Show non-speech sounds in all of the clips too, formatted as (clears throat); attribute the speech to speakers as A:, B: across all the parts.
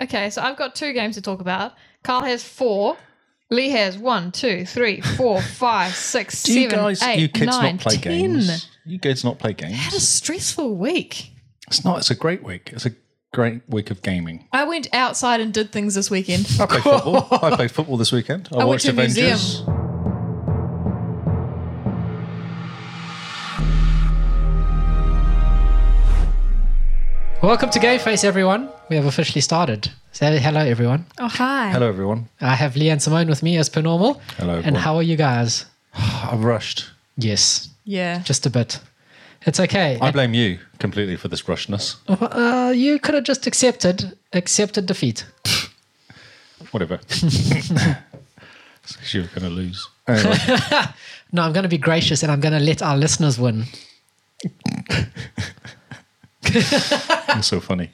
A: Okay, so I've got two games to talk about. Carl has four. Lee has one, two, three, four,
B: (laughs)
A: five, six,
B: Do you
A: seven,
B: guys,
A: eight,
B: you kids,
A: nine,
B: not play
A: ten.
B: games? You kids not play
A: Had a
B: games?
A: stressful week.
B: It's not. It's a great week. It's a great week of gaming.
A: I went outside and did things this
B: (laughs)
A: weekend. (laughs)
B: I played football. I played football this weekend. I,
A: went
B: watched
A: to a museum.
B: Avengers.
C: Welcome to Game Face, everyone. We have officially started. Say hello, everyone.
A: Oh hi.
B: Hello, everyone.
C: I have Lee and Simone with me as per normal.
B: Hello,
C: And
B: everyone.
C: how are you guys?
B: I've rushed.
C: Yes,
A: Yeah.
C: just a bit. It's okay.
B: I blame you completely for this rushness.
C: Uh, you could have just accepted accepted defeat.
B: Whatever. (laughs) It's because you were going to lose. Anyway,
C: No, I'm going to be gracious and I'm going to let our listeners win.
B: it's
A: (laughs)
B: so funny.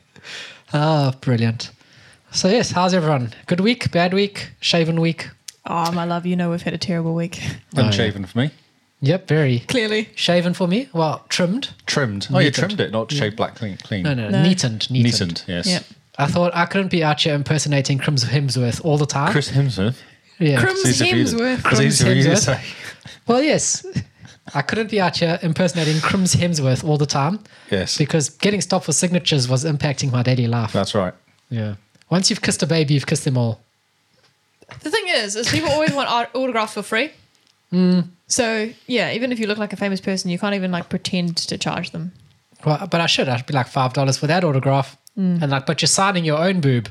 C: Ah, brilliant. So yes, how's everyone? Good week, bad week, shaven week.
D: Oh, my love, you know we've had a terrible week.
B: Unshaven for me.
C: Yep, very
A: Clearly.
C: shaven for me. Well, trimmed.
B: Trimmed. Oh, you
C: Neatened.
B: trimmed it, not shaved black clean. clean.
C: No, no,
D: No.
C: neatened, neatened.
B: Neatened, yes.
D: Yep.
C: I thought I couldn't be out here impersonating Crims Hemsworth all the time.
B: Chris Hemsworth.
C: yeah.
A: Crims
B: It's easy for you to-
A: Hemsworth.
B: it's easy for
C: Crims
B: you to
C: Hemsworth.
B: say.
C: Well, yes. I couldn't be out here impersonating Crims Hemsworth all the time
B: Yes.
C: because getting stopped for signatures was impacting my daily life.
B: That's right.
C: yeah. Once you've kissed a baby, you've kissed them all.
A: The thing is, is people always want art- autographs for free.
B: Mm.
A: So yeah, even if you look like a famous person, you can't even like pretend to charge
B: (laughs)
A: them.
C: Well, but I should. I should be like five dollars for that autograph, and like, but you're signing your own boob.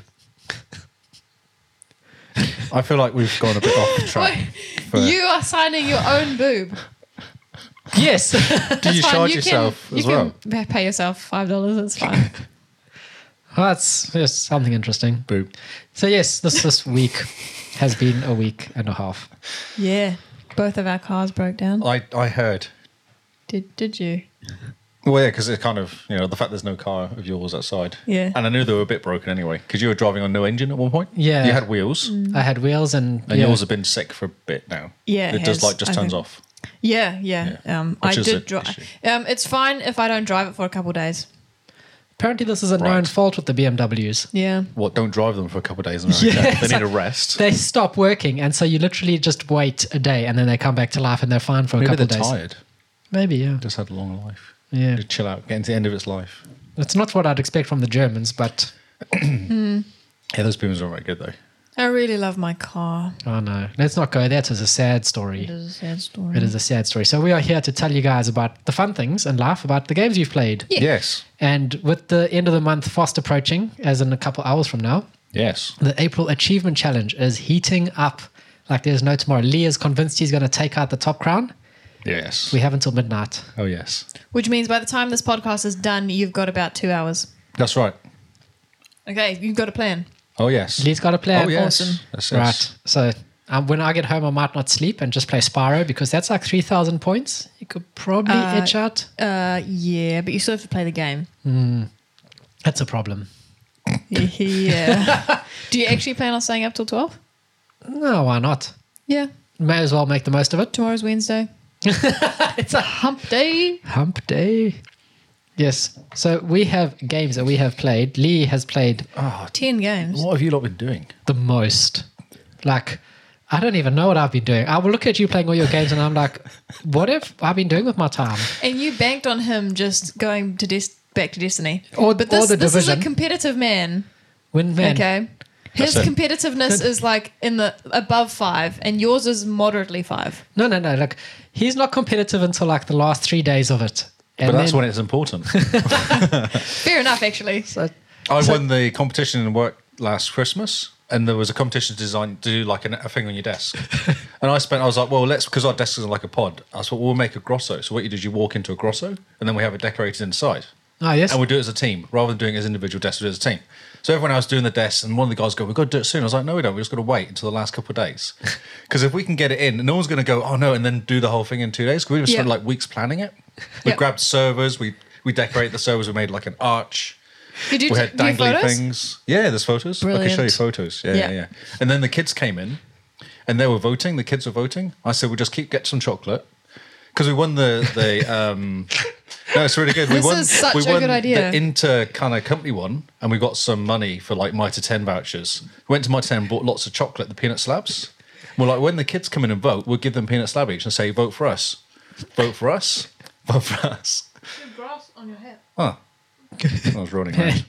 B: I feel like we've gone a bit off
A: (laughs)
B: track. for-
A: You are signing your own boob.
C: Yes. (laughs)
B: Do you
A: It's fine, can-
B: charge yourself
A: you
B: as well?
A: can pa- pay yourself five dollars. It's fine.
C: that's yes, something interesting.
B: Boo.
C: So yes, this this week has been a week and a half.
D: Yeah.
A: Both of our cars broke down.
B: I, I heard.
A: Did did you?
B: Well, yeah, because it's kind of, you know, the fact there's no car of yours outside.
D: Yeah.
B: And I knew they were a bit broken anyway, because you were driving on no engine at one point.
C: Yeah.
B: You had wheels,
C: I had wheels and,
B: and
C: yeah,
B: yours have been sick for a bit now.
D: Yeah,
B: It,
D: it
B: does,
D: has,
B: like, just
D: I
B: turns
D: think.
B: off.
D: Yeah, yeah.
B: Yeah.
D: Um,
B: Which
D: I
B: is an
D: did drive.
B: issue.
A: Um, it's fine if I don't drive it for a couple of days.
C: apparently this is a
B: Right.
C: known fault with the BMWs.
A: Yeah.
B: What, don't drive them for a couple of days and (laughs) they're
C: Yeah,
B: okay.
C: it's
B: they need
C: like-
B: a rest.
C: (laughs) They stop working, and so you literally just wait a day, and then they come back to life, and they're fine for a
B: Maybe
C: couple
B: they're
C: of days.
B: tired.
C: Maybe yeah,
B: Just had a long life.
C: Yeah.
B: Just chill out, getting to the end of its life.
C: that's not what I'd expect from the Germans, but
B: Yeah, those beams aren't very good, though.
D: I really love my car.
C: oh no, let's not go. That is a sad
D: It
C: story.
D: is a sad story.
C: It is a sad story. So we are here to tell you guys about the fun things and laugh about the games you've played.
B: Yes.
C: And with the end of the month fast approaching, as in a couple hours from now,
B: Yes.
C: the April Achievement Challenge is heating up like there's no tomorrow. Lee is convinced he's going to take out the top crown.
B: Yes.
C: We have until midnight.
B: oh, yes.
A: Which means by the time this podcast is done, you've got about two hours.
B: That's right.
A: Okay, you've got a plan.
B: Oh, yes.
C: Lee's got a plan.
B: Oh, yes.
A: Awesome.
B: Yes,
C: Right.
B: yes.
C: So um, when I get home, I might not sleep and just play Spyro because that's like 3,000 points. You could probably
D: Uh,
C: edge out.
D: Uh, yeah, but you still have to play
B: (laughs)
D: the game.
C: That's a problem.
D: yeah.
A: Do you actually plan on staying up till twelve?
C: No, why not?
A: Yeah.
C: May as well make the most of it.
A: Tomorrow's
B: (laughs)
A: Wednesday.
C: It's a
A: Hump day.
C: hump day. Yes. So we have games that we have played. Lee has played
A: Ten games.
B: What have you lot been doing?
C: the most. Like, I don't even know what I've been doing. I will look at you playing all your games and I'm like, (laughs) what have I been doing with my time?
A: And you banked on him just going to des- back to Destiny.
C: Or-
A: but this,
C: or the
A: this is
C: Division.
A: a competitive man.
C: When man,
A: Okay. His
B: That's it.
A: competitiveness is like in the above five, and yours is moderately five.
C: no, no, no. Look, he's not competitive until like the last three days of it. And
B: but that's
C: then-
B: when it's important.
A: Fair enough, actually.
C: (laughs) So-
B: I won the competition in work last Christmas, and there was a competition designed to do like an, a thing on your desk. and I spent, I was like, well, let's, because our desk is like a pod, I thought, well, we'll make a grosso. So what you do is you walk into a grosso, and then we have it decorated inside.
C: Oh, yes. (laughs)
B: And we do it as a team rather than doing it as individual desks, we do it as a team. So everyone else doing the desks, and one of the guys go, We've got to do it soon. I was like, No, we don't. We're just going to wait until the last couple of days. Because if we can get it in, no one's going to go, Oh, no, and then do the whole thing in two days. 'Cause we just spent
A: Yeah.
B: like weeks planning it. We
A: Yeah.
B: grabbed servers, we, we decorated the servers, we made like an arch.
A: Did you
B: We
A: t-
B: had
A: do you
B: dangly
A: photos?
B: things. Yeah, there's photos. I can show you
D: Brilliant.
B: photos. Yeah, yeah,
D: Yeah.
B: yeah. And then the kids came in and they were voting. The kids were voting. I said, we'll just keep get some chocolate. Because we won the, the um, No, it's really good.
E: This is such
B: we
E: a
B: won
E: good idea.
B: The Inter kind of company one, and we got some money for like Mitre 10 vouchers. We went to Mitre 10 and bought lots of chocolate, the peanut slabs. We're like, when the kids come in and vote, we'll give them peanut slab each and say, vote for us. Vote for us. Vote for us. (laughs)
E: Grass on your head.
B: I was running
C: (laughs)
B: around.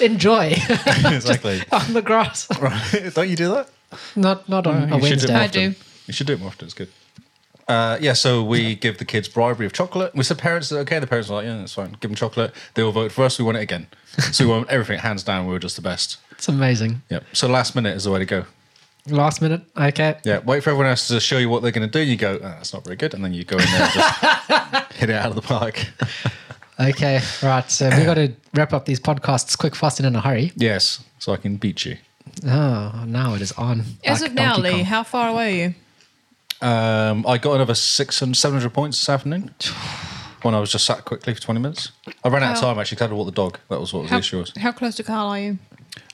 C: Enjoy (laughs)
B: exactly.
C: on the grass.
B: (laughs) Right. Don't you do that?
C: Not not on a
B: Oh, You should do it more
C: Wednesday.
B: often.
E: I do.
B: You should do it more often. It's good. Uh, yeah, so we give the kids bribery of chocolate. We said parents, okay, the parents were like, yeah, that's fine. Give them chocolate. They all voted for us. We won it again. So we won everything hands down. We were just the best.
C: It's amazing.
B: Yep. So last minute is the way to go.
C: Last minute. Okay.
B: Yeah. Wait for everyone else to show you what they're going to do. You go, oh, that's not very good, and then you go in there and just hit it out of the park.
C: Okay. Right. So we got to wrap up these podcasts quick, fast, and in a hurry.
B: yes. So I can beat you.
C: Oh, now it is on.
E: As
C: Like
E: of now,
C: Donkey
E: Lee,
C: Kong.
E: how far away are you?
B: Um, I got another 600, 700 points this afternoon when I was just sat quickly for 20 minutes. I ran out of
E: Wow.
B: time actually 'cause I had to walk the dog. That was what the
E: How,
B: issue was.
E: how close to Carl are you?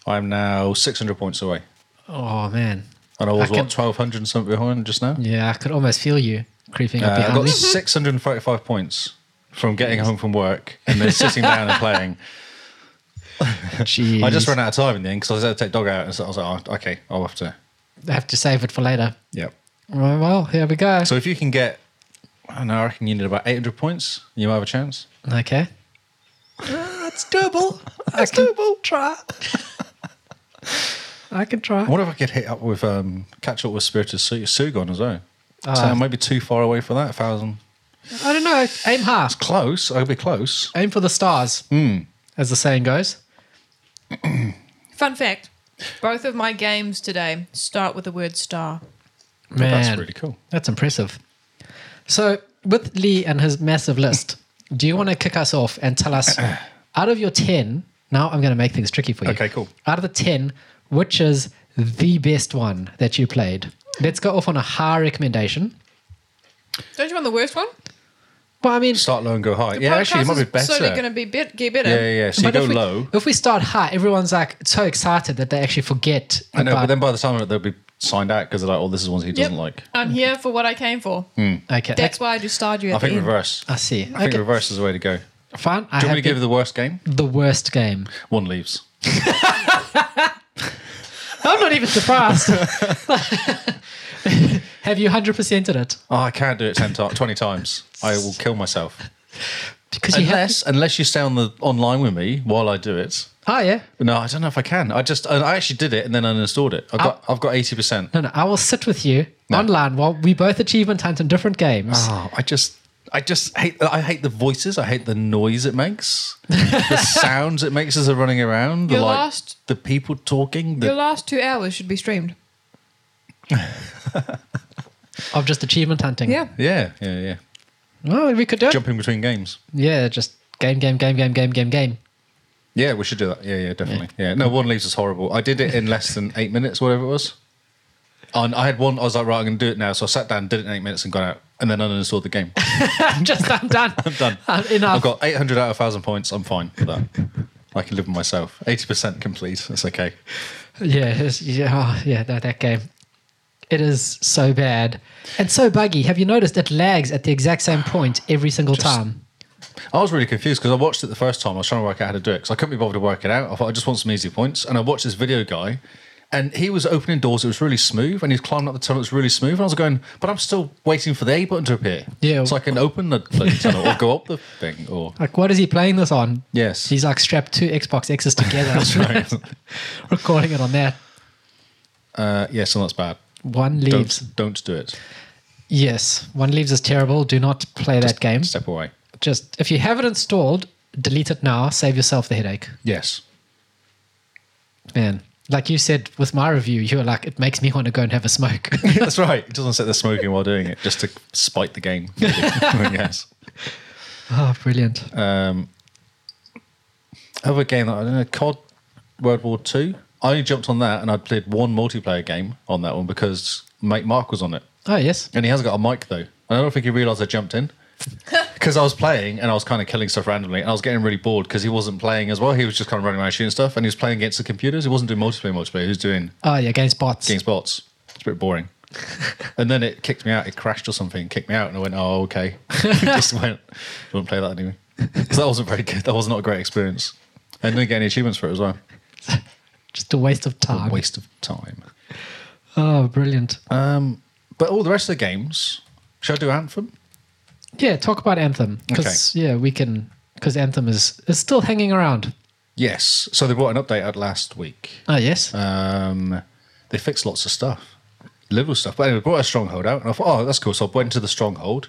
B: I'm now 600 points away.
C: Oh man.
B: And I was,
C: I can-
B: what, 1,200 and something behind just now?
C: Yeah, I could almost feel you creeping up
B: Uh, I
C: behind
B: got
C: me.
B: 635 points from getting home from work and then
C: (laughs)
B: sitting down and playing.
C: Jeez.
B: (laughs) I just ran out of time in the end because I was had to take dog out. And so I was like, oh, okay, I'll have to.
C: I have to save it for later.
B: Yep.
C: Well, well, here we go.
B: So if you can get, I don't know, I reckon you need about 800 points, you might have a chance.
C: okay. That's Ah, doable. That's doable. Try. I can
B: I
C: try.
B: wonder if I could hit up with, um, catch up with Spiritus Su- Sugon as well. so
C: Ah.
B: I might be too far away for that, 1,000.
C: I don't know. Aim high.
B: Close, I'll be close.
C: Aim for the stars,
B: Hmm.
C: as the saying goes.
E: Fun fact both of my games today start with the word star.
C: Man,
B: That's really cool.
C: That's impressive. So, with Lee and his massive list, do you want to kick us off and
B: (coughs)
C: tell us out of your 10? Now I'm going to make things tricky for you.
B: Okay, cool.
C: Out of the 10, which is the best one that you played? Let's go off on a high recommendation.
E: Don't you want the worst one?
C: Well, I mean,
B: Start low and go high.
E: The
B: yeah, actually, it
E: podcast
B: might be
E: is
B: better.
E: Slowly going to be bet- get better.
B: yeah, yeah, yeah. So you
C: but
B: go
C: if we,
B: low.
C: If we start high, everyone's like so excited that they actually forget.
B: I know, but
C: about-
B: then by the time they'll be signed out because they're like, oh, this is ones he doesn't like.
E: I'm here for what I came for.
C: okay,
E: That's why I just starred you. At
B: I think
E: the end.
B: reverse.
C: I see.
B: I think
C: okay,
B: reverse is the way to go. Do
C: fine. I
B: you want
C: have
B: me to give
C: the,
B: the worst game?
C: the
B: (laughs)
C: worst game.
B: One leaves.
C: I'm not
B: (laughs)
C: even surprised. (laughs) Have you 100%ed it?
B: Oh, I can't do it 10 times, 20 times. I will kill myself.
C: Because you have.
B: Unless, unless you stay on the online with me while I do it.
C: Oh, yeah.
B: No, I don't know if I can. I just, I I actually did it and then uninstalled it. I've got, I've got 80%.
C: No, no. I will sit with you online while we both achievement hunt in different games.
B: Oh, I just, I just hate, I hate the voices. I hate the noise it makes, the sounds it makes as they're running around, the,
E: Your
B: like,
E: last-
B: the people talking.
E: Your
B: The,
E: last two hours should be streamed.
C: Of just achievement
B: Mm.
C: hunting.
E: Yeah.
B: Uh-huh. yeah, yeah, yeah.
C: Well, we could do it.
B: Jumping between games.
C: Yeah, just game, game, game, game, game, game, game. (laughs)
B: Yeah, we should do that. Yeah, yeah, definitely. Yeah, no, one leaves is horrible. I did it in less than eight minutes, whatever it was. And I had one. I was like, right, I'm going to do it now. So I sat down, did it in eight minutes, and got out, and then uninstalled the game.
C: I'm just,
B: (laughs)
C: I'm done. I'm
B: Done.
C: enough.
B: I've got 800 out of 1,000 points. I'm fine for that. I can live with myself. 80% complete. That's okay.
C: Yeah, it's- yeah, oh, yeah that, that game. It is so bad and so buggy. Have you noticed it lags at the exact same point every single time?
B: I was really confused because I watched it the first time. I was trying to work out how to do it because I couldn't be bothered to work it out. I thought I just want some easy points. And I watched this video guy, and he was opening doors. It was really smooth, and he was climbing up the tunnel. It was really smooth. And I was going, but I'm still waiting for the A button to appear.
C: Yeah.
B: so I can open the bloody tunnel or go up the thing. Or
C: Like, what is he playing this on?
B: yes,
C: He's like strapped two Xbox
B: (laughs)
C: X's together,
B: right.
C: (laughs) recording it on that.
B: uh, yes, and that's bad.
C: One leaves.
B: Don't don't do it.
C: Yes, one leaves is terrible. Do not play that game.
B: Step away.
C: Just if you have it installed, delete it now. Save yourself the headache,
B: Yes. (laughs)
C: man. Like you said with my review, you were like, it makes me want to go and have a smoke. (laughs)
B: That's right. It doesn't set the smoking while doing it, just to spite the
C: (laughs)
B: game. (laughs) yes.
C: oh, brilliant.
B: Um, other game that I don't know, COD World War Two. I only jumped on that and I played one multiplayer game on that one because mate Mark was on it,
C: Oh yes.
B: and he has got a mic though. I don't think he realised I jumped in because I was playing and I was kind of killing stuff randomly, and I was getting really bored because he wasn't playing as well. He was just kind of running around shooting stuff, and he was playing against the computers. He wasn't doing multiplayer multiplayer. He was doing
C: Oh yeah, against bots.
B: against bots. It's a bit boring. and then it kicked me out. It crashed or something, kicked me out, and I went, "Oh, okay." (laughs) Just went, "Wouldn't play that anymore." So that wasn't very good. That was not a great experience, and didn't get any achievements for it as well.
C: Just a waste of
B: A
C: time.
B: waste of time.
C: Oh, brilliant.
B: Um, but all the rest of the games. Should I do Anthem?
C: Yeah, talk about Anthem. Because, yeah, we can. Because Anthem is, is still hanging around.
B: Yes. So they brought an update out last week.
C: Oh, yes.
B: Um, they fixed lots of stuff, little stuff. But anyway, brought a stronghold out, and I thought, oh, that's cool. So I went into the stronghold,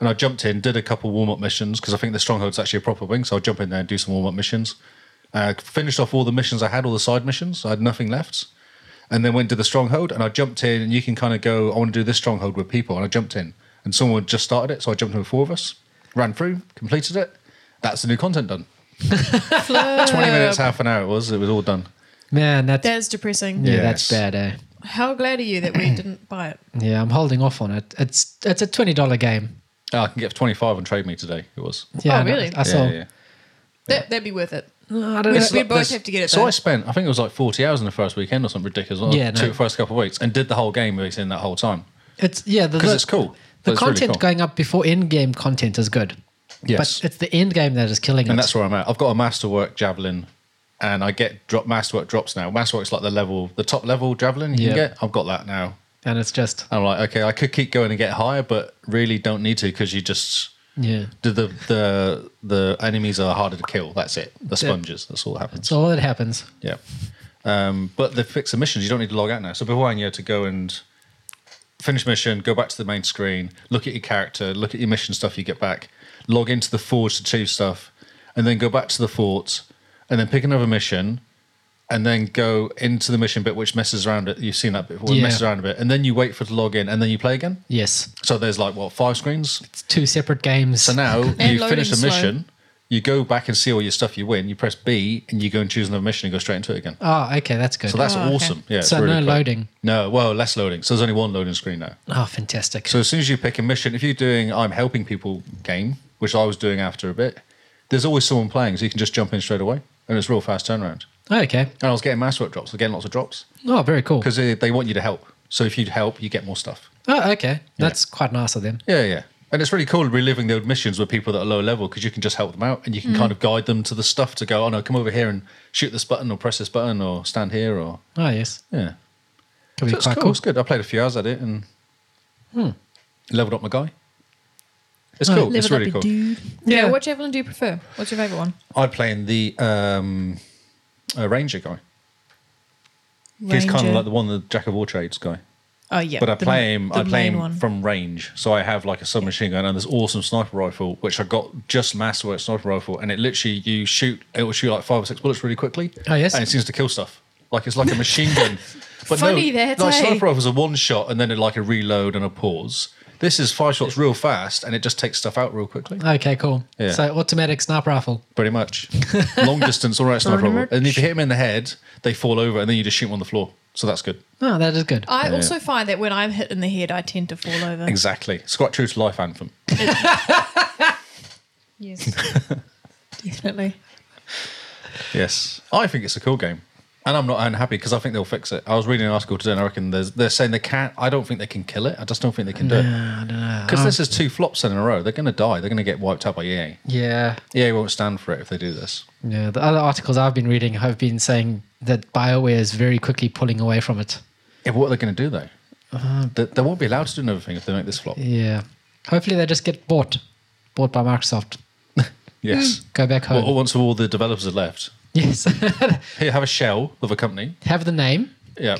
B: and I jumped in, did a couple warm up missions because I think the stronghold's actually a proper wing. So I'll jump in there and do some warm up missions. Uh, finished off all the missions I had, all the side missions. I had nothing left, and then went to the stronghold, and I jumped in, and you can kind of go, I want to do this stronghold with people, and I jumped in, and someone had just started it, so I jumped in with four of us, ran through, completed it. That's the new content done. Twenty minutes, half an hour it was. It was all done.
C: Man, that's.
E: That's depressing.
C: yeah, that's
B: yes.
C: bad, eh?
E: How glad are you that we didn't buy it?
C: Yeah, I'm holding off on it. It's it's a twenty dollar game.
B: Oh, I can get for 25 on Trade Me today. It was.
C: Yeah,
E: Oh,
C: I know.
E: really?
C: I saw.
E: That, that'd be worth it.
C: I don't
E: We'd,
C: know.
E: we'd both
B: There's-
E: have to get it.
B: So
E: Though.
B: I spent, I think it was like 40 hours in the first weekend or something ridiculous. or
C: Yeah, no.
B: Two first couple of weeks and did the whole game within that whole time.
C: It's yeah,
B: Because it's cool.
C: The
B: It's really
C: content
B: cool.
C: going up before end game content is good.
B: Yes.
C: But it's the end game that is killing
B: and
C: it.
B: that's where I'm at. I've got a Masterwork Javelin and I get drop Masterwork drops now. Masterwork's like the level, the top level Javelin you
C: Yeah.
B: can get. I've got that now.
C: and it's just
B: I'm like, okay, I could keep going and get higher, but really don't need to because you just.
C: yeah.
B: The, the the the enemies are harder to kill. That's it. The sponges. That's all that happens.
C: It's all that happens.
B: Yeah. Um, but the fixed missions, you don't need to log out now. So beforehand, you had to go and finish mission, go back to the main screen, look at your character, look at your mission stuff you get back, log into the forge to achieve stuff, and then go back to the fort, and then pick another mission, and then go into the mission bit, which messes around. It. You've seen that before. It
C: Yeah.
B: messes around a bit. And then you wait for it to log in, and then you play again.
C: Yes.
B: So there's like, what, five screens?
C: It's two separate games.
B: So now you
E: loading
B: finish a
E: slow.
B: mission, you go back and see all your stuff you win, you press B, and you go and choose another mission and go straight into it again.
C: oh, okay, that's good.
B: So that's
E: Oh, okay.
B: awesome. Yeah. it's
C: So no
B: quick.
C: loading.
B: No, well, less loading. So there's only one loading screen now.
C: oh, fantastic.
B: So as soon as you pick a mission, if you're doing I'm helping people game, which I was doing after a bit, there's always someone playing, so you can just jump in straight away, and it's real fast turnaround.
C: okay.
B: And I was getting masterwork drops, I was getting lots of drops
C: Oh, very cool.
B: because they, they want you to help. So if you help, you get more stuff.
C: Oh, okay. That's quite nice of them.
B: Yeah, yeah. And it's really cool reliving the old missions with people that are low level because you can just help them out and you
C: Mm.
B: can kind of guide them to the stuff to go, oh no, come over here and shoot this button or press this button or stand here or,
C: Oh, yes.
B: yeah.
C: Could be
B: So it's cool.
C: quite
B: Hmm.
C: cool.
B: It's good. I played a few hours at it and leveled up my guy. It's cool. It's really cool.
E: yeah.
C: Yeah.
E: What javelin do you prefer? What's your favorite one?
B: I'm playing the um, uh, ranger guy. He's kind of like the one, the jack of all trades guy.
A: Oh yeah.
B: but I
A: the-
B: play him.
A: the
B: I play
A: main
B: him
A: one.
B: from range, so I have like a submachine gun and this awesome sniper rifle, which I got just masterwork sniper rifle, and it literally you shoot it will shoot like five or six bullets really quickly.
C: Oh, yes.
B: and it seems to kill stuff. Like it's like a machine gun. But
E: Funny
B: no,
E: that,
B: like
E: eh?
B: sniper rifles are one shot and then it like a reload and a pause. This is five shots real fast, and it just takes stuff out real quickly.
C: Okay, cool.
B: Yeah.
C: So automatic sniper rifle.
B: Pretty much, long distance, all right, sniper
C: Pretty
B: rifle.
C: much.
B: And if you hit them in the head, they fall over, and then you just shoot them on the floor. So that's good.
C: Oh, that is good.
E: I
B: Yeah.
E: also find that when I'm hit in the head, I tend to fall over.
B: Exactly. It's quite true to life anthem.
E: Yes, definitely.
B: Yes, I think it's a cool game, and I'm not unhappy because I think they'll fix it. I was reading an article today, and I reckon there's, they're saying they can't. I don't think they can kill it. I just don't think they can do
C: Ah,
B: it because
C: Uh,
B: this is two flops in a row. They're going to die. They're going to get wiped out by E EA.
C: Um, yeah.
B: EA won't stand for it if they do this.
C: Yeah, the other articles I've been reading have been saying that Bioware is very quickly pulling away from it.
B: Yeah, but what are they going to do though? they, they won't be allowed to do another thing if they make this flop.
C: Uh, Yeah, hopefully they just get bought, bought by Microsoft. (gasps)
B: Yes.
C: Go back home.
B: Well, oh, once all the developers have left,
C: (laughs) yes, (laughs)
B: here have a shell of a company.
C: have the name.
B: Yeah.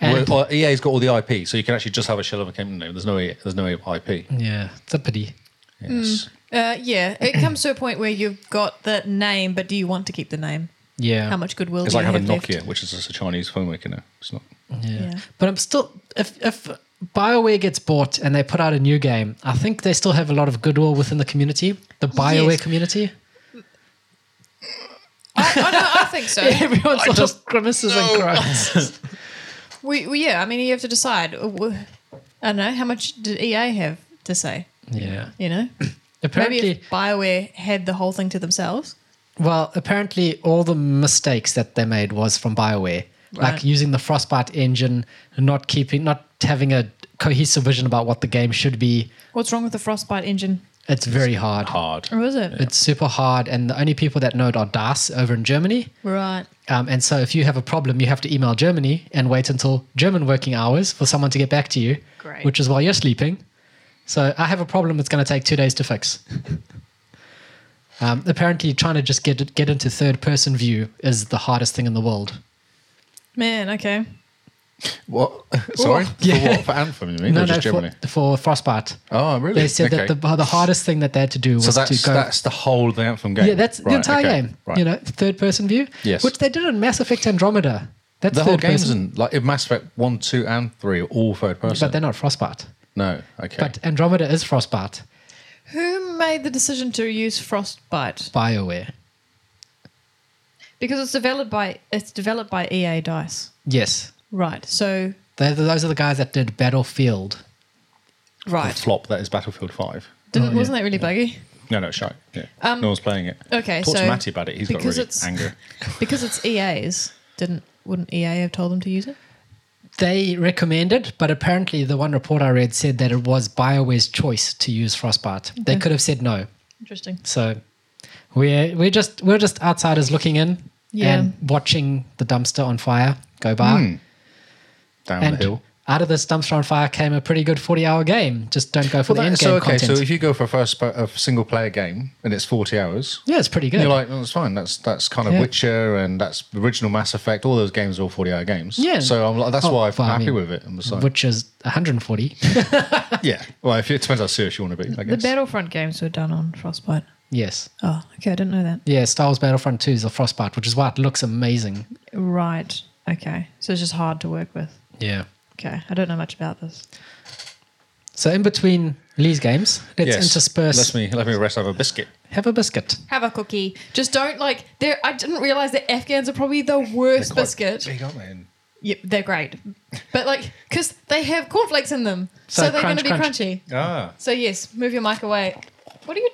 C: And-
B: Well, EA's got all the IP, so you can actually just have a shell of a company name. There's no there's no IP.
C: Yeah, it's a pity.
B: Yes.
C: Mm.
E: Uh, yeah,
B: (coughs)
E: it comes to a point where you've got the name, but do you want to keep the name?
C: Yeah,
E: How much goodwill
B: It's
E: do
B: like
E: you
B: having
E: have
B: Nokia, which is just a Chinese phone maker now. It's not.
C: Yeah.
E: yeah.
C: but I'm still if if Bioware gets bought and they put out a new game, I think they still have a lot of goodwill within the community, the Bioware
E: Yes.
C: (laughs) community.
E: left? I, I, I think
B: (laughs)
E: so.
C: Everyone sort of grimaces and groans.
E: We, we, yeah, I mean, you have to decide. uh, wh- I don't know how much did
A: E
E: EA have to say.
C: (laughs) yeah,
E: You
C: (clears throat)
E: know, maybe
C: apparently.
E: if Bioware had the whole thing to themselves.
C: Well, apparently, all the mistakes that they made was from Bioware, like using the Frostbite engine, not keeping, not having a cohesive vision about what the game should be,
A: What's wrong with the Frostbite engine?
C: it's very hard.
B: Hard.
A: Or is it?
C: It's super hard, and the only people that know it are DAS over in Germany.
A: Right.
C: Um, and so if you have a problem, you have to email Germany and wait until German working hours for someone to get back to you,
A: Great.
C: which is while you're sleeping. So I have a problem that's going to take two days to fix. (laughs) um, apparently, trying to just get get into third person view is the hardest thing in the world.
A: Man, okay.
B: What? (laughs) Sorry? For
C: yeah.
B: what? For Anthem, you mean? or just
C: for,
B: Germany?
C: for Frostbite.
B: oh, really?
C: They said
B: Okay.
C: that the, the hardest thing that they had to do was
B: So that's,
C: to go.
B: that's the whole of the Anthem game.
C: yeah, that's the
B: Right,
C: entire
B: okay,
C: game.
B: Right.
C: You know, third person view.
B: Yes.
C: Which they did in Mass Effect Andromeda. That's
B: the
C: third
B: whole game's
C: person,
B: in, like, in Mass Effect 1, 2, and 3 are all third person.
C: but they're not Frostbite.
B: no, okay.
C: But Andromeda is Frostbite.
A: Who made the decision to use Frostbite?
C: Bioware.
A: Because it's developed by it's developed by EA Dice.
C: Yes.
A: Right. So
C: They're the, those are the guys that did Battlefield.
B: the
A: right.
B: flop that is Battlefield 5.
A: Didn't
C: Oh, yeah.
A: wasn't that really buggy?
B: No, no, shite. Yeah.
A: Um,
B: no one's playing it.
A: Okay,
B: Talk
A: so
B: to Matty about it. He's got
A: because
B: really
A: it's-
B: angry.
A: because it's EA's, didn't wouldn't EA have told them to use it?
C: They recommended, but apparently the one report I read said that it was Bioware's choice to use Frostbite. They could have said no.
A: Interesting.
C: So we're we're just we're just outsiders looking in
A: Yeah.
C: and watching the dumpster on fire go by.
B: Down
C: and
B: Hmm, the hill.
C: out of this dumpster on fire came a pretty good forty-hour game. Just don't go for the
B: Well,
C: end game
B: that- so, okay,
C: content.
B: so if you go for a first per- a single player game and it's 40 hours,
C: yeah, it's pretty good.
B: you're like, oh, that's fine. That's that's kind of
C: Yeah.
B: Witcher and that's original Mass Effect. All those games are all 40 hour games.
C: Yeah.
B: So I'm like, that's
C: Oh,
B: why I'm
C: well, I
B: happy
C: mean,
B: with it. I'm just like,
C: which is 140.
B: (laughs) yeah. Well, if it depends how serious you want to be, I
A: The
B: guess.
A: Battlefront games were done on Frostbite.
C: (laughs) yes.
A: Oh, okay, I didn't know that.
C: Yeah, Star Wars Battlefront 2 is a Frostbite, which is why it looks amazing.
A: Right. Okay. So it's just hard to work with.
C: Yeah.
A: Okay. I don't know much about this.
C: So in between Lee's games, let's
B: Yes.
C: intersperse.
B: Let me let me rest have a biscuit.
C: have a biscuit.
A: Have a cookie. Just don't like. There, I didn't realize that Afghans are probably the worst
B: Quite
A: biscuit.
B: Big, aren't they? And
A: Yep, they're great, but like because they have cornflakes in them, so,
C: So
A: they're going
C: crunch,
A: to be
C: crunch.
A: crunchy.
B: Ah,
A: So yes, move your mic away. What are you?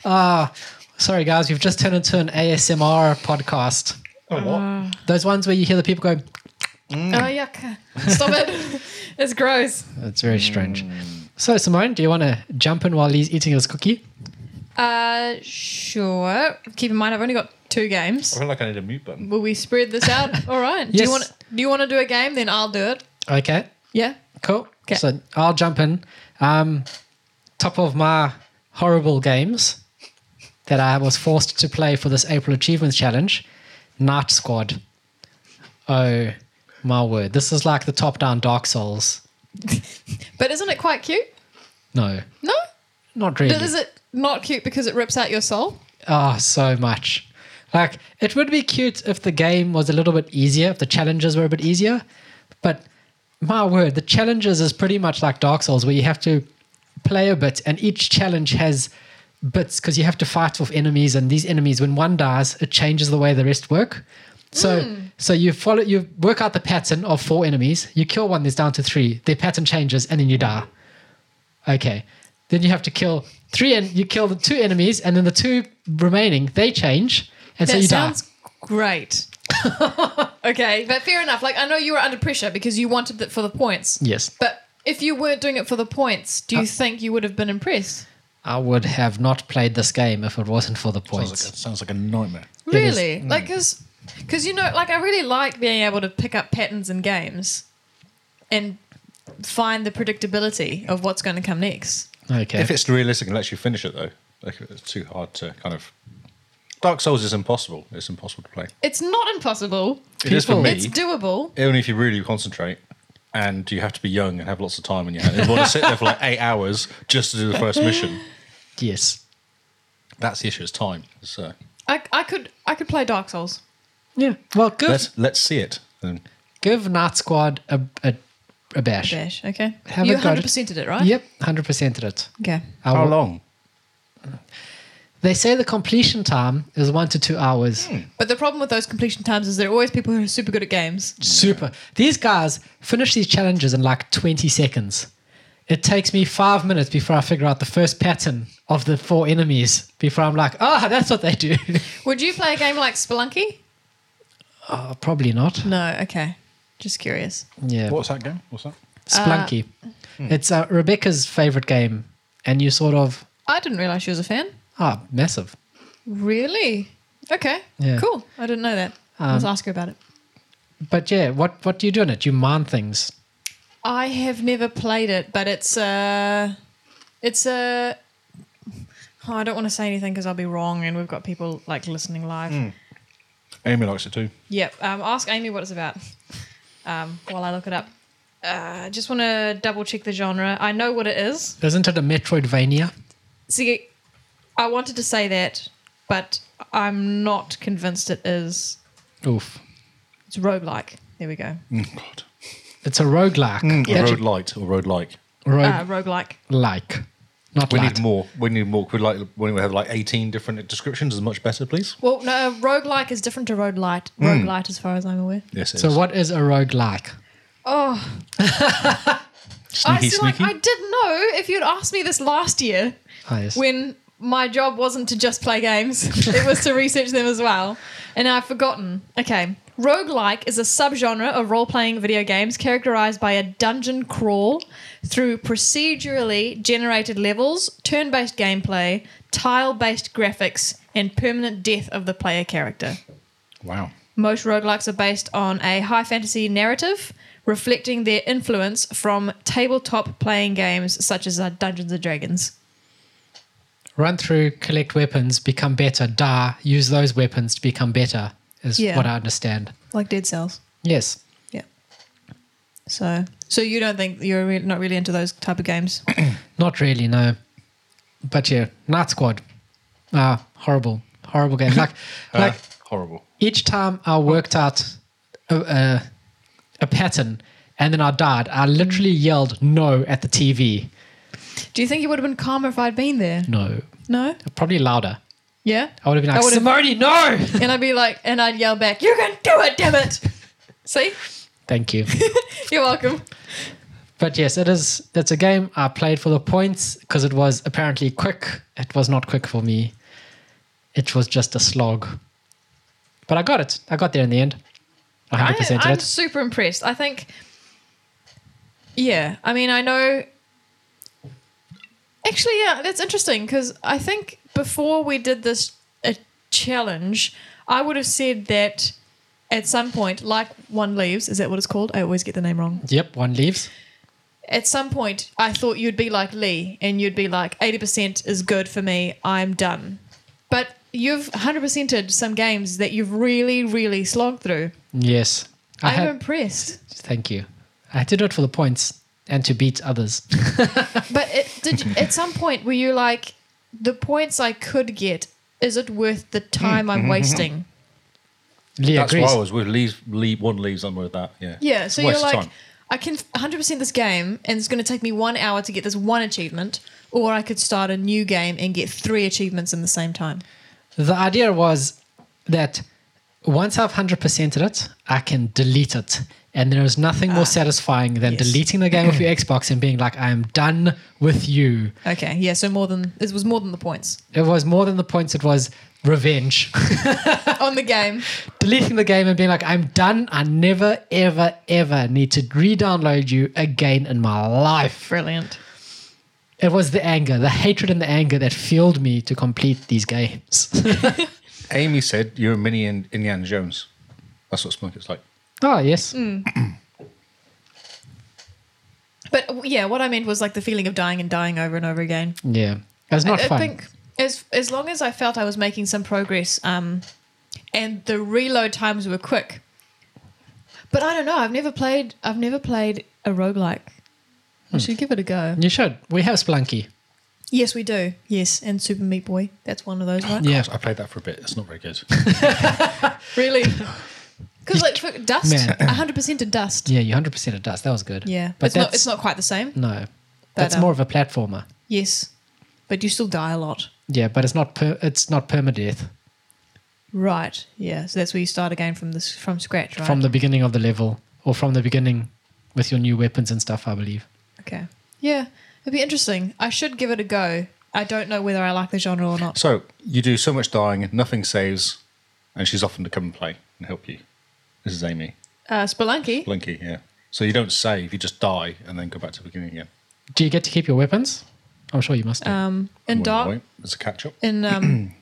C: Sorry, guys, we've just turned into an ASMR podcast.
B: oh, what?
C: Those ones where you hear the people go,
A: Oh yuck! Stop it. (laughs) it's gross.
C: it's very strange. So, Simone, do you want to jump in while Lee's eating his cookie?
A: Uh, sure. Keep in mind, I've only got two
B: I
A: games.
B: feel like I need a mute button.
A: Will we spread this out? All right. Do
C: Yes.
A: you want? Do you want to do a game? Then I'll do it.
C: Okay,
A: Yeah.
C: cool.
A: 'Kay.
C: So, I'll jump in. Um, top of my horrible games that I was forced to play for this April Achievements Challenge Night Squad. Oh, my word. This is like the top down Dark Souls.
A: But isn't it quite cute?
C: No,
A: No.
C: not really.
A: But is it not cute because it rips out your soul?
C: Oh, so much. Like, it would be cute if the game was a little bit easier, if the challenges were a bit easier. But my word, the challenges is pretty much like Dark Souls, where you have to play a bit, and each challenge has bits because you have to fight off enemies, and these enemies, when one dies, it changes the way the rest work. So, so you follow, you work out the pattern of four enemies. You kill one, there's down to three. Their pattern changes, and then you die. Okay. Then you have to kill three and you kill the two enemies and then the two remaining, they change and so
A: that
C: you
A: sounds
C: die.
A: great. (laughs) okay, but fair enough. Like I know you were under pressure because you wanted it for the points.
C: Yes. Uh,
A: But if you weren't doing it for the points, do you think you would have been impressed?
C: I would have not played this game if it wasn't for the
B: Sounds
C: points.
B: like, a, sounds like a nightmare.
C: is- mm.
A: Really? Like cuz cuz you know, like I really like being able to pick up patterns in games and find the predictability of what's going to come next.
C: okay.
B: If it's realistic and lets you finish it though, like if it's too hard to kind of. Dark Souls is impossible. It's impossible to play.
A: It's not impossible.
B: it is for
C: People-
B: me.
A: It's doable.
B: only if you really concentrate and you have to be young and have lots of time in your hand. If you want to sit there for like eight hours just to do the first mission,
C: yes.
B: that's the issue. It's time. So
A: I, I could I could play Dark Souls.
C: Yeah. Well, give,
B: let's let's see it. And
C: give Night Squad a, a, a bash.
A: Dash, okay.
C: Have
A: you
C: a go.
A: 100%ed it, right?
C: Yep. 100%ed it.
A: Okay.
C: I
B: how
C: will-
B: long?
C: They say the completion time is one to two
B: Hmm.
C: hours.
A: But the problem with those completion times is there are always people who are super good at games.
C: Super. These guys finish these challenges in like 20 seconds. It takes me five minutes before I figure out the first pattern of the four enemies before I'm like, ah, that's what they do. (laughs)
A: Would you play a game like Spelunky?
C: oh, Uh, probably not.
A: No, okay. Just curious.
C: Yeah.
F: What's that game? What's that?
C: Splunky. It's uh, Rebecca's favorite game, and you sort of
A: I didn't realize she was a fan.
C: ah massive.
A: Really? Okay.
C: Yeah.
A: Cool. I didn't know that. I was ask her about it.
C: But yeah, what what do you do in it? You mine things.
A: I have never played it, but it's a, it's a. Oh, I don't want to say anything because I'll be wrong, and we've got people like listening live.
F: Amy likes it too.
A: Yep. Um, ask Amy what it's about um, while I look it up. Uh, I just want to double check the genre. I know what it is.
C: Isn't it a Metroidvania?
A: See, I wanted to say that, but I'm not convinced it is.
C: Oof.
A: It's roguelike. There we go.
F: Mm, God.
C: It's a roguelike.
B: Or
C: That
B: road
C: you-
B: light or road like.
A: Uh,
C: roguelike.
A: roguelike.
C: Not
B: We
C: light.
B: need more. We need more. We'd like when we have like eighteen different descriptions. Is much better, please.
A: Well, no, uh, roguelike is different to roguelite.
B: Hmm.
A: Roguelite, as far as I'm aware.
B: Yes. It
C: So
B: is.
C: what is a roguelike?
A: Oh,
B: Sneaky,
A: I see. Like
B: sneaky.
A: I did know if you'd asked me this last year
C: Ah, yes.
A: when my job wasn't to just play games; (laughs) it was to research them as well. And I've forgotten. Okay, roguelike is a subgenre of role-playing video games characterized by a dungeon crawl through procedurally generated levels, turn-based gameplay, tile-based graphics, and permanent death of the player character.
F: Wow.
A: Most roguelikes are based on a high fantasy narrative, reflecting their influence from tabletop playing games such as uh, Dungeons and Dragons.
C: Run through, collect weapons, become better, die, use those weapons to become better is
A: Yeah.
C: what I understand.
A: Like Dead Cells.
C: Yes.
A: So, so you don't think you're re- not really into those type of games?
C: Not really, no. But yeah, Night Squad. Ah, horrible. Horrible game. Like like
B: Uh, horrible.
C: each time I worked out a, a, a pattern and then I died, I literally yelled no at the TV.
A: Do you think you would have been calmer if I'd been there?
C: No.
A: No.
C: Probably louder.
A: Yeah.
C: I would have been
A: I
C: like,
A: would've-
C: Simone, no!
A: And I'd be like, and I'd yell back, "You can do it, damn it!" See,
C: Thank you.
A: you're welcome.
C: But yes, it is. It's a game I played for the points because it was apparently quick. It was not quick for me. It was just a slog. But I got it. I got there in the end. I
A: I,
C: 100%
A: I'm
C: it.
A: super impressed. I think, yeah, I mean, I know. Actually, yeah, that's interesting because I think before we did this a challenge, I would have said that at some point, like One Leaves, is that what it's called? I always get the name wrong.
C: Yep, one leaves.
A: At some point, I thought you'd be like Lee and you'd be like, 80% is good for me, I'm done. But you've 100%ed some games that you've really, really slogged through.
C: Yes. I
A: I'm
C: had,
A: impressed.
C: thank you. I had to do it for the points and to beat others.
A: But it, did you, at some point were you like, the points I could get, is it worth the time I'm wasting?
C: Lee
B: That's
C: agrees.
B: why I was with leaves. Leave, one leaves. I'm with that. Yeah.
A: Yeah,
B: It's
A: so
B: a
A: you're
B: waste of
A: like,
B: time.
A: I can 100% this game, and it's going to take me one hour to get this one achievement, or I could start a new game and get three achievements in the same time.
C: The idea was that once I've 100%ed it, I can delete it. And there is nothing more satisfying than
A: Ah, yes.
C: deleting the game off your Xbox and being like, I am done with you.
A: Okay, yeah, so more than it was more than the points
C: It was more than the points, it was revenge. (laughs)
A: on the game.
C: deleting the game and being like, I'm done. I never, ever, ever need to re download you again in my life.
A: Brilliant.
C: It was the anger, the hatred and the anger that fueled me to complete these games. (laughs)
B: Amy said you're a mini in- Indiana Jones. That's what Spunk is like.
C: oh, yes.
A: Hmm. But w- yeah, what I meant was like the feeling of dying and dying over and over again.
C: Yeah. That's not
A: I,
C: fun.
A: I think as as long as I felt I was making some progress, um, and the reload times were quick. But I don't know. I've never played. I've never played a roguelike.
C: Hmm.
A: I should give it a go.
C: you should. We have Splunky.
A: Yes, we do. Yes, and Super Meat Boy. That's one of those, right?
C: Yeah.
B: I played that for a bit. It's not very good.
A: Really? Because like for dust,
C: Man.
A: hundred percent to dust. Yeah,
C: Yeah, you 100% it does. That was good. But
A: it's
C: that's,
A: not. It's not quite the same.
C: No. That's
A: um,
C: more of a platformer.
A: Yes, but you still die a lot.
C: Yeah, but it's not per, it's not permadeath
A: Right. Yeah. So that's where you start again from this from scratch, right?
C: from the beginning of the level or from the beginning with your new weapons and stuff, I believe.
A: Okay. Yeah, it'd be interesting. I should give it a go. I don't know whether I like the genre or not.
B: (laughs) so you do so much dying, nothing saves, and she's often to come and play and help you. This is Amy.
A: Uh, Spelunky.
B: Blinky, yeah. So you don't save, you just die and then go back to the beginning again.
C: Do you get to keep your weapons? I'm sure you must. do.
A: Um, in
B: Wait,
A: Dark.
B: wait, There's a catch up.
A: In (clears throat) um,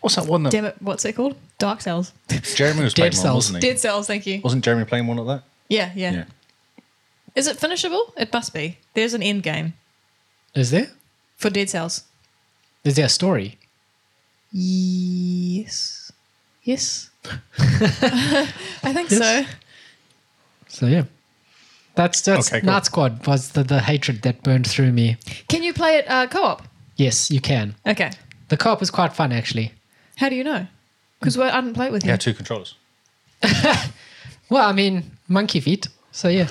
B: What's that one that
A: damn it, what's it called? Dark Cells.
B: Jeremy was playing
C: Dead
B: one,
C: Cells.
B: wasn't he?
A: Dead Cells. Thank you.
B: Wasn't Jeremy playing one like that?
A: Yeah, yeah,
B: Yeah.
A: Is it finishable? It must be. There's an end game
C: Is there?
A: for Dead Cells.
C: Is there a story?
A: Yes.
C: (laughs)
A: Yes. (laughs) I think
C: Yes.
A: so.
C: So yeah, that's that's
B: Okay, cool.
C: Night Squad was the, the hatred that burned through me.
E: Can you play it uh, co-op?
C: Yes, you can.
A: Okay.
C: The co-op is quite fun actually.
A: How do you know?
E: Because I didn't play it with you.
C: Mm.
B: Yeah, two controllers.
C: Well, I mean, monkey feet. So yeah.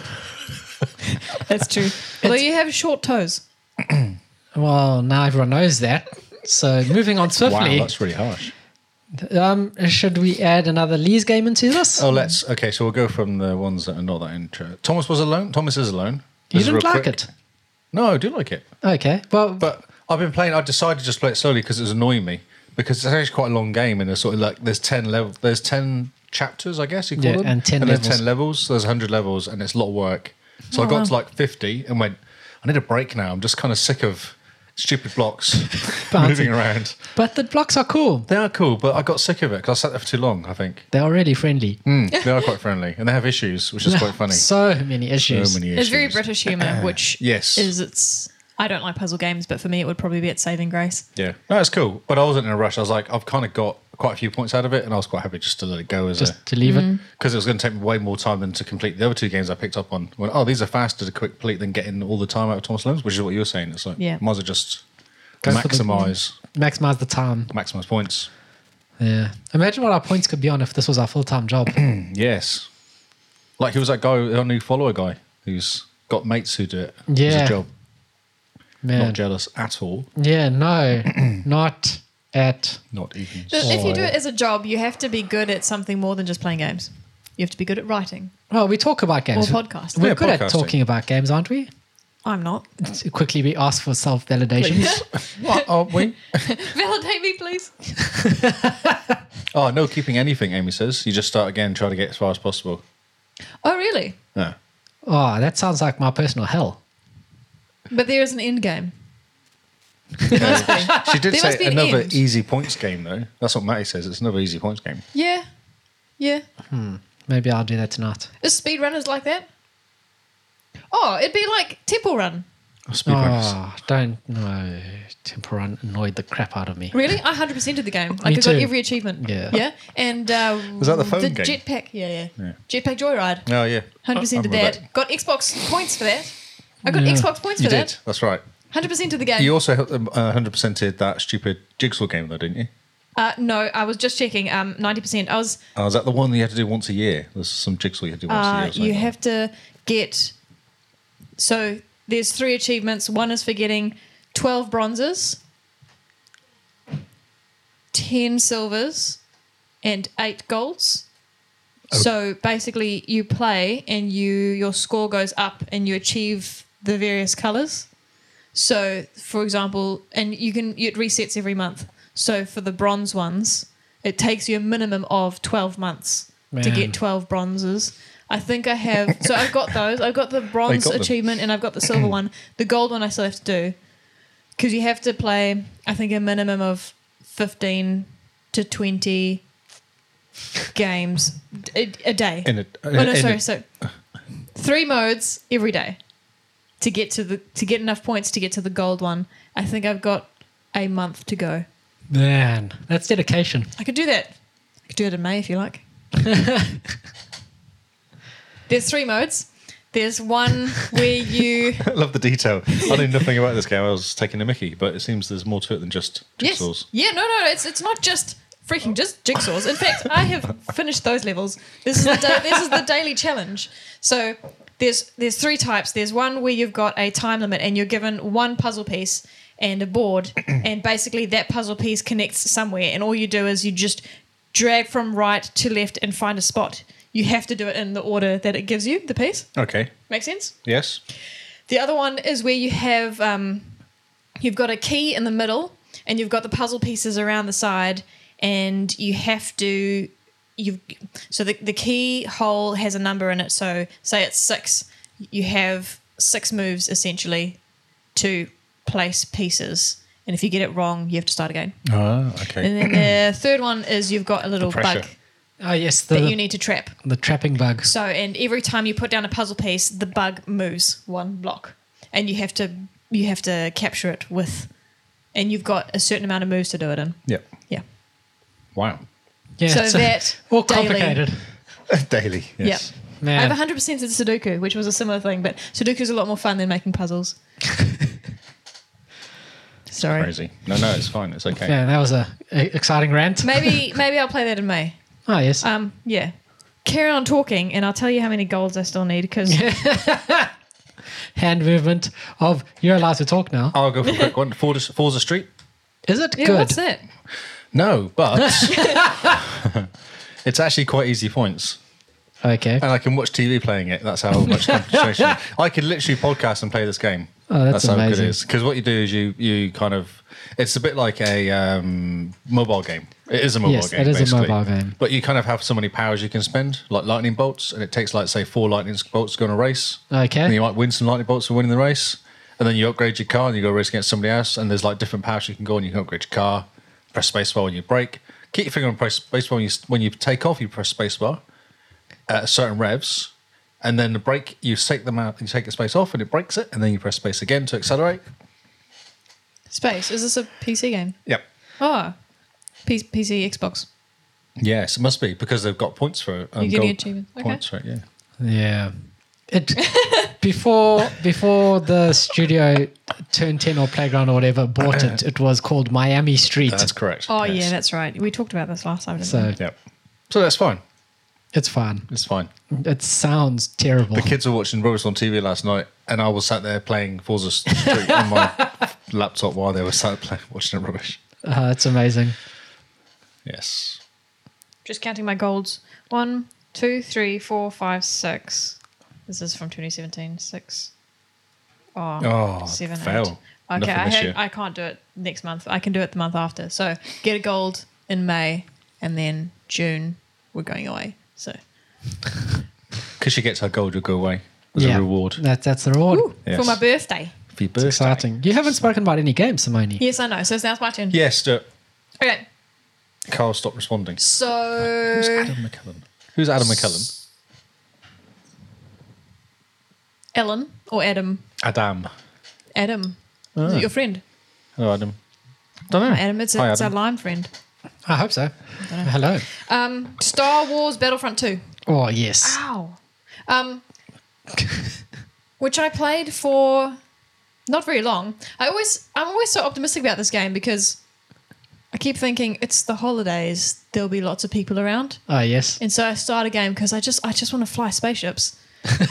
A: That's true.
E: Although you have short toes.
C: Well, now everyone knows that. So moving on swiftly.
B: Wow, that's really harsh.
C: um, should we add another Lee's game into this?
B: Oh, let's. Okay, so we'll go from the ones that are not that intro. Thomas was alone. Thomas is alone.
C: you
B: This is
C: didn't
B: real
C: like
B: quick.
C: it.
B: No, I do like it.
C: Okay. Well,
B: But I've been playing. I decided to just play it slowly because it was annoying me. Because it's actually quite a long game, and there's sort of like there's ten level, there's ten chapters, I guess you call
C: Yeah,
B: them,
C: and 10
B: and
C: levels. Oh,
B: there's ten levels. So there's hundred levels, and it's a lot of work. So I got to like fifty and went, I need a break now. I'm just kind of sick of stupid
C: (laughs)
B: blocks
C: Bouncing.
B: moving around.
C: but the blocks are cool.
B: They are cool, but I got sick of it because I sat there for too long. I think
C: They are really friendly.
B: Mm, they are quite friendly, and they have issues, which
C: (laughs)
B: is quite funny.
C: So many
B: So
C: issues.
B: many
A: It's
B: issues.
A: very British humour, which
B: Uh-huh. Yes.
A: is its. I don't like puzzle games, but for me, it would probably be its saving grace.
B: Yeah, no, it's cool, but I wasn't in a rush. I was like, I've kind of got quite a few points out of it, and I was quite happy just to let it go as a
C: Just to leave
A: Mm.
C: it.
B: because it was going to take me way more time than to complete the other two games I picked up on. When oh, these are faster to complete than getting all the time out of Thomas Loans, which is what you were saying. It's like
A: Yeah.
B: might as well just
C: Go for the-
B: maximize
C: Maximize the time.
B: maximize points.
C: Yeah. Imagine what our points could be on if this was our full time
B: (clears throat)
C: job.
B: Yes, like he was that guy, our new follower guy, who's got mates who do it. as
C: Yeah.
B: a job. Not
C: Man.
B: jealous at all.
C: Yeah,
B: (clears throat)
C: no. not at
B: Not even.
A: But if you do
C: Oh.
A: it as a job, you have to be good at something more than just playing games. You have to be good at writing
C: well, we talk about
A: or
C: games.
A: podcasting.
C: We're
B: Yeah,
C: good at
B: podcasting.
C: talking about games, aren't we?
A: I'm not.
C: Quickly, we ask for self validation.
B: Oh, what aren't we?
A: (laughs)
B: (laughs)
A: Validate me, please.
B: Oh, no keeping anything, Amy says. You just start again, try to get as far as possible.
A: Oh, really? (laughs)
B: No.
C: oh, that sounds like my personal hell.
A: But there is an end (laughs) game.
B: She did
A: There must be
B: say
A: an
B: another
A: end.
B: easy points game, though. That's what Matty says. It's another easy points game.
A: Yeah. Yeah.
C: Maybe I'll do that tonight.
A: Is speedrunners like that? Oh, it'd be like Temple Run.
B: Speedrunners.
C: Oh, don't no. Temporan annoyed the crap out of me.
A: Really? I 100% of the game. Like, I got
C: too.
A: every achievement.
C: Yeah.
A: Yeah. And uh,
B: Was that the phone
A: the
B: game?
A: jetpack. Yeah, yeah. Jetpack Joyride.
B: Oh, yeah.
A: 100%
B: I'm
A: of
B: with
A: that. Got Xbox points for that. I got Xbox points
B: You
A: for
B: did. That's right.
A: that. 100% of the game.
B: You also helped them, uh, 100%ed that stupid jigsaw game, though, didn't you?
A: Uh, no, I was just checking. Um, 90%. I was.
B: Oh, is that the one that you had to do once a year? There's some jigsaw you had to do once a year.
A: Uh,
B: or something.
A: you have to get. So there's three achievements. One is for getting 12 bronzes, 10 silvers, and 8 golds. So basically, you play and you your score goes up and you achieve the various colors. So, for example, and you can it resets every month. So for the bronze ones, it takes you a minimum of twelve months to
C: Man.
A: get twelve bronzes. I think I have. So I've got those. I've got the bronze
B: got them.
A: achievement and I've got the silver one. The gold one I still have to do because you have to play. I think a minimum of fifteen to twenty games a, a day.
B: In a,
A: Oh no,
B: in a-
A: sorry. So three modes every day to get to the to get enough points to get to the gold one. I think I've got a month to go.
C: Man, that's dedication.
A: I could do that. I could do it in May if you like. There's three modes. There's one where you
B: (laughs) I love the detail. I knew nothing about this game. I was taking a mickey, but it seems there's more to it than just
A: yes,
B: jigsaws.
A: yeah, no, no, it's it's not just freaking just jigsaws. In fact, I have finished those levels. This is the da- this is the daily challenge. So there's there's three types. There's one where you've got a time limit and you're given one puzzle piece and a board, and basically that puzzle piece connects somewhere, and all you do is you just drag from right to left and find a spot. You have to do it in the order that it gives you the piece.
B: Okay.
A: Make sense?
B: Yes.
A: The other one is where you have um, you've got a key in the middle and you've got the puzzle pieces around the side and you have to you've so the the keyhole has a number in it. So say it's six, you have six moves essentially to place pieces. And if you get it wrong, you have to start again.
B: Ah, okay.
A: And then the third one is you've got a little
B: pressure.
A: bug
C: Oh yes,
A: that
C: the
A: you need to trap.
C: the trapping bugs.
A: So, and every time you put down a puzzle piece, the bug moves one block, and you have to you have to capture it with, and you've got a certain amount of moves to do it in.
B: Yep.
A: Yeah.
B: Wow. (laughs)
C: Yeah,
A: so
C: it's, uh,
A: that
C: (laughs) all
A: daily-
C: complicated.
B: Daily.
A: Yep.
B: Yes.
C: Man.
A: I've 100 percent in Sudoku, which was a similar thing, but Sudoku's a lot more fun than making
C: (laughs)
A: puzzles. Sorry.
B: Crazy. No, no, it's fine. It's okay.
C: Yeah, that was a, a exciting
B: (laughs)
C: rant.
A: Maybe maybe I'll play that in May.
C: Oh yes,
A: Um, yeah. Carry on talking, and I'll tell you how many golds I still need because
C: hand movement of you're allowed to talk now.
B: I'll go for a quick one. Forza, Forza Street.
C: Is it
A: yeah,
C: good?
A: what's that?
B: No,
A: (laughs)
B: but (laughs) it's actually quite easy points,
C: Okay.
A: Uh.
B: and I can watch TV playing it. That's how
C: (laughs)
B: much concentration. I could literally podcast and play this game.
C: Oh, that's
B: how good
C: amazing.
B: it is. Because what you do is you you kind of it's a bit like a um, mobile game. It is a mobile
C: Yes,
B: game.
C: it is a
B: basically.
C: mobile game.
B: But you kind of have so many powers you can spend, like lightning bolts, and it takes like say four lightning bolts to go on a race.
C: Okay.
B: And you might win some lightning bolts for winning the race, and then you upgrade your car and you go race against somebody else. And there's like different powers you can go on. You can upgrade your car, press spacebar when you brake. Keep your finger on press spacebar when you when you take off. You press spacebar at certain revs, and then the brake you take them out. You take the space off, and it breaks it, and then you press space again to accelerate.
A: Space. Is this a PC game?
B: Yep.
A: Oh, P- PC, Xbox.
B: Yes, it must be because they've got points for it. and
A: getting
B: gold
A: achievements. Okay.
B: Points for it, yeah.
C: Yeah.
A: (laughs)
C: It before before the studio turned ten or playground or whatever bought it, it was called Miami Street.
B: That's correct.
A: Oh
B: yes.
A: yeah, that's right. We talked about this last time. Didn't
C: so
B: Yep. So that's fine.
C: it's fine.
B: It's fine.
C: It sounds terrible.
B: The kids were watching Rubbish on TV last night, and I was sat there playing Forza Street on (laughs) my laptop while they were sat playing, watching the rubbish.
C: Uh, it's amazing.
B: Yes.
A: we? Just counting my golds. One, two, three, four, five, six. This is from 2017. Six. Oh,
B: Oh,
A: seven,
B: fail.
A: eight. Okay,
B: Nothing
A: I,
B: this
A: had,
B: year.
A: I can't do it next month. I can do it the month after. So get a gold in May, and then June we're going away. So
B: Because she gets her gold, you'll go away as a reward
C: That, that's the reward.
A: Ooh,
B: Yes.
A: for my birthday.
B: for your
C: It's
B: birthday.
C: exciting. You haven't spoken about any games, Simone.
A: Yes, I know. So it's now it's my turn.
B: Yes, do it.
A: Okay.
B: Carl, stop responding. Who's
A: So
B: Adam McCullum? Who's Adam McCullum?
A: Ellen or Adam?
B: Adam.
A: Adam. Is it your friend?
B: Hello, Adam. Don't know.
A: Adam, it's, a,
B: Oh. Hi,
A: it's our
B: Adam.
A: line friend.
C: I hope so. Hello.
A: Um, Star Wars Battlefront 2.
C: Oh yes.
A: Wow. Um, which I played for not very long. I always I'm always so optimistic about this game because I keep thinking it's the holidays, there'll be lots of people around.
C: Oh yes.
A: And so I start a game because I just I just want to fly spaceships.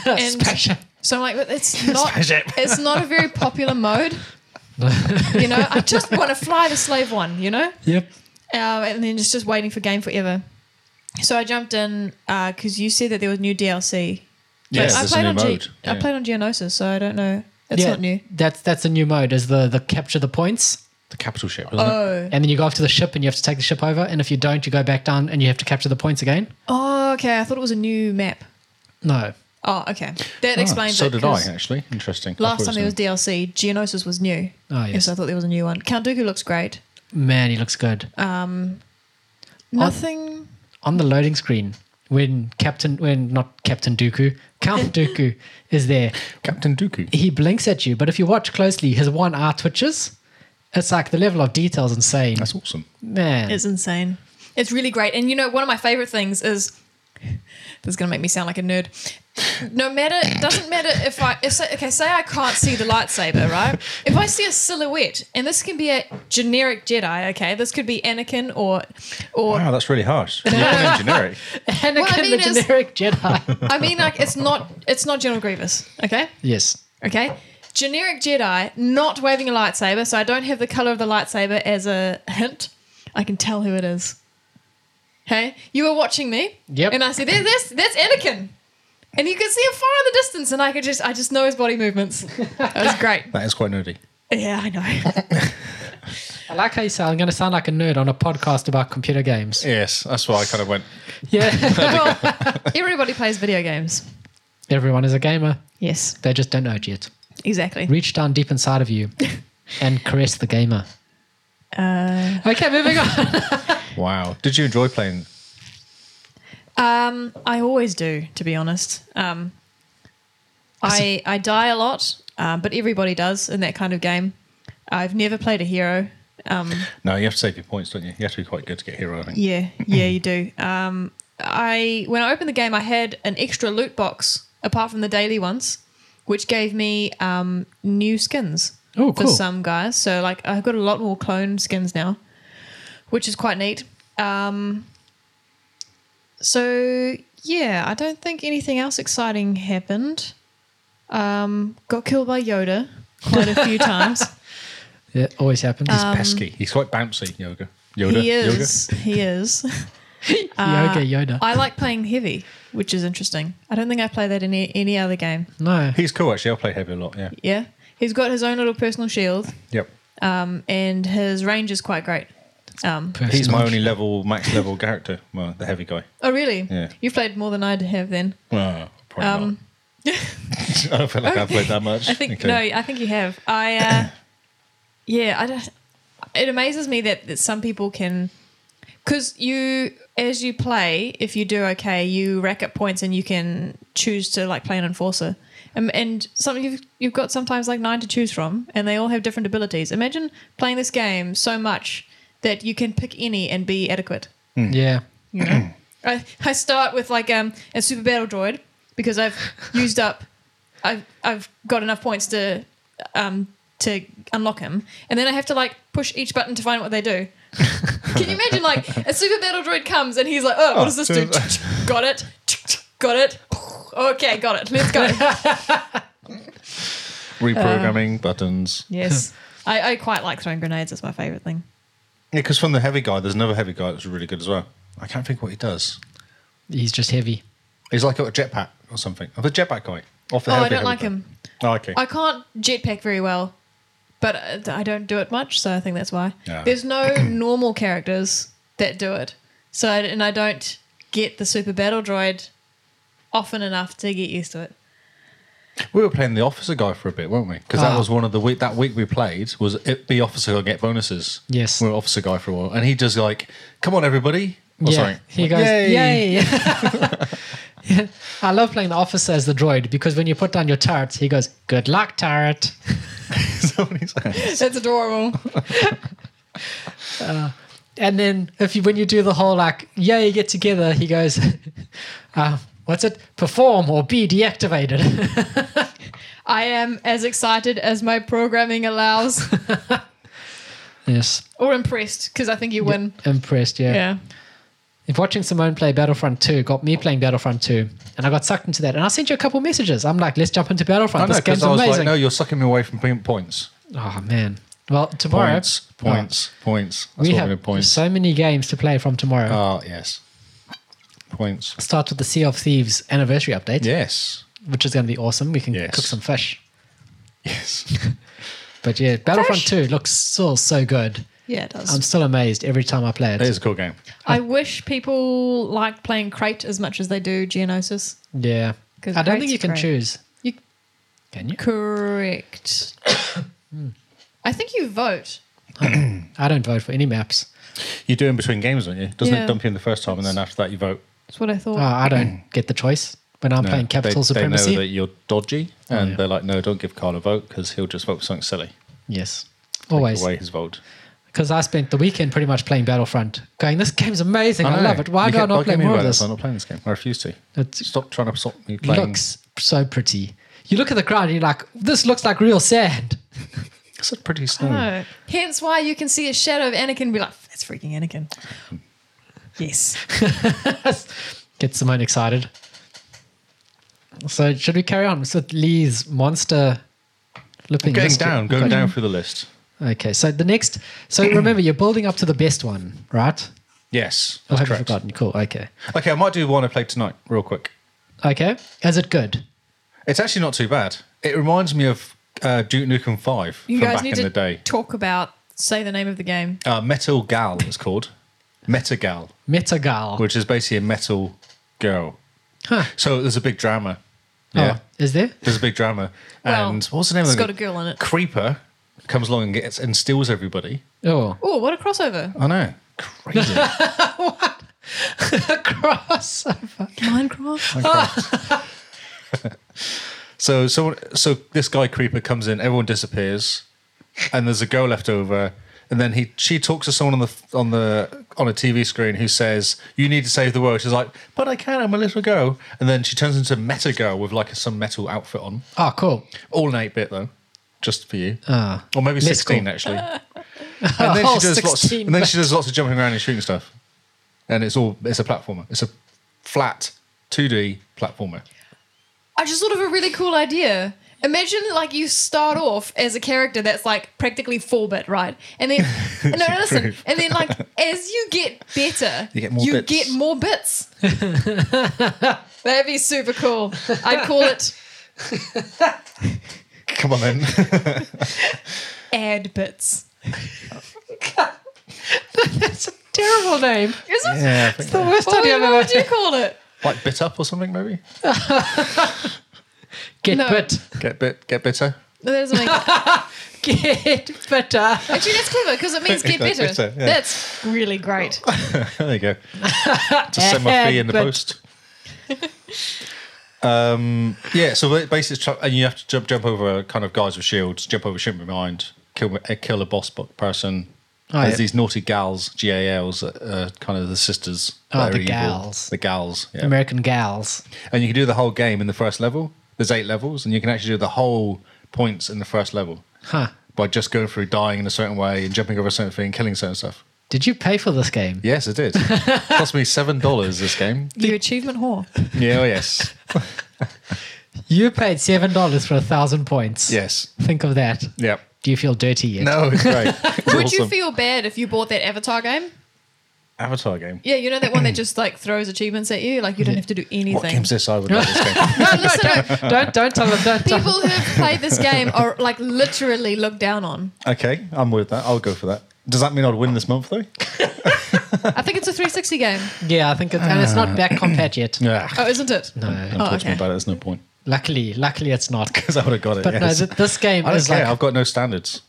A: and
B: (laughs)
C: Special.
A: so I'm like, but it's not it's not a very popular mode. you know, I just want to fly the slave one, you know?
C: Yep.
A: um, and then it's just waiting for game forever. So I jumped in because you said that there was new DLC.
B: Yes,
A: I
B: there's
A: played
B: a
A: on
B: new
A: Ge-
B: mode.
A: I played on Geonosis, so I don't know. It's
C: yeah,
A: not new.
C: That's that's a new mode. Is the the capture the points.
B: The capital ship, wasn't it?
A: Oh,
C: and then you go after the ship and you have to take the ship over and if you don't you go back down and you have to capture the points again
A: oh, okay. I thought it was a new map.
C: no
A: Oh, okay. That explains
B: Ah, So
A: it.
B: did I,
A: 'cause
B: actually. Interesting. I thought
A: Last
B: it
A: time there was
B: new. Ah,
A: DLC, Geonosis was new.
C: Oh, yes.
A: so I thought there was a new one. Count Dooku looks great.
C: man he looks good
A: Ah. Nothing.
C: on the loading screen when captain when not captain dooku
A: (laughs)
C: count dooku is there
B: Captain Dooku.
C: he blinks at you but if you watch closely his one eye twitches it's like the level of details insane
B: That's awesome.
C: man
A: It's insane. It's really great. And you know, one of my favorite things is (laughs) this is going to make me sound like a nerd. No matter, it doesn't matter if I, if say, okay, say I can't see the lightsaber, right? If I see a silhouette, and this can be a generic Jedi, okay? This could be Anakin or, or
B: Wow, that's
A: (laughs)
B: really harsh. You're being generic.
C: Anakin
A: What I mean
C: the
A: is-
B: (laughs)
C: generic Jedi
A: I mean, like it's not, it's not General Grievous, okay?
C: yes
A: Okay. Generic Jedi, not waving a lightsaber, so I don't have the color of the lightsaber as a hint. I can tell who it is. Hey, you were watching me.
C: Yep.
A: And I said, there, that's, that's Anakin. And you could see him far in the distance, and I could just, I just (laughs) know his body movements. That was great.
B: That is quite nerdy.
A: Yeah, I know.
C: I like how you sound. I'm going to sound like a nerd on a podcast about computer games.
B: Yes, that's why I kind of went.
C: Yeah.
A: (laughs) well, everybody plays video games.
C: (laughs) Everyone is a gamer.
A: Yes,
C: They just don't know it yet.
A: exactly.
C: Reach down deep inside of
A: (laughs)
C: you and caress the gamer.
A: Uh,
C: Okay, moving on.
A: (laughs)
B: Wow. Did you enjoy playing?
A: um, I always do, to be honest. Um, I I die a lot, um, but everybody does in that kind of game. I've never played a hero. Um,
B: No, you have to save your points, don't you? You have to be quite good to get hero. I think.
A: yeah, yeah, you do. Um, I when I opened the game, I had an extra loot box apart from the daily ones, which gave me um, new skins.
C: Oh,
A: for
C: cool.
A: some guys. So like I've got a lot more clone skins now, which is quite neat. Um, so yeah, I don't think anything else exciting happened. Um, got killed by Yoda quite a few times.
C: It always happens.
B: He's pesky. He's quite bouncy. Yoga. Yoda.
A: um, he
B: Yoga.
A: is. He is. (laughs) uh,
C: Yoga Yoda.
A: I like playing heavy, which is interesting. I don't think I play that in any, any other game.
C: no.
B: He's cool actually. I play heavy a lot. Yeah.
A: Yeah, he's got his own little personal shield,
B: Yep.
A: um, and his range is quite great. Um,
B: He's my only level, max level character. Well, the heavy guy.
A: oh really?
B: Yeah.
A: You've played more than I have then.
B: Well, probably
A: Um,
B: not. (laughs) I don't feel like I've played that much.
A: I think
B: Okay.
A: no, uh, I think you have. I
B: (coughs)
A: uh, yeah, I don't. It amazes me that, that some people can, because you as you play, if you do okay, you rack up points and you can choose to like play an enforcer, um, and some you've you've got sometimes like nine to choose from, and they all have different abilities. Imagine playing this game so much that you can pick any and be adequate.
C: Yeah.
A: I, I start with like um, a super battle droid because I've used up, I've I've got enough points to um, to unlock him, and then I have to like push each button to find what they do. Can you imagine like a super battle droid comes and he's like, oh, what does this do? (laughs) got it, got it. (laughs) Okay, got it. Let's go.
B: Reprogramming buttons.
A: yes, I, I quite like throwing grenades. It's my favorite thing.
B: Yeah, because from the heavy guy, there's another heavy guy that's really good as well. I can't think what he does.
C: He's just heavy.
B: He's like a jetpack or something. Oh, the jetpack guy. Off the
A: Oh, I
B: heavy,
A: don't
B: heavy
A: like
B: guy.
A: him.
B: Oh, okay.
A: I can't jetpack very well, but uh, I don't do it much, so I think that's why.
B: Yeah.
A: There's no (clears throat) normal characters that do it, so I- and I don't get the super battle droid often enough to get used to it.
B: We were playing the officer guy for a bit, weren't we? Because
C: Ah.
B: that was one of the week that week we played was it be officer guy get bonuses.
C: Yes.
B: we were officer guy for a while, and he just like, "Come on, everybody!" Oh,
C: yeah.
B: sorry.
C: He
B: Like,
C: goes,
B: "Yay."
C: yay. Yeah. (laughs) I love playing the officer as the droid because when you put down your turrets, he goes, good luck, turret.
B: (laughs) Is that what he said?
A: That's adorable.
C: And then if you, when you do the whole like, yay, get together, he goes, (laughs) uh, what's it? Perform or be deactivated. (laughs)
A: I am as excited as my programming
C: (laughs)
A: allows,
C: yes.
A: or impressed because I think you win.
C: Impressed, yeah.
A: Yeah.
C: If watching Simone play Battlefront 2 got me playing Battlefront 2, and I got sucked into that. And I sent you a couple messages. I'm like, let's jump into
B: I
C: Battlefront.
B: know
C: this game's
B: because I was like,
C: amazing.
B: "No, you're sucking me away from pin- points,
C: Oh, man. Well, tomorrow.
B: points, points, points." That's
C: we
B: what I'm
C: have
B: gonna points.
C: so many games to play from tomorrow.
B: Ah, yes, points.
C: Start with the Sea of Thieves anniversary update,
B: Yes,
C: which is going to be awesome. We can
B: Yes.
C: cook some fish.
B: yes.
C: (laughs) But yeah, Battlefront 2 looks still so good.
A: Yeah, it does.
C: I'm still amazed every time I play it.
B: it is a cool game.
A: I wish people liked playing Crate as much as they do Geonosis.
C: Yeah.
A: 'Cause
C: I don't think you
A: crate's
C: can
A: great.
C: choose.
A: You-
C: can you?
A: Correct. (coughs) I think you vote.
C: I don't vote for any maps.
B: You do in between games, don't you? Doesn't
A: Yeah.
B: it dump you in the first time, and then after that you vote?
A: That's what I thought.
C: Oh, I don't get the choice when I'm
B: Mm. No,
C: playing Capital
B: they,
C: Supremacy. Oh,
B: They know that you're dodgy, and
C: yeah.
B: they're like, "No, don't give Carl a vote because he'll just vote for something silly."
C: Yes.
B: Take
C: Always.
B: away his vote.
C: Because I spent the weekend pretty much playing Battlefront, going, this game's amazing. I,
B: know.
C: love it. Why
B: You
C: do I
B: kept
C: not play
B: bugging me
C: more of
B: about
C: this?
B: I'm not playing this game. I refuse to.
C: It
B: Stop trying to stop me playing.
C: looks so pretty. You look at the ground and you're like, this looks like real sand. (laughs)
B: It's a pretty snow.
A: No. Hence why you can see a shadow of Anakin and be like, that's freaking Anakin. Yes.
C: Get Simone excited. So should we carry on with Lee's monster flipping
B: Getting
C: mystery?
B: down, going down through the list.
C: Okay, so the next so (clears throat) remember you're building up to the best one, right?
B: Yes,
C: I
B: that's
C: haven't
B: correct.
C: forgotten. Cool. Okay.
B: Okay, I might do one I played tonight, real quick.
C: Okay. Is it good?
B: It's actually not too bad. It reminds me of uh, Duke Nukem Five
A: You
B: from
A: guys
B: back
A: need
B: in
A: to
B: the day.
A: talk about Say the name of the game.
B: Uh, Metal Gal is called. Metagal,
C: Metagal.
B: which is basically a metal girl.
C: Huh.
B: So there's a big drama.
C: Oh, is there?
B: There's a big drama.
A: Well,
B: and what's the name
A: It's
B: of the
A: got a girl in it.
B: Creeper comes along and gets and steals everybody.
C: Oh. (laughs)
A: Oh, what a crossover.
B: I know. Crazy.
A: (laughs)
C: Crossover.
A: Minecraft.
B: so so so this guy Creeper comes in, everyone disappears, and there's a girl left over. And then he she talks to someone on the on the on a TV screen who says, "You need to save the world." She's like, "But I can. I'm a little girl." And then she turns into a meta girl with like some metal outfit on,
C: Oh, cool.
B: all in eight bit though, just for you,
C: Ah.
B: or maybe
C: Let's
B: sixteen
C: go. (laughs)
B: actually. and then she
C: Oh,
B: does lots.
C: 16
B: And then she does lots of jumping around and shooting stuff. And it's all it's a platformer. It's a flat 2D platformer.
A: I just thought of a really cool idea. Imagine like you start off as a character that's like practically four bit, right? And
B: (laughs)
A: then no, no, listen.
B: Improve.
A: And then like as you get better,
B: You get more bits.
A: get more
B: (laughs)
A: bits. That'd be super cool. I'd call
B: (laughs)
A: it
B: Come on then.
A: ad bits.
C: That's a terrible name.
A: Is it?
B: yeah, I think
C: The worst
A: What,
C: idea I've
A: would- what
C: ever
A: would you call it?
B: (laughs) like bit up or something maybe.
C: Get
A: No.
C: bit.
B: Get bit get bitter.
A: No, that
B: (laughs)
A: doesn't make Actually,
C: Get bitter.
A: that's clever because it means get
B: Like
A: better.
B: bitter, yeah.
A: That's really great.
B: (laughs) there
C: (laughs)
B: you go. Just send my fee in the
C: But-
B: post. (laughs) um, yeah, so ba- basically, it's tr- and you have to jump, jump over kind of guys with shields, jump over ship behind, kill uh, kill a boss bo- person.
C: Oh,
B: There's
C: yeah.
B: these naughty gals, GALs, uh, kind of the sisters.
C: Oh,
B: that are
C: the gals.
B: The gals, yeah.
C: American gals.
B: And you can do the whole game in the first level. There's eight levels, and you can actually do the whole points in the first level
C: Huh.
B: by just going through dying in a certain way and jumping over a certain thing, killing certain stuff.
C: Did you pay for this game?
B: Yes,
C: (laughs)
B: it did. Cost me seven dollars this game.
A: you achievement whore.
B: Yeah,
A: (laughs)
B: oh, yes,
C: You paid seven dollars for a thousand points.
B: yes,
C: Think of that.
B: yep.
C: Do you feel dirty yet?
B: No, it's (laughs) great. It's
A: Would you
B: awesome.
A: feel bad if you bought that Avatar game?
B: Avatar game?
A: Yeah, you know that one that just like throws achievements at you. Like you don't have to do anything.
B: What game's this? I would love this
A: (laughs)
B: game.
A: No,
B: (laughs)
A: listen.
C: (laughs) Don't don't tell them. Don't tell
A: people who have played this game are like literally looked down on.
B: Okay, I'm with that. I'll go for that. Does that mean I'd win this month though?
A: I think it's a 360 game.
C: Yeah, I think it's and it's not
B: Uh,
C: back compat yet.
B: Yeah.
A: Oh, isn't it?
C: No.
B: Ah, Don't
A: Oh,
B: talk to me
A: okay.
B: about it. There's no point (laughs)
C: Luckily, luckily it's not.
B: because I would have got it.
C: But no,
B: yes.
C: th- this game
B: I don't
C: is
B: care.
C: like
B: I've got no standards.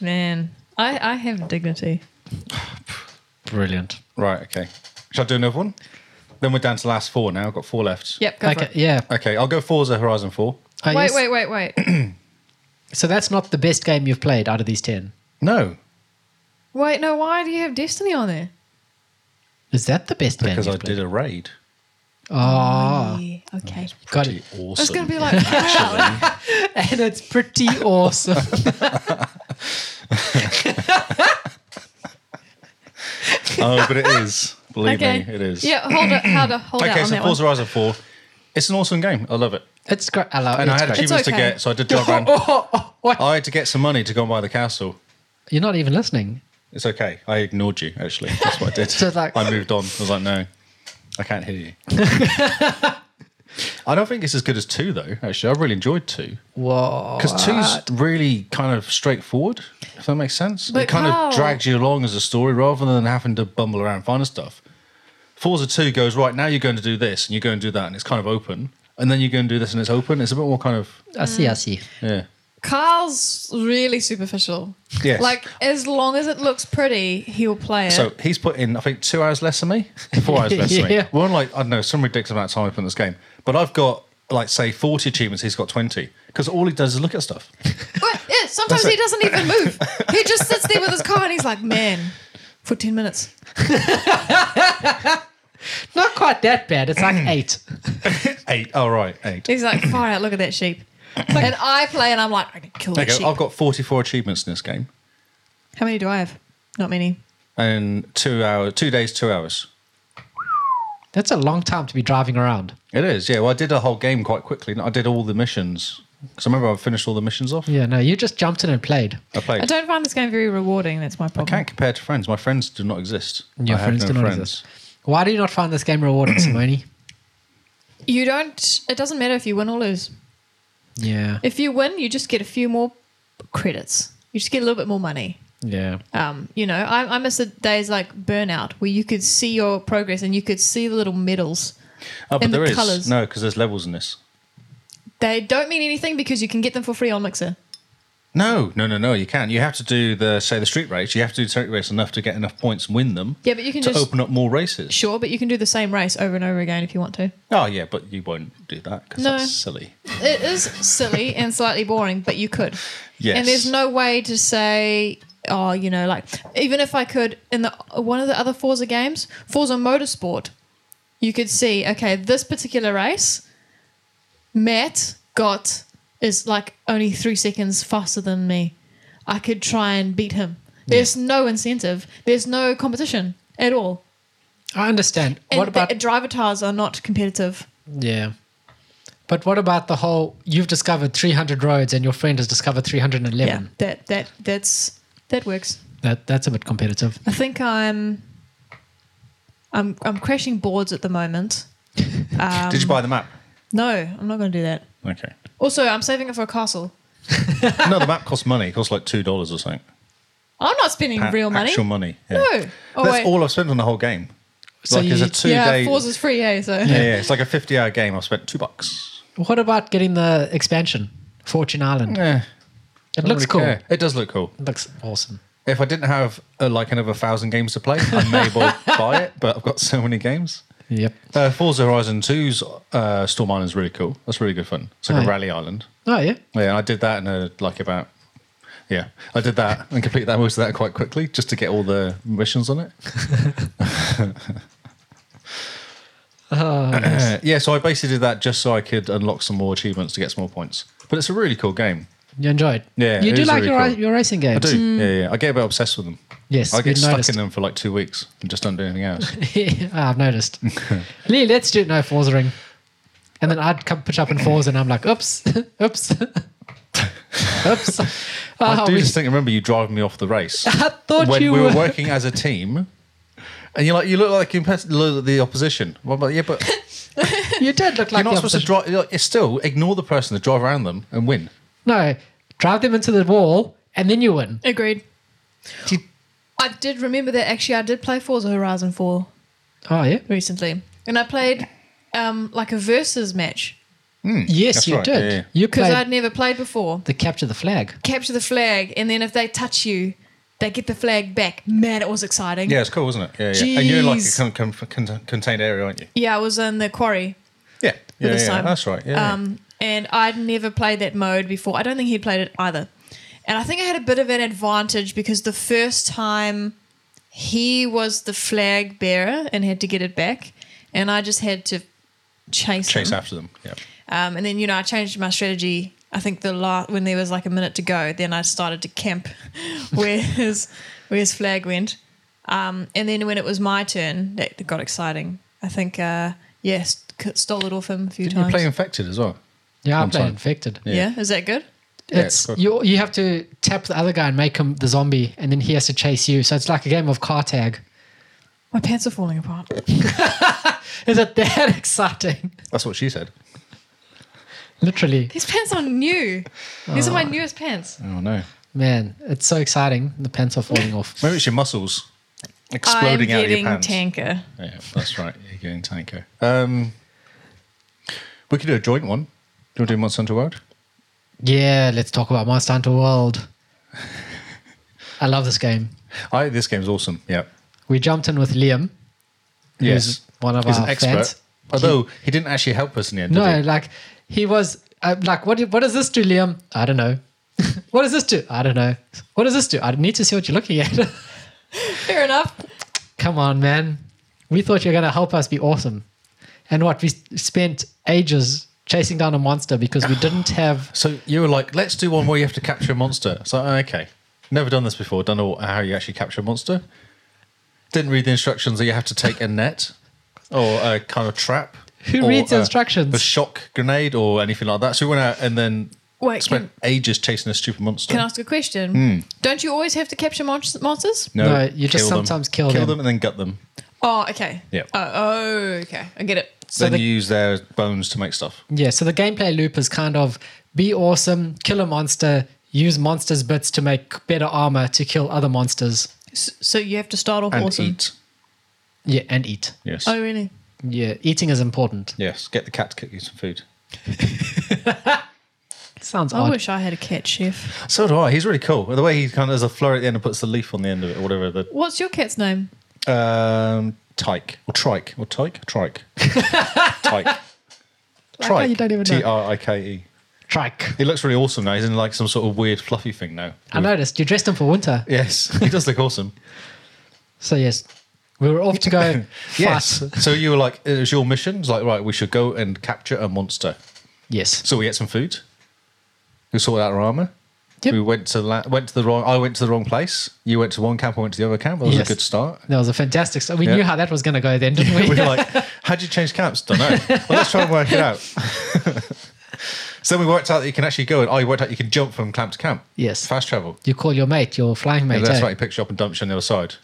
A: Man, I, I have dignity.
C: brilliant.
B: Right. Okay. Shall I do another one? Then we're down to the last four now. I've got four left.
A: Yep, go for
C: Okay,
A: it.
C: yeah.
B: Okay, I'll go Forza Horizon Four.
C: Oh,
A: Wait,
C: yes.
A: wait, wait, wait.
C: So that's not the best game you've played out of these ten.
B: No,
A: Wait, no, why do you have Destiny on there?
C: Is that the best game?
B: because I
C: you've played?
B: did a raid.
C: Oh,
A: Yeah, okay.
C: got
B: Pretty
C: it.
B: awesome.
A: I was going to be like, wow.
C: And it's pretty awesome.
B: (laughs) Oh, but it is. (laughs) Believe
A: (laughs) okay.
B: me, it is.
A: Yeah, hold it, how to hold out
B: Okay,
A: on
B: so
A: that one.
B: Forza Horizon 4. It's an awesome game. I love it.
C: It's great. I love
B: And I had
C: it.
B: achievements
A: okay.
B: to get, so I did drive
C: (laughs)
A: (laughs)
B: around. I had to get some money to go and buy the castle.
C: You're not even listening.
B: It's okay. I ignored you, actually. That's what
A: (laughs)
B: I did.
C: So it's like-
B: I moved on. I was like, no, I can't hear you. I don't think it's as good as two, though, actually. I really enjoyed two.
C: Whoa.
B: Because two's really kind of straightforward, if that makes sense.
A: But
B: it kind
A: how?
B: of drags you along as a story rather than having to bumble around and find stuff. Forza 2 goes, right, now you're going to do this and you're going to do that and it's kind of open. And then you go and do this and it's open. It's a bit more kind of,
C: I see. I see.
B: yeah.
A: Carl's really superficial.
B: Yes.
A: Like, as long as it looks pretty, he'll play it.
B: So he's put in, I think, two hours less than me, (laughs) four hours less than me.
C: (laughs) Yeah.
B: We're on like, I don't know, some ridiculous amount of time I put in this game. But I've got, like, say, 40 achievements. He's got 20. Because all he does is look at
C: (laughs)
B: stuff.
A: But, yeah, sometimes
B: That's
A: he doesn't even move. He just sits there with his car and he's like, man, for 10 minutes.
C: Not quite that bad. It's like eight.
B: Eight. All right, oh, right, eight.
A: He's like, far out, look at that sheep. and I play and I'm like, I can kill
B: There
A: that
B: you
A: sheep.
B: go. I've got 44 achievements in this game.
A: How many do I have? Not many.
B: And two hours, two days, two hours.
C: That's a long time to be driving around.
B: It is, yeah. Well, I did a whole game quite quickly. I did all the missions because I remember I finished all the missions off.
C: Yeah, no, you just jumped in and played.
B: I played.
A: I don't find this game very rewarding. That's my
B: I
A: problem.
B: can't compare to friends. My friends do not exist.
C: Your
B: I have
C: friends
B: no
C: do not exist. Why do you not find
B: (clears throat)
C: this game rewarding, Simone?
A: You don't, it doesn't matter if you win or lose.
C: Yeah.
A: If you win, you just get a few more credits. You just get a little bit more money.
C: Yeah.
A: Um, you know, I, I miss the days like burnout where you could see your progress and you could see the little medals.
B: Oh, but
A: And the
B: there is
A: colours.
B: no because there's levels in this.
A: They don't mean anything because you can get them for free on Mixer.
B: No, no, no, no. You can. You have to do the say the street race. You have to do the street race enough to get enough points and win them.
A: Yeah, but you can
B: to
A: just-
B: open up more races.
A: Sure, but you can do the same race over and over again if you want to.
B: Oh yeah, but you won't do that because
A: No.
B: that's silly.
A: It is silly and slightly boring, but you could.
B: Yes.
A: And there's no way to say, oh, you know, like even if I could in the one of the other Forza games, Forza Motorsport, you could see, okay, this particular race, Matt got is like only three seconds faster than me. I could try and beat him. There's no incentive. There's no competition at all.
C: I understand.
A: And
C: what about
A: the driver tires are not competitive.
C: yeah? But what about the whole you've discovered 300 roads and your friend has discovered 311?
A: Yeah, that that that's that works.
C: That that's a bit competitive.
A: I think I'm I'm I'm crashing boards at the moment.
B: Did you buy the map?
A: No, I'm not going to do that.
B: Okay.
A: Also, I'm saving it for a castle.
B: no, the map costs money. It costs like two dollars or something.
A: I'm not spending
B: Pa-
A: real money.
B: Actual money. Yeah.
A: No. Oh,
B: that's
A: wait.
B: all I've spent on the whole game.
C: So
B: like it's
C: you-
B: a two
A: yeah,
B: day.
A: Fours is free, eh? So
B: yeah, yeah, it's like a fifty-hour game. I've spent two bucks.
C: What about getting the expansion, Fortune Island?
B: Yeah,
C: it looks cool.
B: It does look cool.
C: It looks awesome.
B: If I didn't have uh, like another thousand games to play, I may
A: (laughs)
B: well buy it. But I've got so many games.
C: Yep.
B: Uh, Forza Horizon 2's uh, Storm Island is really cool. That's really good fun. It's like
C: Right.
B: a rally island.
C: Oh yeah.
B: Yeah, I did that in a, like about. Yeah, I did that and completed that most of that quite quickly just to get all the missions
C: (laughs)
B: on it. (coughs)
C: Uh,
B: yeah, so I basically did that just so I could unlock some more achievements to get some more points. But it's a really cool game.
C: you enjoyed.
B: Yeah,
C: You
B: it
C: do
B: is
C: like
B: really
C: your
B: cool.
C: ra- your racing games.
B: I do. Yeah, yeah. I get a bit obsessed with them.
C: Mm. Yes,
B: I get
C: we've
B: stuck
C: noticed.
B: in them for like two weeks and just don't do anything else.
C: (laughs) Ah,
B: (laughs)
C: I've noticed. Lee, let's do no Forza ring. And then I'd come push up in fours, and I'm like, oops, (laughs) oops, oops.
B: (laughs)
C: Ah,
B: I do
C: we- (laughs)
B: just think, remember you driving me off the race.
C: I thought
B: when
C: you
B: we were
C: were-
B: working as a team. And you're like, you look like compet- look at the opposition. Well, but yeah, but
C: you did look
B: you're
C: like
B: not
C: the
B: supposed to drive.
C: opposition.
B: Like, it's still ignore the person that drive around them and win.
C: No, drive them into the wall, and then you win.
A: (laughs) agreed. I did remember that actually. I did play Forza Horizon Four
C: Oh yeah,
A: recently, and I played um, like a versus match
C: yes,
B: Hmm, that's
C: you
B: right,
C: did.
B: yeah, yeah.
C: You
A: because
C: played
A: I'd never played before.
C: the capture the flag.
A: Capture the flag, and then if they touch you, they get the flag back. Man, it was exciting.
B: Yeah, it's cool, isn't it? Yeah, yeah. And you're in like a
A: Jeez.
B: con- con- con- contained area, aren't you?
A: Yeah, I was in the quarry.
B: Yeah, yeah,
A: this
B: yeah.
A: time.
B: That's right. Yeah, um,
A: Um, and I'd never played that mode before. I don't think he'd played it either. And I think I had a bit of an advantage because the first time he was the flag bearer and had to get it back, and I just had to chase,
B: chase
A: him.
B: after them. Yeah,
A: Um, and then you know I changed my strategy. I think the last when there was like a minute to go, then I started to camp (laughs) where his where his flag went. Um, and then when it was my turn, that got exciting. I think uh, yes, c- stole it off him a few
B: did you
A: times.
B: play infected as well?
C: Yeah, I
B: One
C: played
B: time.
C: infected.
A: Yeah. is that good?
B: Yeah, it's
C: it's
B: quite
C: you. You have to tap the other guy and make him the zombie, and then he has to chase you. So it's like a game of car tag. (laughs)
A: My pants are falling apart.
C: Is it that (laughs) exciting?
B: That's what she said.
C: Literally,
A: These pants are new. These are my newest pants.
B: Oh no,
C: man, it's so exciting. The pants are falling off.
B: maybe it's your muscles exploding
A: I'm
B: out of your
A: getting
B: pants.
A: tanker.
B: yeah, that's right. You're getting tanker. Um, we could do a joint one. Do you want to do Monster Hunter World?
C: Yeah, let's talk about Monster Hunter World. I love this game.
B: I this game's awesome. Yeah.
C: We jumped in with Liam.
B: Yes.
C: one of
B: He's
C: our
B: an expert.
C: fans.
B: Although he, didn't actually help us in the end.
C: No,
B: did he?
C: like he was uh, like, what? do- What does this do, Liam? I don't know. (laughs) what does this do? I don't know. What does this do? I need to see what you're looking at. (laughs)
A: Fair enough.
C: Come on, man. We thought you were going to help us be awesome. And what? We s- spent ages chasing down a monster because we didn't have.
B: So you were like, let's do one where you have to capture a monster. So okay, never done this before. Don't know how you actually capture a monster. Didn't read the instructions that you have to take a net or a kind of trap.
C: Who
B: or
C: reads the
B: a-
C: instructions?
B: A shock grenade or anything like that. So we went out and then
A: Wait,
B: spent ages chasing a stupid monster.
A: Can I ask a question?
B: Hmm.
A: Don't you always have to capture mon- monsters?
C: No, you just
B: kill them.
C: sometimes kill
B: kill
C: them.
B: them and then gut them.
A: Oh, okay.
B: Yeah.
A: Oh, oh, okay. I get it.
C: So
B: then
C: the-
B: you use their bones to make stuff.
C: Yeah, so the gameplay loop is kind of be awesome, kill a monster, use monsters' bits to make better armor to kill other monsters.
A: S- So you have to start off
B: And
A: awesome.
B: eat.
C: Yeah, and eat.
B: Yes.
A: Oh really?
C: Yeah, eating is important.
B: Yes. Get the cat to cook you some food.
C: Sounds
A: I
C: odd.
A: wish I had a cat chef.
B: So do I. He's really cool. The way he kind of does a flurry at the end and puts the leaf on the end of it or whatever. The
A: What's your cat's name?
B: um, tyke or trike or tyke
C: (laughs)
B: trike tyke
C: how you don't even know.
B: T R I K E.
C: Trike.
B: He looks really awesome now. He's in like some sort of weird fluffy thing now.
C: I noticed you dressed him for winter.
B: Yes, (laughs) he does look awesome.
C: So yes, we were off to go.
B: (laughs) Yes.
C: fight-
B: So you were like, it was your mission. It's like, right, we should go and capture a monster.
C: Yes.
B: So we ate some food. We sorted out our armor.
C: Yep.
B: We went to la- went to the wrong. I went to the wrong place. You went to one camp. I went to the other camp. That was
C: Yes.
B: a good start.
C: That was a fantastic. So we
B: Yeah.
C: knew how that was going to go then, didn't (laughs)
B: (laughs) we
C: we?
B: were like, how'd you change camps? Don't know. Well, let's try and work it out. (laughs) so then we worked out that you can actually go and oh, you worked out you can jump from camp to camp.
C: Yes.
B: Fast travel.
C: (laughs) you call your mate, your flying mate.
B: And that's
C: eh?
B: right. He picks you up and dumps you on the other side.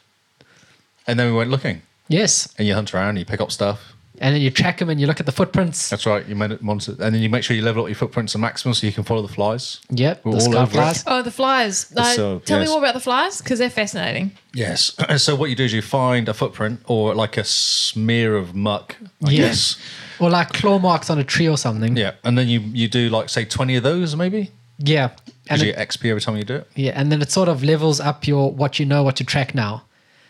B: And then we went looking,
C: Yes.
B: and you hunt around, and you pick up stuff.
C: And then you track him and you look at the footprints.
B: That's right. You made it monitor, and then you make sure you level up your footprints to maximum so you can follow the flies.
C: Yep.
B: We're
C: the
B: all
C: sky
B: over it.
C: flies.
A: Oh, the flies.
B: The
A: Uh,
B: so-
A: tell
B: yes.
A: me more about the flies because they're fascinating.
B: Yes. (clears throat) so what you do is you find a footprint or like a smear of muck. I
C: Yeah.
B: guess.
C: Or like claw marks on a tree or something.
B: Yeah, and then you you do like say twenty of those maybe.
C: Yeah. And
B: Because
C: it-
B: you get XP every time you do it.
C: Yeah, and then it sort of levels up your what you know what to track now.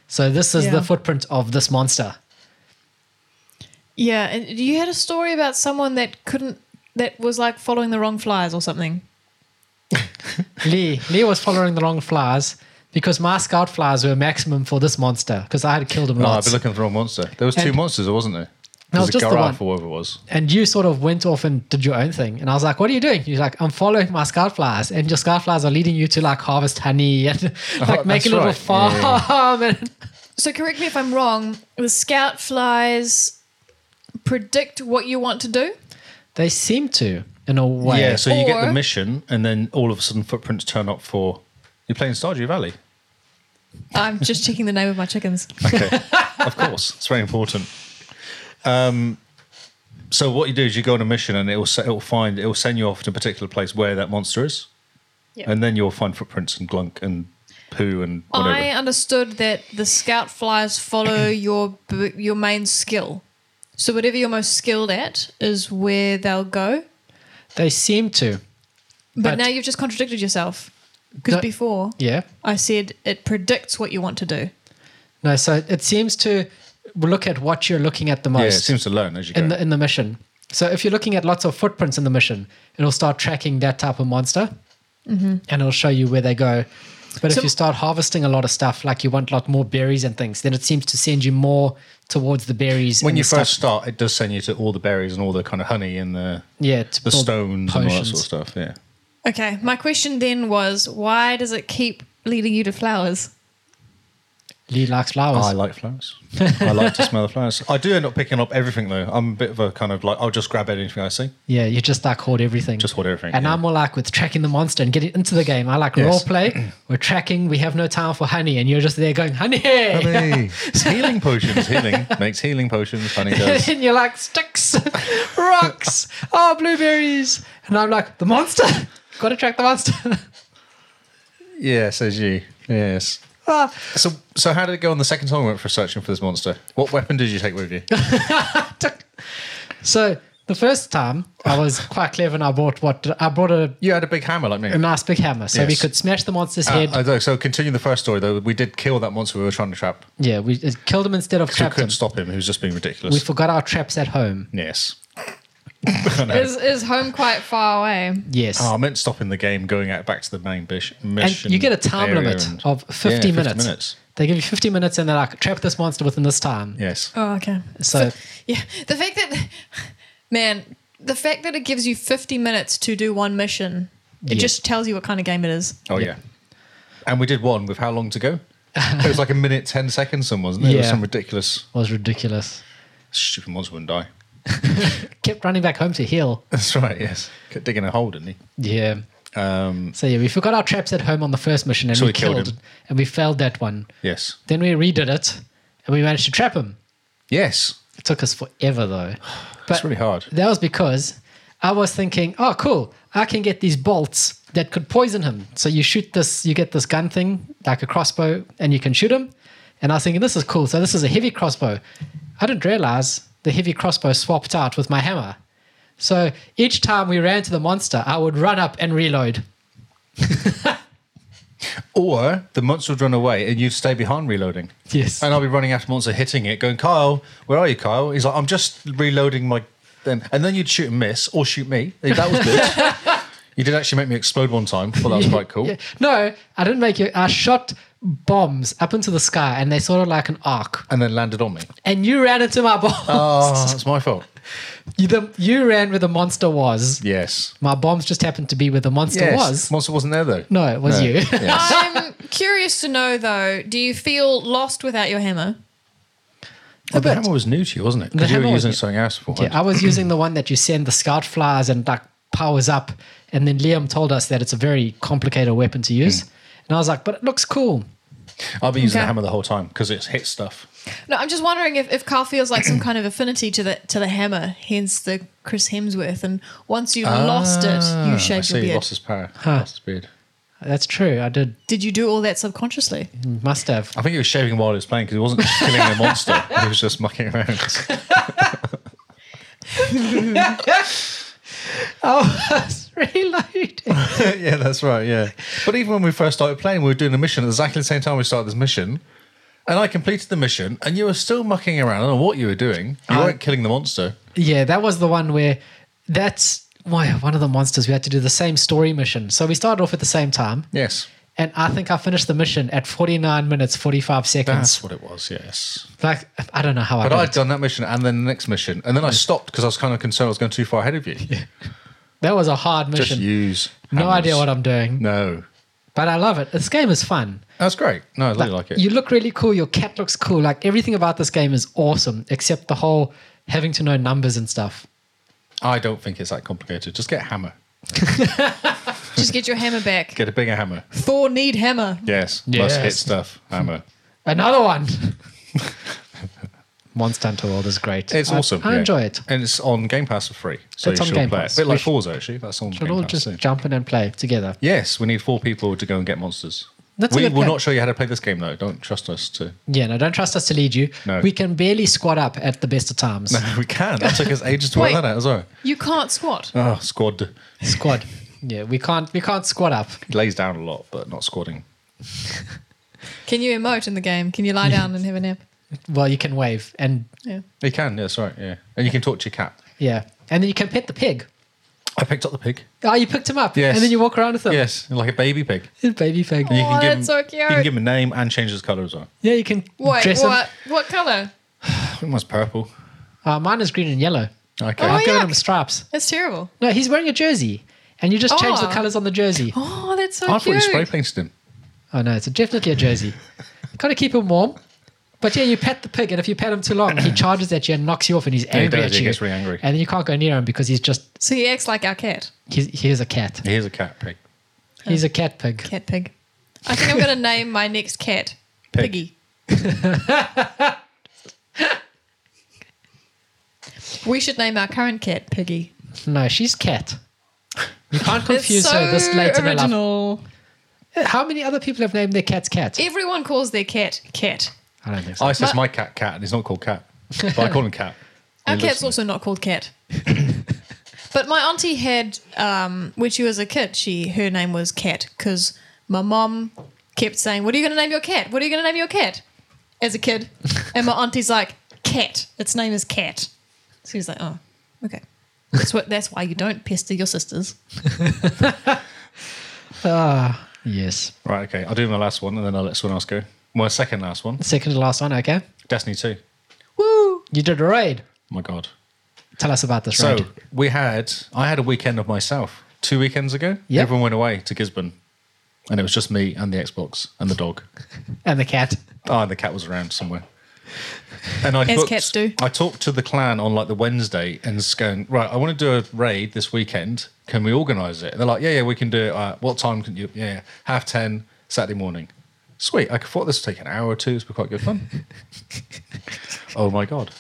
C: So this is
A: Yeah.
C: the footprint of this monster.
A: Yeah, and you had a story about someone that couldn't that was like following the wrong flies or something.
C: Lee Lee was following the wrong flies because my scout flies were maximum for this monster because I had killed him
B: No, I've
C: lots.
B: been looking for the wrong monster. There was two
C: And-
B: monsters, wasn't there?
C: No,
B: There
C: just the
B: Garaf
C: one.
B: or whatever it was.
C: and you sort of went off and did your own thing. And I was like, "What are you doing?" You're like, "I'm following my scout flies, and your scout flies are leading you to like harvest honey and (laughs)
B: Oh,
C: like make a
B: that's
C: little
B: right.
C: farm."
B: Yeah.
C: And (laughs)
A: So correct me if I'm wrong. The scout flies predict what you want to do.
C: they seem to, in a way.
B: Yeah, so you get the
A: Or-
B: mission, and then all of a sudden footprints turn up for. You're playing Stardew Valley.
A: I'm just checking the name of my
C: (laughs)
A: chickens.
B: Okay, of course, it's very important. Um, so what you do is you go on a mission, and it will it will find it will send you off to a particular place where that monster is, and then you'll find footprints and glunk and poo and whatever.
A: I understood that the scout flies
C: (clears throat)
A: follow your b- your main skill. So whatever you're most skilled at is where they'll go.
C: They seem to.
A: But,
C: But-
A: now you've just contradicted yourself. Because
C: No-
A: before
C: Yeah.
A: I said it predicts what you want to do.
C: No, so it seems to look at what you're looking at the most.
B: yeah, it seems to learn as you go.
C: in the in the mission. So if you're looking at lots of footprints in the mission, it'll start tracking that type of monster,
B: Mm-hmm.
C: and it'll show you where they go. But
A: So-
C: if you start harvesting a lot of stuff, like you want a lot more berries and things, then it seems to send you more towards the berries.
B: when
C: and
B: you
C: the stuff-
B: first start, it does send you to all the berries and all the kind of honey and the
C: yeah, to
B: the
C: build
B: stones and all that
C: potions.
B: sort of stuff. Yeah.
A: Okay, my question then was why does it keep leading you to flowers?
C: Lee likes flowers.
B: I like flowers. I like to smell the flowers. I do end up picking up everything though. I'm a bit of a kind of like I'll just grab anything I see.
C: yeah, you just like hoard everything.
B: Just hoard everything,
C: And
B: yeah.
C: I'm more like with tracking the monster and getting into the game. I like
B: Yes.
C: role play. We're tracking. We have no time for honey, and you're just there going honey.
B: it's healing potions. (laughs) Healing makes healing potions. Honey
C: (laughs) and
B: does.
C: then you're like sticks, (laughs) rocks, oh blueberries, and I'm like the monster. (laughs) Got to track the monster. (laughs)
B: Yes, as you. Yes.
C: Ah.
B: So so how did it go on the second time we went for searching for this monster? What weapon did you take (laughs) with you?
C: so the first time
B: Ah.
C: I was quite clever, and I bought what I brought a,
B: You had a big hammer like me.
C: a nice big hammer, so we
B: Yes.
C: could smash the monster's
B: Uh,
C: head.
B: I don't- so continue the first story though. We did kill that monster we were trying to trap.
C: yeah, we it killed him instead of
B: So we
C: trapped him.
B: couldn't stop him. He was just being ridiculous.
C: We forgot our traps at home.
B: (laughs) yes.
A: Is, is home quite far away?
C: Yes.
B: Oh, I meant stopping the game, going out back to the main bish-
C: and
B: mission.
C: you get a time
B: area
C: limit
B: and-
C: of 50,
B: Yeah,
C: minutes. They give you 50 minutes and they're like, trap this monster within this time.
B: Yes.
A: Oh, okay.
C: So,
A: Yeah, the fact that, man, the fact that it gives you 50 minutes to do one mission, it
C: Yeah.
A: just tells you what kind of game it is.
B: Oh yeah. And we did one with how long to
C: (laughs)
B: go? it was like a minute, ten seconds, and wasn't it? It was
C: Yeah.
B: some ridiculous
C: was ridiculous.
B: stupid monster wouldn't die. (laughs)
C: Kept running back home to heal.
B: That's right. Yes. Kept digging a hole, didn't he?
C: Yeah.
B: Um,
C: So yeah, we forgot our traps at home on the first mission and
B: So
C: we,
B: we killed
C: killed
B: him.
C: and we failed that one.
B: yes.
C: Then we redid it and we managed to trap him.
B: Yes.
C: It took us forever though. But
B: it's really hard.
C: that was because I was thinking, oh, cool, I can get these bolts that could poison him. So you shoot this, you get this gun thing, like a crossbow, and you can shoot him. And I was thinking, this is cool. So this is a heavy crossbow. I didn't realize the heavy crossbow swapped out with my hammer. So each time we ran to the monster, I would run up and reload.
B: Or the monster would run away and you'd stay behind reloading.
C: Yes.
B: And I'll be running after monster, hitting it, going, Kyle, where are you, Kyle? He's like, I'm just reloading my. Then and then you'd shoot and miss or shoot me. That was good.
C: (laughs)
B: you did actually make me explode one time. Well, that was quite cool.
C: Yeah. No, I didn't make you. I shot bombs up into the sky, and they sort of like an arc.
B: And then landed on me.
C: And you ran into my bombs.
B: Oh, that's my fault.
C: (laughs) You, the, you ran where the monster was.
B: Yes.
C: My bombs just happened to be where the monster
B: yes.
C: was.
B: Monster wasn't there though.
C: No, it was you.
B: Yes.
A: I'm
B: (laughs)
A: curious to know though, do you feel lost without your hammer?
B: Well, the
C: bit.
B: hammer was new to you, wasn't it? Because you
C: hammer
B: were
C: was
B: using
C: new.
B: something else before.
C: (laughs) Yeah, I was using the one that you send the scout flies and like powers up. And then Liam told us that it's a very complicated weapon to use.
B: Hmm.
C: And I was like, but it looks cool.
B: I've been using the
A: Okay.
B: hammer the whole time because it's hit stuff.
A: No, I'm just wondering if, if Carl feels like some kind of affinity to the to the hammer, hence the Chris Hemsworth. And once you've lost it,
B: Ah,
A: you
B: I
A: shaved
B: see.
A: your beard.
B: Lost his power. Lost his beard.
C: That's true. I did.
A: Did you do all that subconsciously?
C: Must have.
B: (laughs)
C: (laughs)
B: I think he was shaving while he was playing because he wasn't just killing a monster. He was just mucking around.
C: Oh, that's reloaded.
B: (laughs) yeah, that's right. Yeah. But even when we first started playing, we were doing a mission at exactly the same time we started this mission. And I completed the mission, and you were still mucking around. I don't know what you were doing. You weren't killing the monster.
C: Yeah, that was the one where that's why one of the monsters we had to do the same story mission. So we started off at the same time,
B: Yes.
C: and I think I finished the mission at 49 minutes 45
B: That's
C: seconds.
B: what it was. Yes.
C: like I don't know how I
B: But
C: did
B: I'd
C: it.
B: done that mission and then the next mission. And then I stopped because I was kind of concerned I was going too far ahead of you.
C: That was a hard
B: Just
C: (laughs) mission.
B: use.
C: No
B: hammers.
C: idea what I'm doing,
B: No.
C: but I love it. This game is fun.
B: That's great. No, I really like it.
C: You look really cool. Your cat looks cool. Like everything about this game is awesome, except the whole having to know numbers and stuff.
B: I don't think it's that complicated. Just get a hammer.
A: Just get your hammer back.
B: Get a bigger hammer.
A: Thor need hammer.
B: Yes. Plus
C: Yes.
B: hit stuff. Hammer.
C: (laughs) Another one. (laughs) Monster Hunter World is great.
B: It's
C: I-
B: awesome.
C: I
B: yeah.
C: enjoy it.
B: And it's on Game Pass for free. So
C: It's
B: you
C: on
B: should
C: Game
B: play
C: Pass.
B: it. A bit
C: We
B: like
C: sh-
B: Forza, actually. That's on
C: Should
B: Game
C: all
B: Pass.
C: just
B: too.
C: jump in and play together.
B: Yes, we need four people to go and get monsters.
C: That's a
B: we
C: good
B: will
C: plan.
B: not show you how to play this game, though. Don't trust us to. (laughs)
C: Yeah, no, don't trust us to lead you.
B: No.
C: We can barely squat up at the best of times.
B: we can. That took us ages to work
A: Wait.
B: that out as well.
A: You can't squat.
B: Oh, squad
C: (laughs) Squad. Yeah, we can't we can't squat up.
B: lays down a lot, but not squatting.
A: Can you emote in the game? Can you
B: (laughs)
A: lie down and have a nap?
C: Well, you can wave and
A: Yeah.
B: You can, yes, right, yeah. And you can talk to your cat.
C: yeah. And then you can pet the pig.
B: I picked up the pig.
C: Oh, you picked him up.
B: Yes.
C: And then you walk around with him.
B: Yes, like a baby pig.
C: Baby pig.
B: And you
A: Oh, that's
B: give him,
A: so
B: You can
A: cute.
B: give him a name and change his colour as (sighs) well.
C: Yeah, you can
A: Wait,
C: dress
A: what?
C: him.
A: What color?
B: I think mine's purple.
C: Uh, mine is green and yellow.
B: Okay.
A: Oh,
C: I've given
A: yuck.
C: him stripes.
A: That's terrible.
C: No, he's wearing a jersey. And you just change the
A: Oh.
C: colours on the jersey.
A: Oh, that's so
B: I thought you
A: cute.
B: spray painted him.
C: Oh no, it's definitely a jersey. Gotta keep him warm. But yeah, you pat the pig, and if you pat him too long,
B: (coughs)
C: he charges at you and knocks you off, and he's
B: he
C: angry
B: does,
C: at
B: he
C: you.
B: gets really angry.
C: And then you can't go near him because he's just
A: so he acts like our cat,
C: he's, he is a cat.
B: He is a cat pig.
C: He's a cat pig.
A: cat pig. I
B: (laughs)
A: think I'm going to name my next cat
B: Pig.
A: Piggy.
B: (laughs)
A: we should name our current cat Piggy.
C: No, she's cat.
A: (laughs)
C: You can't confuse
A: it's so
C: her this late in her life.
A: original.
C: How many other people have named their cats cat?
A: Everyone calls their cat cat.
C: I don't think so.
B: I says my cat cat, and he's not called cat. But I call him cat.
A: (laughs) Our
B: He
A: cat's
B: looks-
A: also not called Cat. (laughs) but my auntie had, um, when she was a kid, she her name was Cat because my mum kept saying, "What are you going to name your cat? What are you going to name your cat?" As a
B: (laughs)
A: kid, and my auntie's like, "Cat. Its name is Cat." So she was like, "Oh, okay." That's what. That's why you don't pester your sisters.
C: Yes.
B: Right, okay. I'll do my last one, and then I'll let someone else go. My second last one
C: Second to last one, okay?
B: Destiny 2.
A: Woo!
C: You did a raid.
B: my God.
C: Tell us about this
B: So
C: raid.
B: we had, I had a weekend of myself two weekends ago.
C: Yep.
B: Everyone went away to Gisborne, and it was just me and the Xbox and the dog.
C: And the cat.
B: Oh, and the cat was around somewhere. And I
A: As
B: booked-
A: cats do.
B: I talked to the clan on like the Wednesday and just going, right, I want to do a raid this weekend. Can we organise it? And they're like, yeah, yeah, we can do it. Uh, what time can you? Yeah, yeah, half ten Saturday morning. Sweet. I thought this would take an hour or two. It's been quite good fun. oh my god.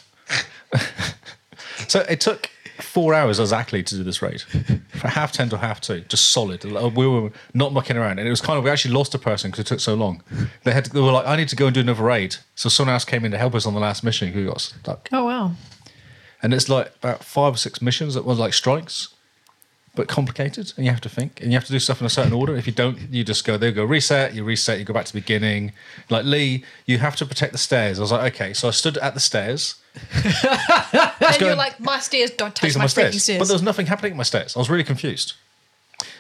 B: So it took four hours exactly to do this raid, from half ten to half two, just solid. Like, We were not mucking around, and it was kind of we actually lost a person because it took so long. They had to, they were like, I need to go and do another raid, so someone else came in to help us on the last mission who got stuck.
E: Oh wow.
B: And it's like about five or six missions that was like strikes. But complicated, and you have to think, and you have to do stuff in a certain order. If you don't, you just go. They go reset. You reset. You go back to the beginning. Like Lee, you have to protect the stairs. I was like, okay. So I stood at the stairs,
A: and
B: go
A: you're
B: and-
A: like, my stairs, don't touch
B: these are
A: my
B: my
A: freaking
B: stairs.
A: stairs.
B: But there was nothing happening at my stairs. I was really confused.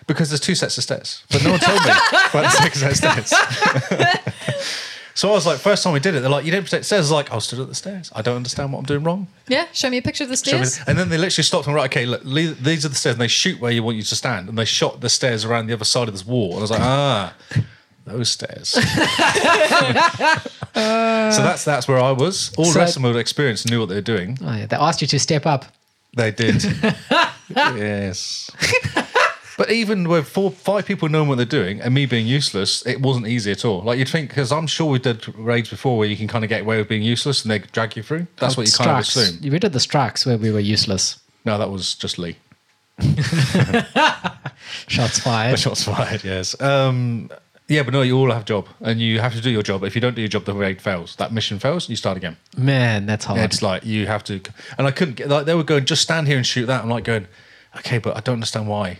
B: Because there's two sets of stairs. But no one told me about the second set of stairs. (laughs) so I was like, first time we did it, they're like, you didn't protect stairs. I was like, I stood at the stairs. I don't understand what I'm doing wrong.
E: Yeah, show me a picture of the
B: Show me
E: stairs.
B: the- And then they literally stopped and were like, okay, look, le- these are the stairs. And they shoot where you want you to stand. And they shot the stairs around the other side of this wall. And I was like, ah, those stairs. (laughs) so that's that's where I was. All
C: So-
B: the rest of them were experienced and knew what they were doing.
C: Oh, yeah, they asked you to step up.
B: They did. yes. but even with four, five people knowing what they're doing and me being useless, it wasn't easy at all. Like you'd think, because I'm sure we did raids before where you can kind of get away with being useless and they drag you through. That's what you kind of
C: Strikes.
B: assume.
C: We did the strikes where we were useless.
B: No, that was just Lee. (laughs)
C: Shots fired.
B: Shots fired. Yes. Um, yeah, but no, you all have job and you have to do your job. If you don't do your job, the raid fails. That mission fails. You start again.
C: Man, that's hard.
B: Yeah, it's like you have to, and I couldn't get like they were going just stand here and shoot that. I'm like going, okay, but I don't understand why.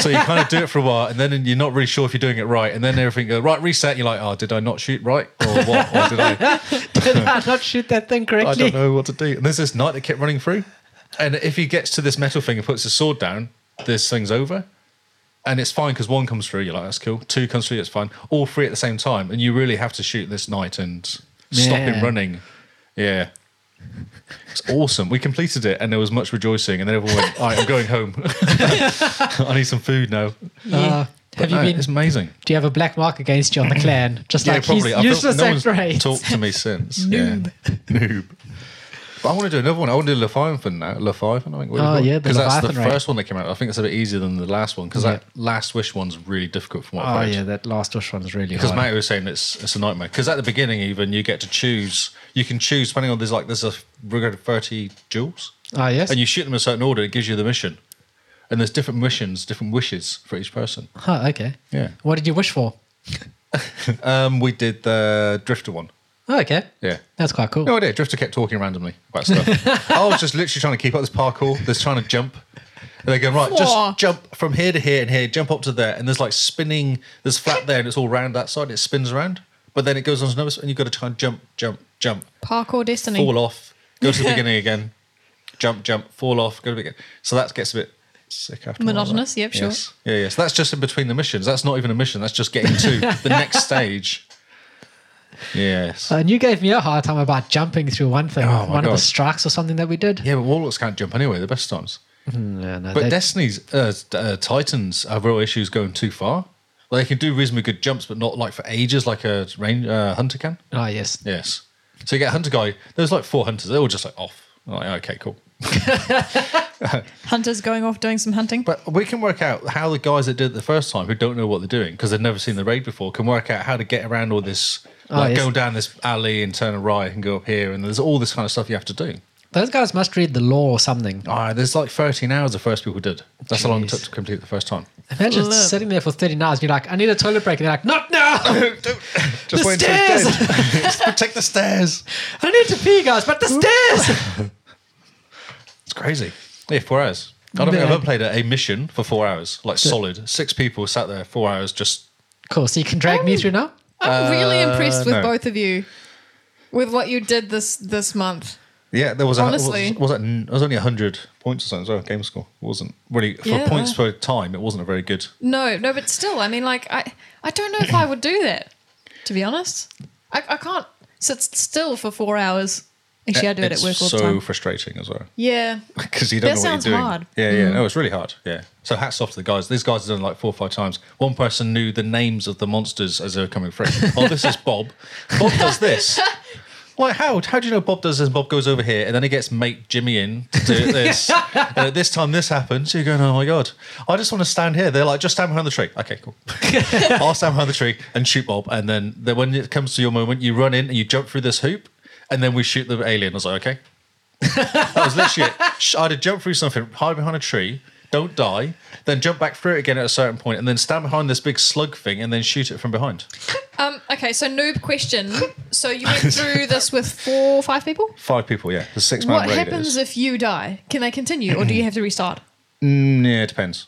B: so you kind of do it for a while, and then you're not really sure if you're doing it right, and then everything goes right reset. You're like, oh, did I not shoot right or what? Or did I?
C: (laughs)
B: (laughs)
C: Did I not shoot that thing
B: I
C: correctly?
B: don't know what to do. And there's this knight that kept running through, and if he gets to this metal thing and puts his sword down, this thing's over. And it's fine because one comes through, you're like, that's cool. Two comes through, it's fine. All three at the same time, and you really have to shoot this knight and stop
C: Man.
B: him running. Yeah. It's awesome. We completed it and there was much rejoicing, and then everyone went, All right, I'm going home. (laughs) I need some food now.
C: Uh, have you
B: No,
C: been?
B: It's amazing.
C: Do you have a black mark against you on the
B: (clears throat)
C: clan? Just like he's
B: I feel
C: useless
B: no
C: at
B: one's
C: raids.
B: talked to me since. Noob. Noob. But I want to do another one. I want to do Leviathan now. Leviathan, I think. what do you
C: Oh,
B: call it?
C: yeah, the
B: 'Cause that's the
C: Leviathan raid.
B: first one that came out. I think it's a bit easier than the last one because that last wish one's really difficult from what
C: Oh
B: I've
C: yeah, Oh,
B: heard.
C: that last wish one's really
B: Because
C: hard.
B: Matt was saying it's it's a nightmare. Because at the beginning, even you get to choose. You can choose depending on there's like there's a we're going to thirty jewels,
C: oh yes.
B: and you shoot them in a certain order. It gives you the mission, and there's different missions, different wishes for each person.
C: Huh, okay.
B: Yeah.
C: What did you wish for?
B: Um, we did the drifter one.
C: Oh, okay.
B: Yeah.
C: That's quite cool.
B: No idea. Drifter kept talking randomly
E: (laughs)
B: about stuff. I was just literally trying to keep up this parkour. There's trying to jump. And they go, right,
E: Whoa.
B: just jump from here to here and here, jump up to there. And there's like spinning, there's flat there and it's all round that side. It spins around. But then it goes on to another, and you've got to try and jump, jump, jump,
E: Parkour destiny.
B: fall off, go to the beginning again, jump, jump, fall off, go to the beginning. So that gets a bit sick after a while,
E: Monotonous,
B: right?
E: yep, sure.
B: Yes. Yeah, yeah. So that's just in between the missions. That's not even a mission. That's just getting to
E: (laughs)
B: the next stage. Yes.
C: Uh, And you gave me a hard time about jumping through one thing,
B: Oh,
C: one
B: my
C: of the
B: God.
C: strikes or something that we did.
B: Yeah, but warlocks can't jump anyway. The best times.
C: No, no,
B: But
C: that-
B: Destiny's uh, uh, Titans have real issues going too far. Like they can do reasonably good jumps, but not like for ages, like a range uh, hunter can.
C: oh yes.
B: Yes. So you get a hunter guy. There's like four hunters. They're all just like off. I'm like okay, cool.
E: Hunters going off doing some hunting.
B: But we can work out how the guys that did it the first time, who don't know what they're doing because they've never seen the raid before, can work out how to get around all this.
C: Oh,
B: Like
C: yes.
B: go down this alley and turn a right and go up here, and there's all this kind of stuff you have to do.
C: Those guys must read the law or something.
B: Ah, there's like 13 hours the first people did. That's how long it
C: Jeez.
B: took to complete the first time.
C: Imagine
E: Look.
C: sitting there for 30 hours and you're like, I need a toilet break. And they're like,
B: (laughs)
C: not now.
B: Just
C: The
B: wait until it's (laughs) dead. Just Protect the stairs.
C: I need to pee, guys, but the
B: (laughs)
C: stairs.
B: It's crazy. Yeah, four hours. I don't think
C: Man.
B: I've ever played a, a mission for four hours, like solid. Six people sat there four hours just.
C: cool. So you can drag
B: Oh.
C: me through now?
E: I'm really impressed with
B: Uh, no.
E: both of you, with what you did this this month.
B: Yeah, there was a,
E: Honestly.
B: was, was it, n- it was only hundred points or something as well. Game score it wasn't really for
E: Yeah.
B: points per time. It wasn't a very good.
E: No, no, but still, I mean, like, I, I don't know if I would do that, to be honest. I, I can't sit still for four hours. Actually, I do it at
B: It's
E: work all
B: so
E: the time.
B: frustrating as well
E: Yeah,
B: (laughs) because you don't
E: That
B: know what you're
E: sounds
B: doing.
E: hard. Mm.
B: Yeah, yeah. No, it's really hard. Yeah. So hats off to the guys. These guys have done it like four or five times. One person knew the names of the monsters as they were coming
E: (laughs)
B: through. oh, this is Bob. Bob does this. Like how? How do you know Bob does this? Bob goes over here, and then he gets mate Jimmy in to
E: (laughs)
B: do this. and at this time, this happens. You're going, oh my god! I just want to stand here. They're like, just stand behind the tree. Okay,
E: (laughs)
B: cool. I'll stand behind the tree and shoot Bob. And then, then when it comes to your moment, you run in and you jump through this hoop, and then we shoot the alien. I was like, okay, That was literally it. Sh- I had to jump through something, hide behind a tree, don't die, then jump back through it again at a certain point, and then stand behind this big slug thing and then shoot it from behind.
A: Um, okay, so noob question. So you
B: (laughs)
A: went through this with four or five people?
B: Five people, yeah. The six man
A: What
B: raid
A: happens
B: happens
A: if you die? Can they continue or do you have to
B: (clears throat)
A: restart?
B: Mm, yeah, it depends.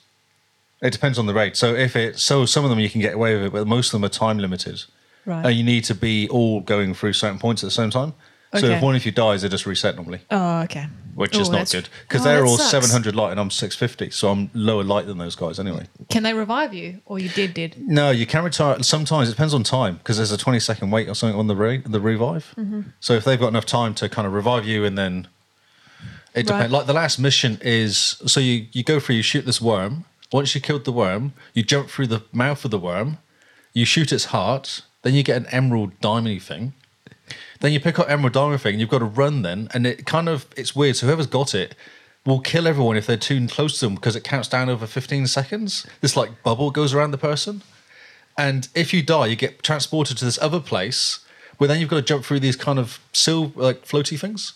B: It depends on the raid. So if it so some of them you can get away with it, but most of them are time limited.
A: Right.
B: And you need to be all going through certain points at the same time. So
A: Okay.
B: if one of you dies, they just reset normally,
A: Oh, okay.
B: which
A: Ooh,
B: is not
A: that's-
B: good because
A: Oh,
B: they're
A: that
B: all
A: sucks.
B: 700 light and I'm 650, so I'm lower light than those guys anyway.
A: Can they revive you or you dead dead?
B: No, you can retire. Sometimes it depends on time because there's a 20 second wait or something on the re- the revive. So if they've got enough time to kind of revive you and then it depends.
A: Right.
B: Like the last mission is so you you go through, you shoot this worm. Once you killed the worm, you jump through the mouth of the worm, you shoot its heart, then you get an emerald diamond thing. Then you pick up emerald diamond thing, and you've got to run then, and it kind of it's weird. So whoever's got it will kill everyone if they're too close to them because it counts down over 15 seconds. This like bubble goes around the person. And if you die, you get transported to this other place where then you've got to jump through these kind of sil like floaty things.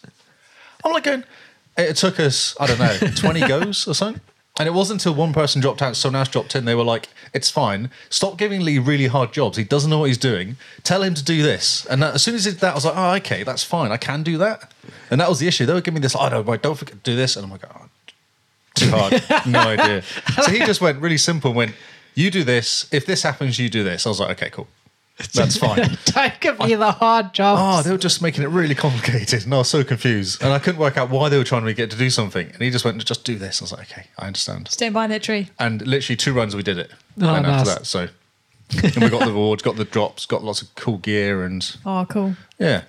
B: I'm like going, it took us, I don't know, 20 goes or something. And it wasn't until one person dropped out, someone else dropped in, they were like, it's fine. Stop giving Lee really hard jobs. He doesn't know what he's doing. Tell him to do this. And that, as soon as he did that, I was like, oh, okay, that's fine. I can do that. And that was the issue. They were giving me this, I don't, don't forget to do this. And I'm like, oh, too hard. No idea. So he just went really simple and went, You do this. If this happens, you do this. I was like, Okay, cool. That's fine.
C: Don't give me the hard job.
B: Oh, they were just making it really complicated. And I was so confused. And I couldn't work out why they were trying to get to do something. And he just went, Just do this. I was like, Okay, I understand.
A: Stand behind that tree.
B: And literally two runs we did it.
C: Oh,
B: and
C: nice.
B: after that, so. and we got the rewards, got the drops, got lots of cool gear, and
A: Oh, cool.
B: yeah.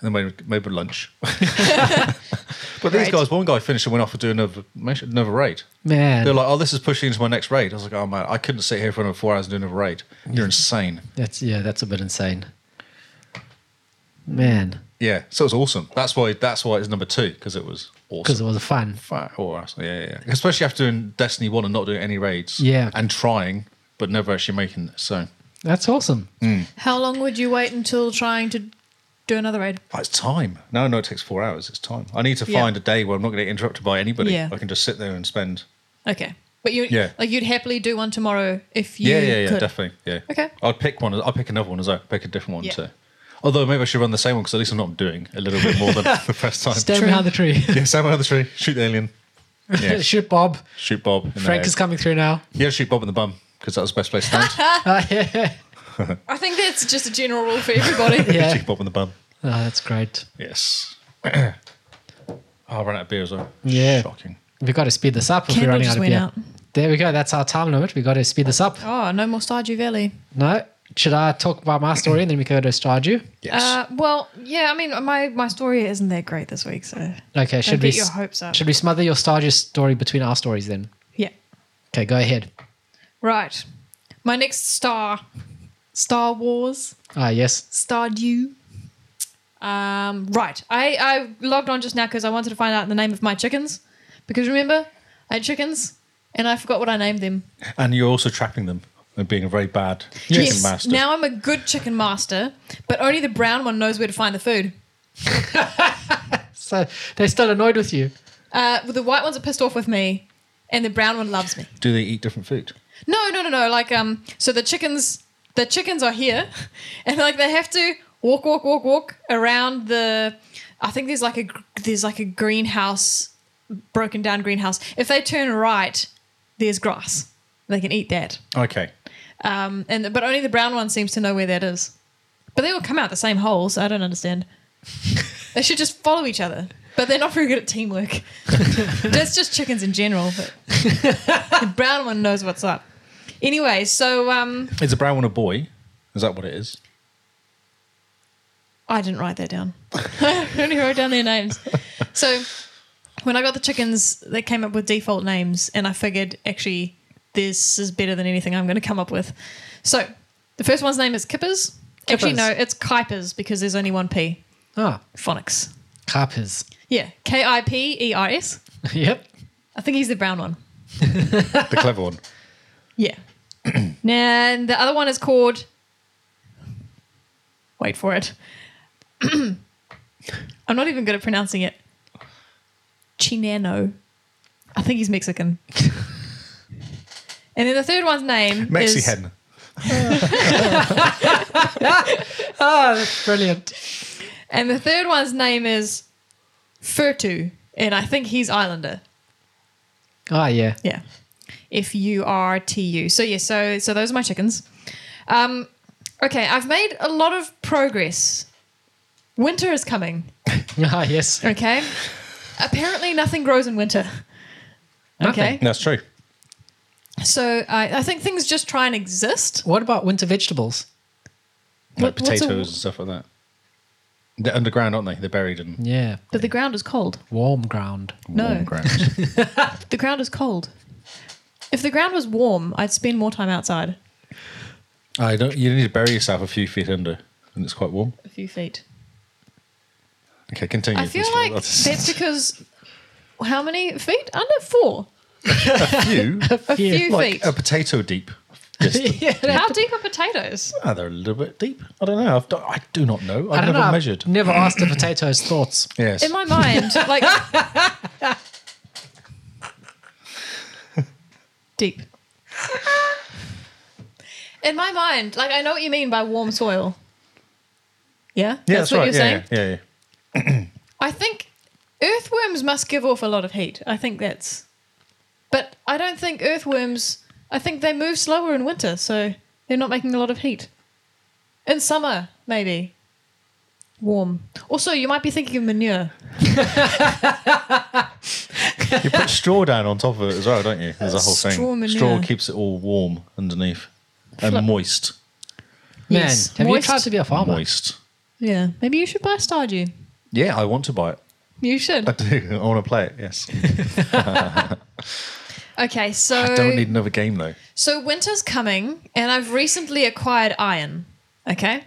B: And then made, made lunch. (laughs) but these guys, one guy finished and went off to do another, mission- another raid.
C: man.
B: They're like, oh, this is pushing into my next raid. I was like, oh man, I couldn't sit here for another four hours doing another raid. You're insane.
C: that's yeah, that's a bit insane. Man,
B: Yeah, so it was awesome. That's why that's why it's number two because it was
C: because it
B: awesome.
C: was fun.
B: Fa- Or us. Oh, yeah, yeah, yeah. Especially after doing Destiny One and not doing any raids.
C: Yeah.
B: and trying but never actually making it. So
C: That's awesome.
A: How long would you wait until trying to do another raid?
B: oh, it's time. No, no, it takes four hours. It's time. I need to
A: Yeah.
B: find a day where I'm not going to get interrupted by anybody.
A: Yeah.
B: I can just sit there and spend.
A: Okay. But you
B: Yeah.
A: like you'd happily do one tomorrow if you
B: Yeah, yeah, yeah,
A: could.
B: definitely. Yeah.
A: Okay.
B: I'd pick one. I'll pick another one as well. Pick a different one
A: Yeah.
B: too. Although maybe I should run the same one because at least I'm not doing a little bit
A: (laughs)
B: more than the first time.
C: Stand behind the tree.
B: Yeah, stand behind the tree. Shoot
A: (laughs)
B: the alien. (laughs) Yeah,
C: (laughs) Shoot, Bob.
B: shoot Bob. in the
C: Frank
B: head.
C: is coming through
B: (laughs)
C: now. (laughs)
B: Yeah, shoot Bob in the bum because that was the best place to stand.
A: (laughs)
C: Oh, yeah.
A: I think that's just a general rule for (laughs) everybody.
C: Yeah.
B: Shoot Bob in the bum.
C: Oh, that's great.
B: Yes. (clears throat) oh, I ran out of beer as well.
C: Yeah.
B: Shocking.
C: We've got to speed this up if
A: Candle
C: we're running
A: just
C: out of
A: went
C: beer.
A: out.
C: There we go. That's our time limit. We've got to speed this up.
A: oh, no more Stardew Valley.
C: No? Should I talk about my story and then we go to Stardew?
B: Yes.
A: Uh, well, yeah, I mean, my, my story isn't that great this week, so
C: Okay, should we
A: get your
C: s-
A: hopes up.
C: should we smother your Stardew story between our stories then?
A: yeah.
C: Okay, go ahead.
A: Right. My next star, Star Wars,
C: Ah, yes.
A: Stardew. Um, right. I, I logged on just now because I wanted to find out the name of my chickens. Because remember, I had chickens and I forgot what I named them.
B: and you're also trapping them and being a very bad chicken
A: Yes.
B: master.
A: Now I'm a good chicken master, but only the brown one knows where to find the food.
C: So they're still annoyed with you.
A: Uh, the white ones are pissed off with me, and the brown one loves me.
B: Do they eat different food?
A: No, no, no, no. Like, um, so the chickens, the chickens are here, (laughs) and like they have to walk, walk, walk, walk around the. I think there's like a gr- there's like a greenhouse, broken down greenhouse. If they turn right, there's grass. They can eat that.
B: Okay.
A: Um, and but only the brown one seems to know where that is. But they all come out the same hole, so I don't understand. they should just follow each other. But they're not very good at teamwork. That's just chickens in general. But the brown one knows what's up. Anyway, so um,
B: Is a brown one a boy? Is that what it is?
A: I didn't write that down. (laughs) I only wrote down their names. So when I got the chickens, they came up with default names, and I figured actually this is better than anything I'm going to come up with. So the first one's name is Kippers. Actually,
C: Kippers.
A: no, it's Kuipers because there's only one P.
C: Ah,
A: Phonics.
C: carpers. (laughs)
A: Yeah, K I P E R S.
C: yep.
A: I think he's the brown one.
B: The
A: (laughs)
B: clever one.
A: Yeah. (clears throat) and the other one is called. (clears throat) Wait for it. I'm not even good at pronouncing it. Chinano. I think he's Mexican. (laughs) and then the third one's name (laughs)
B: Mexi
A: is
B: hen.
C: Ah, that's brilliant.
A: Oh, and the third one's name is Furtu, and I think he's Islander.
C: Oh, yeah. (laughs)
A: Yeah. F U R T U. So yeah, so so those are my chickens. Um, okay, I've made a lot of progress. Winter is coming.
C: Ah, yes.
A: Okay. Apparently, nothing grows in winter. Okay.
C: Nothing.
B: That's true.
A: So I, I think things just try and exist.
C: What about winter vegetables?
B: Like
A: What- what's a-
B: potatoes and stuff like that. They're underground, aren't they? They're buried in
C: Yeah.
A: But the ground is cold.
C: Warm ground.
A: No.
B: warm ground.
A: (laughs) The ground is cold. If the ground was warm, I'd spend more time outside.
B: I don't. You need to bury yourself a few feet under, and it's quite warm.
A: A few feet.
B: Okay, continue.
A: I feel
B: That's-
A: like
B: that's- (laughs)
A: that's because how many feet? Under four.
B: few,
A: (laughs) A few
C: (laughs)
B: like
A: feet.
B: a potato deep.
A: (laughs)
B: distance.
A: How deep are potatoes?
B: Ah, they're a little bit deep. I don't know. I've, do- I do not know. I've
C: I don't
B: never
C: know. I've
B: measured.
C: Never asked a potato's thoughts.
B: Yes.
A: In my mind, like deep. In my mind, like I know what you mean by warm soil. Yeah,
B: yeah, that's,
A: what
B: right.
A: you're
B: yeah,
A: saying.
B: yeah, yeah, yeah.
A: I think earthworms must give off a lot of heat. I think that's, but I don't think earthworms. I think they move slower in winter, so they're not making a lot of heat. In summer, maybe. Warm. Also, you might be thinking of manure.
B: You
A: (laughs)
B: put straw down on top of it as well, don't you? There's a whole
A: Straw
B: thing.
A: manure.
B: Straw keeps it all warm underneath and
A: Flip.
B: moist.
C: Man,
A: Yes.
C: have
A: Moist.
C: you tried to be a
A: Oh
C: farmer?
B: Moist.
A: Yeah, maybe you should buy Stardew.
B: Yeah, I want to buy it.
A: You
B: I
A: should.
B: do. (laughs) I want to play it. Yes.
A: Okay, so
B: I don't need another game though.
A: so winter's coming, and I've recently acquired iron. Okay,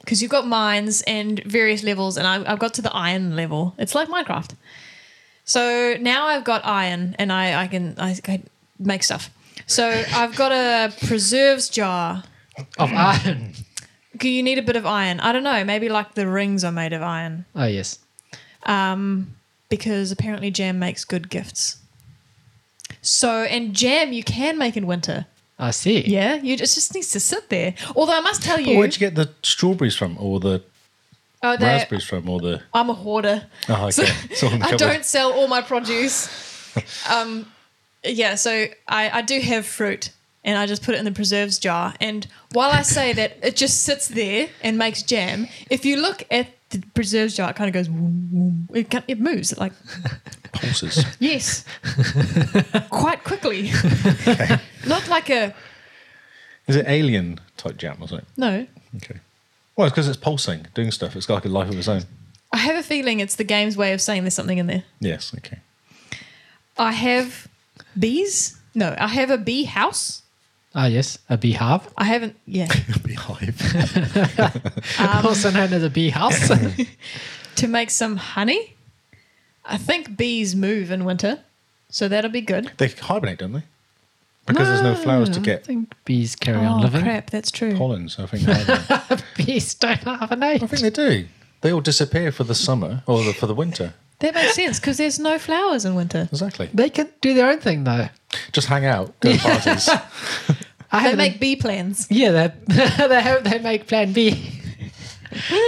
A: because you've got mines and various levels, and I, I've got to the iron level. It's like Minecraft. So now I've got iron, and I I can I, I make stuff. So I've got a preserves jar.
C: Of iron.
A: 'Cause You need a bit of iron. I don't know. Maybe like the rings are made of iron.
C: Oh, yes.
A: um, because apparently jam makes good gifts. So, and jam you can make in winter.
C: I see.
A: Yeah, you just, it just needs to sit there. Although I must tell
B: But
A: you,
B: Oh, where'd you get the strawberries from, or the
A: oh, they-
B: raspberries from, or the?
A: I'm a hoarder.
B: Oh,
A: (laughs)
B: okay. (laughs)
A: So
B: It's all in the
A: I
B: cupboard.
A: don't sell all my produce.
B: (laughs)
A: Um, yeah, so I, I do have fruit and I just put it in the preserves jar. And while I say that it just sits there and makes jam, if you look at the preserves jar, it kind of goes, "Woom, woom." it, kind- it moves like
B: pulses.
C: (laughs)
A: Yes. Quite quickly. Not like a
B: Is it alien type jam or something?
A: no.
B: Okay. Well, it's because it's pulsing, doing stuff. It's got like a life of its own.
A: I have a feeling it's the game's way of saying there's something in there.
B: Yes. Okay.
A: I have bees? No, I have a bee house.
C: Ah, yes. A beehive.
A: I haven't
C: (laughs)
A: yeah.
B: Beehive.
A: Um,
C: also known as a
B: (laughs)
C: bee house.
A: to make some honey. I think bees move in winter. So that'll be good.
B: they hibernate, don't they? Because there's no flowers to
C: I
B: get
C: think bees carry on
A: Oh
C: living.
A: crap, (laughs) that's true.
B: pollen, so I think. they hibernate.
C: Bees don't have a name.
B: I think they do. They all disappear for the summer or the, for the winter.
A: That makes sense because there's no flowers in winter.
B: Exactly.
C: They can do their own thing though.
B: Just hang out, go to parties.
C: I
A: They
C: have
A: make bee plans.
C: a, yeah, they (laughs) they have they make Plan B.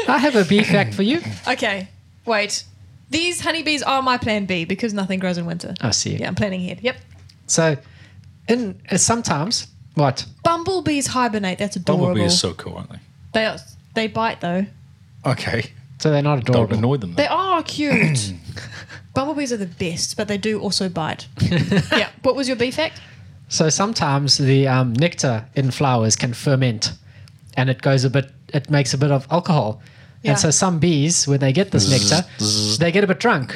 C: I have a bee fact for you.
A: Okay, wait. These honeybees are my plan B because nothing grows in winter.
C: I see.
A: Yeah, I'm planning ahead. Yep.
C: So, in uh, sometimes what?
A: Bumblebees hibernate. That's adorable.
B: Bumblebee is so cool, aren't they?
A: they are, they bite though.
B: Okay.
C: So they're not
B: Don't
C: adorable.
B: annoy them.
A: They
B: Then.
A: are cute. Bumblebees are the best, but they do also bite. yeah. What was your bee fact?
C: So sometimes the um, nectar in flowers can ferment, and it goes a bit. It makes a bit of alcohol.
A: Yeah.
C: And so some bees, when they get this nectar, they get a bit drunk.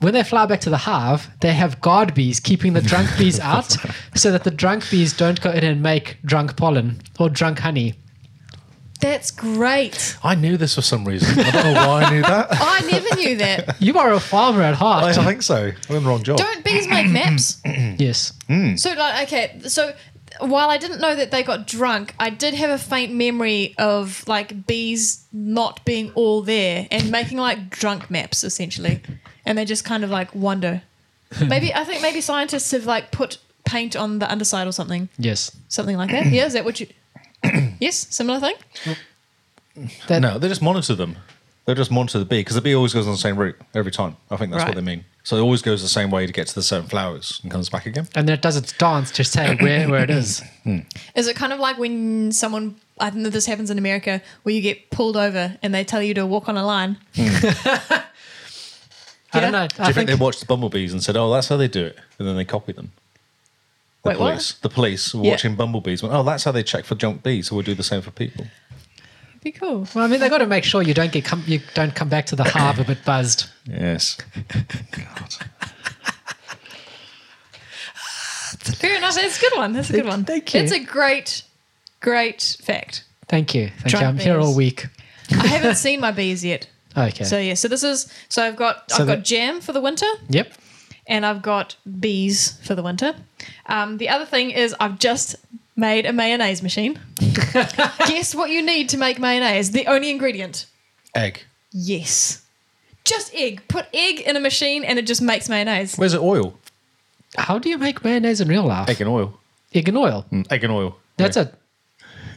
C: When they fly back to the hive, they have guard bees keeping the drunk
B: (laughs)
C: bees out, so that the drunk bees don't go in and make drunk pollen or drunk honey.
A: That's great.
B: I knew this for some reason. I don't know why I knew that.
A: I never knew that.
C: (laughs) You are a farmer at
B: I, (laughs) I
C: heart.
B: think so. I'm in the wrong job.
A: Don't bees make maps?
C: (clears throat) yes.
B: Hmm?
A: So like okay, so while I didn't know that they got drunk, I did have a faint memory of like bees not being all there and making like drunk maps essentially, and they just kind of like wander. Maybe I think maybe scientists have like put paint on the underside or something,
C: Yes.
A: something like that. Yeah, is that what you? (coughs) yes, similar thing.
C: That-
B: no, they just monitor them. They just monitor the bee because the bee always goes on the same route every time. I think that's
A: Right.
B: what they mean. So it always goes the same way to get to the seven flowers and comes back again.
C: And then it does its dance
B: (coughs)
C: to say where, where it is.
A: Is it kind of like when someone? I don't know. This happens in America where you get pulled over and they tell you to walk on a line.
C: I don't know.
B: Do
C: I
B: you think,
C: think,
B: they watched the bumblebees and said, "Oh, that's how they do it," and then they copied them? The
A: Wait, what?
B: police, the police were
A: Yeah.
B: watching bumblebees. Went, "Oh, that's how they check for junk bees." So we'll do the same for people.
A: Be cool.
C: well, I mean, they got to make sure you don't get come, you don't come back to the harbour but buzzed.
B: Yes.
A: Fair enough. That's a good one. That's a good one.
C: Thank you.
A: It's a great, great fact.
C: Thank you. Thank
A: Drunk
C: you. I'm here
A: bees.
C: all week.
A: I haven't seen my bees yet.
C: Okay.
A: So yeah. So this is. So I've got.
C: So
A: I've got
C: that-
A: jam for the winter.
C: yep.
A: and I've got bees for the winter. Um, the other thing is I've just made a mayonnaise
C: (laughs)
A: machine. Guess what you need to make mayonnaise? The only ingredient.
B: Egg.
A: Yes. Just egg. Put egg in a machine and it just makes mayonnaise.
B: Where's it? Oil.
C: How do you make mayonnaise in real life?
B: Egg and oil.
C: Egg and oil.
B: Mm, Egg and oil.
C: That's it.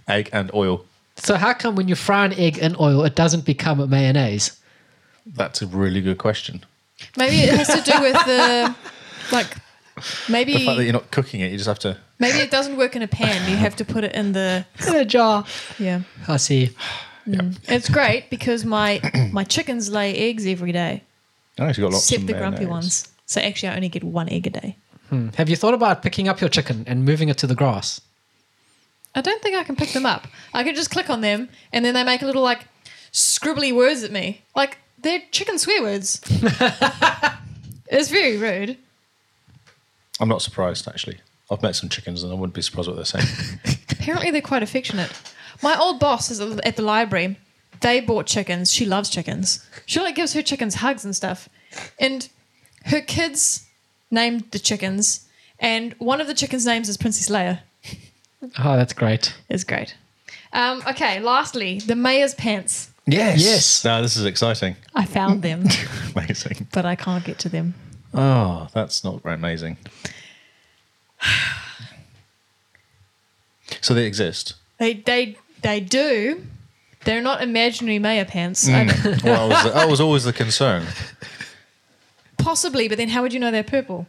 B: Egg and oil.
C: So how come when you fry an egg in oil, it doesn't become a mayonnaise?
B: That's a really good question.
A: Maybe it has to do with
C: (laughs)
A: the like
B: The fact that
A: maybe
B: you're not cooking it, you just have to.
A: maybe it doesn't work in a pan. You have to put it in the
C: In a jar.
A: yeah.
C: I see.
A: It's great because my (coughs) my chickens lay eggs every day,
B: I actually got lots
A: except
B: of
A: the grumpy
B: mayonnaise.
A: ones. So actually, I only get one egg a day.
C: Have you thought about picking up your chicken and moving it to the grass?
A: I don't think I can pick them up. I can just click on them and then they make little like scribbly words at me. Like they're chicken swear
B: (laughs)
A: words. it's very rude.
B: I'm not surprised actually. I've met some chickens and I wouldn't be surprised what they're saying.
A: Apparently they're quite affectionate. My old boss is at the library. They bought chickens. She loves chickens. She like gives her chickens hugs and stuff. And her kids named the chickens and one of the chickens' names is Princess Leia.
C: Oh, that's great.
A: It's great. Um, okay, lastly, the mayor's pants.
B: (laughs) yes.
C: Yes.
B: Now this is exciting.
A: I found them,
B: (laughs) Amazing.
A: but I can't get to them.
B: Oh, that's not very amazing. (sighs) So
A: (laughs)
B: they exist.
A: They they they do. They're not imaginary mayor pants.
B: Mm.
A: I-
B: Well, that was, that was always the concern.
A: possibly, but then how would you know they're purple?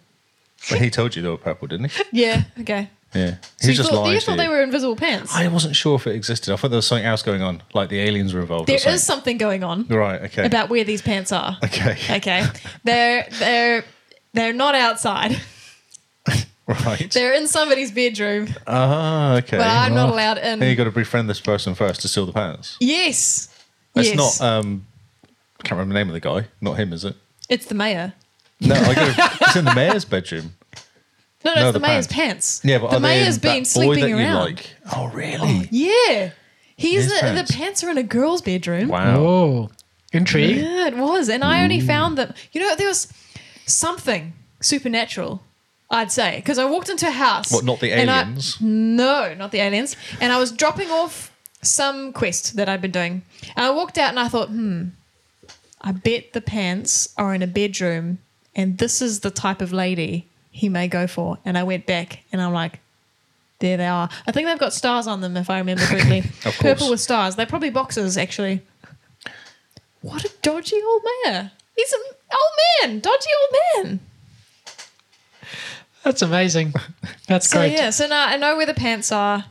B: But he told you they were purple, didn't he?
A: Yeah. Okay.
B: Yeah.
A: So
B: He
A: you
B: just
A: thought,
B: lied
A: you
B: to
A: thought
B: you.
A: they were invisible pants.
B: I wasn't sure if it existed. I thought there was something else going on, like the aliens were involved.
A: there
B: or something.
A: is something going on
B: Right. Okay.
A: about where these pants are.
B: okay.
A: (laughs) Okay. They're they're they're not outside.
B: (laughs) Right.
A: They're in somebody's bedroom,
B: Ah. Okay.
A: but I'm not
B: Well,
A: allowed
B: then you
A: in.
B: got to befriend this person first to steal the pants.
A: Yes.
B: It's
A: yes.
B: not. Um, can't remember the name of the guy. Not him, is it?
A: it's the mayor.
B: No, I got it's in the mayor's bedroom.
A: No, no,
B: No,
A: it's
B: the
A: the, mayor's
B: pants.
A: pants.
B: Yeah, but
A: the
B: are they
A: mayor's
B: in
A: been
B: that boy
A: sleeping
B: that you
A: around.
B: like? Oh, really?
A: Yeah. He's
B: His
A: the,
B: pants.
A: the pants are in a girl's bedroom.
B: Wow.
C: Oh, intrigue.
A: Yeah, it was. And I only
B: Mm.
A: found them. You know, there was something supernatural, I'd say, because I walked into a house.
B: What? Not the
A: and I-
B: aliens.
A: no, not the aliens. And I was dropping off some quest that I'd been doing. And I walked out and I thought, hmm, I bet the pants are in a bedroom and this is the type of lady he may go for. And I went back and I'm like, there they are. I think they've got stars on them, if I remember correctly.
B: course.
A: Purple with stars. They're probably boxes, actually. What a dodgy old man. He's an old man, dodgy old man.
C: That's amazing. That's
A: So
C: great.
A: yeah, so now I know where the pants are.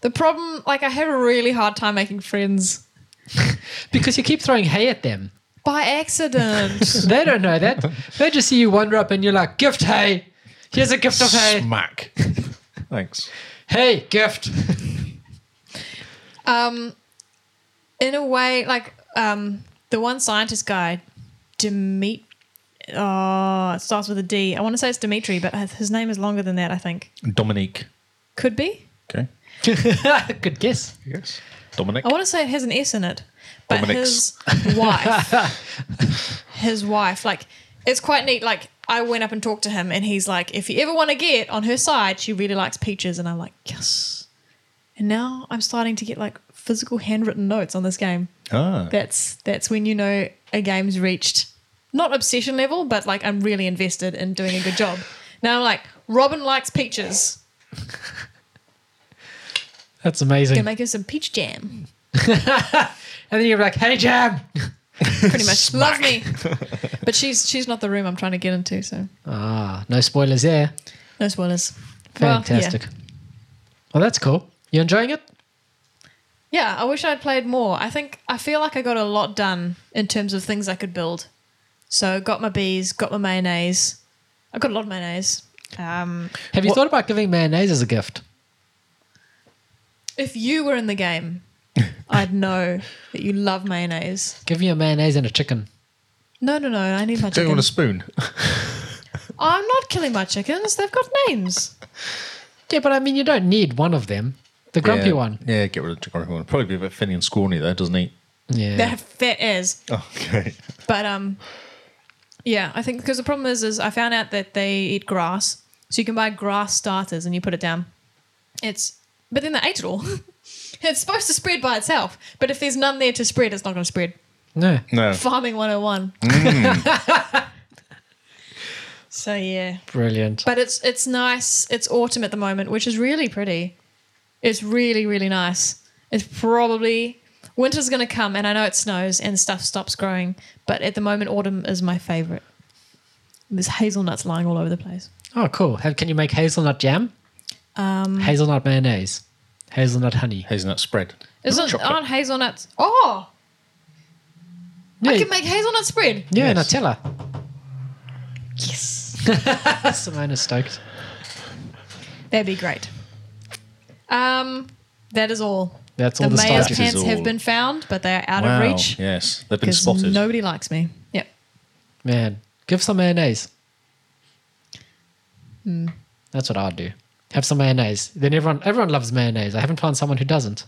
A: The problem, like, I have a really hard time making friends
C: Because you keep throwing hay at them.
A: by accident.
C: They don't know that. They just see you wander up and you're like, gift hay. Here's a gift of hay.
B: Smack. (laughs) Thanks.
C: Hey, gift. (laughs)
A: um, in a way, like, um, the one scientist guy, Demet. Oh, it starts with a D. I want to say it's Dimitri, but his name is longer than that. I think
B: Dominique.
A: could be.
B: Okay.
C: Good guess.
B: Yes. Dominic.
A: I want to say it has an S in it, but
B: Dominic's.
A: his wife, his wife, like it's quite neat. Like I went up and talked to him, and he's like, "If you ever want to get on her side, she really likes peaches," and I'm like, "Yes." And now I'm starting to get like physical handwritten notes on this game.
B: Ah.
A: That's that's when you know a game's reached not obsession level, but like I'm really invested in doing a good job. Now I'm like, Robin likes peaches.
C: That's amazing.
A: Gonna make her some peach jam.
C: and then you're like, hey, Jam.
A: Pretty much. Love me. But she's she's not the room I'm trying to get into, so
C: Ah, no spoilers there.
A: no spoilers. Well, yeah.
C: Fantastic. Well, that's cool. You enjoying it?
A: Yeah, I wish I'd played more. I think I feel like I got a lot done in terms of things I could build. So got my bees, got my mayonnaise. I got a lot of mayonnaise. Um,
C: Have you
B: What-
C: thought about giving mayonnaise as a gift?
A: if you were in the game, I'd know that you love mayonnaise.
C: Give me a mayonnaise and a chicken.
A: No, no, no. I need my
B: Don't you
A: chicken.
B: want a spoon?
A: I'm not killing my chickens. They've got names.
C: Yeah, but I mean, you don't need one of them. The grumpy
B: yeah.
C: one.
B: Yeah, get rid of the grumpy one. Probably be a bit finny and scrawny though, doesn't he?
C: Yeah.
A: They're fat as.
B: Oh, Okay.
A: But um, yeah, I think because the problem is, is I found out that they eat grass, so you can buy grass starters and you put it down. It's but then they ate it all. (laughs) it's supposed to spread by itself, but if there's none there to spread, it's not going to spread.
C: no.
B: No.
A: Farming 101.
B: Mm.
A: (laughs) so yeah,
C: Brilliant.
A: but it's it's nice. It's autumn at the moment, which is really pretty. It's really really nice. It's probably winter's going to come, and I know it snows and stuff stops growing, but at the moment autumn is my favorite. There's hazelnuts lying all over the place.
C: Oh, cool. Have, can you make hazelnut jam?
A: Um,
C: Hazelnut mayonnaise. Hazelnut honey.
B: Hazelnut spread.
A: Isn't
B: chocolate.
A: aren't hazelnuts? Oh, I
C: Yeah,
A: can make hazelnut spread.
C: yeah
B: Yes.
C: Nutella. Yes. Simona stoked.
A: That'd be great. Um, that is all.
C: That's all
A: the
C: the,
A: mayor's
C: stuff.
B: starters.
A: pants
B: all.
A: have been found, but they are out
B: wow.
A: of reach
B: Yes. They've been
A: because
B: spotted.
A: nobody likes me. Yep.
C: Man, give some mayonnaise. Hmm. That's what I'd do. Have some mayonnaise. Then everyone everyone loves mayonnaise. I haven't found someone who (laughs) doesn't.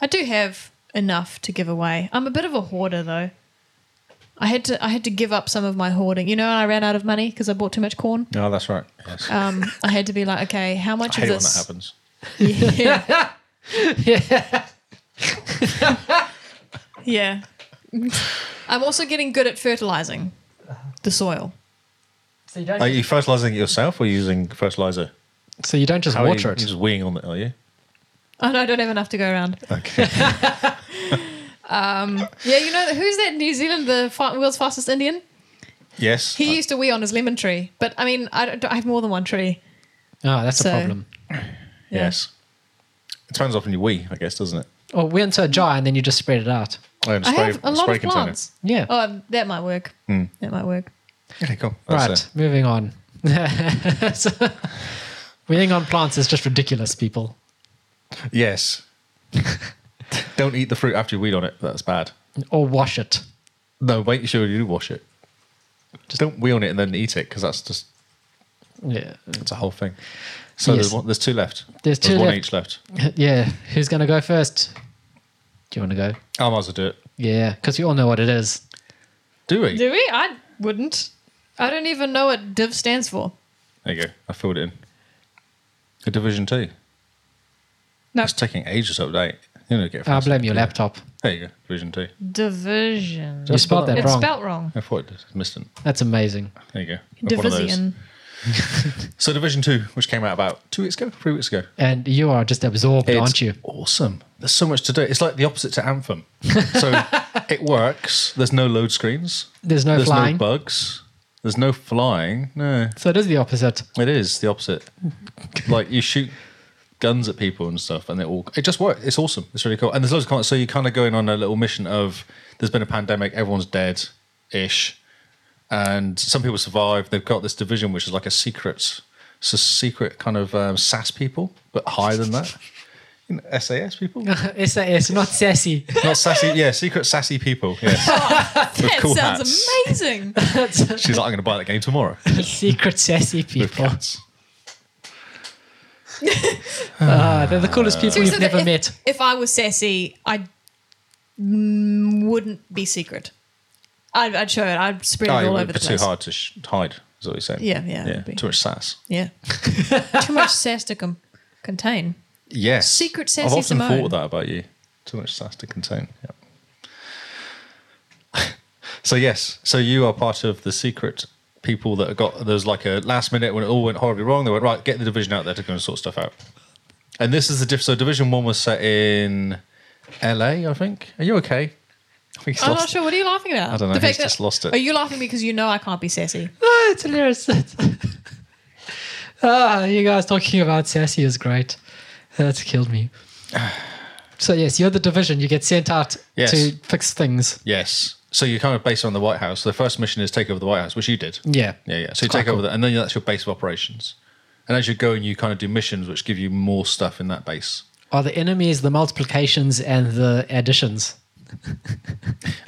A: I do have enough to give away. I'm a bit of a hoarder though. I had to I had to give up some of my hoarding. You know, I ran out of money because I bought too much corn.
B: No, Oh, that's right. Yes.
A: Um, I had to be like, okay, how
B: I
A: much
B: hate
A: of
B: when that
A: this?
B: happens.
A: (laughs) Yeah. yeah. I'm also getting good at fertilizing the soil.
C: So you don't.
B: Are you fertilizing it yourself or using fertilizer?
C: so you don't just
B: How
C: water
B: are you,
C: it.
B: You're just weeing on it, are you?
A: Oh no, I don't have enough to go around.
B: Okay.
A: Yeah, you know who's that New Zealand, the fa- world's fastest Indian?
B: (laughs) yes.
A: He used to wee on his lemon tree, but I mean, I, don't, I have more than one tree.
C: Oh, that's
A: So-
C: a problem.
B: Yes. It turns off when you wee, I guess, doesn't it?
C: Or we into a jar and then you just spread it out.
B: Oh, and
A: I have a lot of
B: container. Hmm.
A: plants.
C: Yeah.
A: Oh, that might work. That might work.
B: Okay, cool.
C: right.
B: That's, uh,
C: Moving on. (laughs) so, weaning on plants is just ridiculous, people.
B: yes. (laughs) Don't eat the fruit after you weed on it. That's bad.
C: Or wash it.
B: No, make sure you do wash it. Just don't wee on it and then eat it because that's just
C: Yeah.
B: it's a whole thing. So
C: Yes.
B: there's one, there's two left.
C: There's two
B: one
C: left.
B: each left.
C: Yeah. Who's gonna go first? Do you want to go?
B: I might as well do it.
C: Yeah, because we all know what it is.
B: Do we?
A: Do we? I wouldn't. I don't even know what div stands for.
B: There you go. I filled it in. A division two.
A: No.
B: It's taking ages to update. You know, get.
C: I
B: faster.
C: Ah, blame your
B: Yeah.
C: laptop.
B: There you go. Division two.
A: Division.
C: You spelled that
A: It's
C: wrong.
A: spelt wrong.
B: I thought it did. missed it.
C: That's amazing.
B: There you go. I've one of those.
A: Division.
B: So Division Two, which came out about two weeks ago, three weeks ago.
C: And you are just absorbed, aren't you?
B: Awesome. There's so much to do. It's like the opposite to Anthem.
C: (laughs)
B: So it works. There's no load screens.
C: There's no
B: There's
C: flying.
B: no bugs. There's no flying. No.
C: So it is the (laughs) opposite.
B: It is the (laughs) opposite. like you shoot guns at people and stuff, and it all it just works. It's awesome. It's really cool. And there's loads of content. So you're kind of going on a little mission of there's been a pandemic, everyone's dead, ish, and some people survive. They've got this division which is like a secret, it's a secret kind of um, SAS people, but higher than that. (laughs) You know, SAS (laughs) people,
C: SAS, not (laughs) sassy.
B: not sassy. Yeah, secret sassy people. (laughs) Yes, (laughs) with
A: That
B: cool
A: sounds
B: hats. (laughs)
A: amazing.
B: She's like, I'm going to buy that game tomorrow.
C: Secret sassy
B: With
C: (laughs) people.
B: cats.
C: Ah, they're the
B: Uh,
C: coolest people
A: Seriously,
C: you've never
A: if,
C: met.
A: If I was sassy, I mm, wouldn't be secret. I'd, I'd show it. I'd spread
B: Oh,
A: it
B: it
A: all
B: would
A: over
B: be
A: the
B: too
A: place.
B: hard to sh- hide. Is what you're saying?
A: Yeah, yeah, it
B: yeah.
A: would be.
B: Too much sass. (laughs)
A: Yeah. Too much sass to com- contain.
B: Yes.
A: Secret
B: I've
A: sassy
B: often
A: Simone.
B: thought that about you. Too much sass to contain. Yeah. (laughs) So yes, so you are part of the secret people that got there's like a last minute when it all went horribly wrong. They went right, get the division out there to go and sort stuff out. And this is the diff. So division one was set in L.A. I think. Are you okay? I think he's
A: I'm not
B: lost it.
A: sure. What are you laughing about?
B: I don't know,
A: The
B: he's
A: fact that-
B: just lost it.
A: Are you laughing because you know I can't be sassy?
C: (laughs) Ah, it's hilarious. (laughs) ah, you guys talking about sassy is great. That's
B: (sighs)
C: killed me. So yes, you're the division. You get sent out
B: Yes.
C: to fix things.
B: Yes. So you're kind of based on the White House. The first mission is take over the White House, which you did.
C: Yeah.
B: Yeah, yeah. So you
C: quite
B: take over
C: cool.
B: that, and then that's your base of operations. And as you're going, you kind of do missions which give you more stuff in that base.
C: Are the enemies the multiplications and the additions?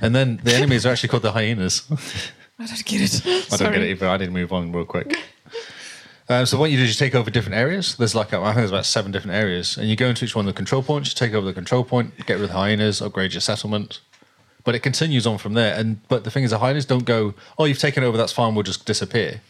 B: And then the enemies are actually called the hyenas. (laughs)
A: I don't get (laughs) it.
B: I don't get it either. I didn't move on real quick. Um, so what you do is you take over different areas. There's like I think there's about seven different areas, and you go into each one of the control points. You take over the control point, get rid of the hyenas, upgrade your settlement. But it continues on from there. And but the thing is, the hyenas don't go. Oh, you've taken over. That's fine. We'll just disappear.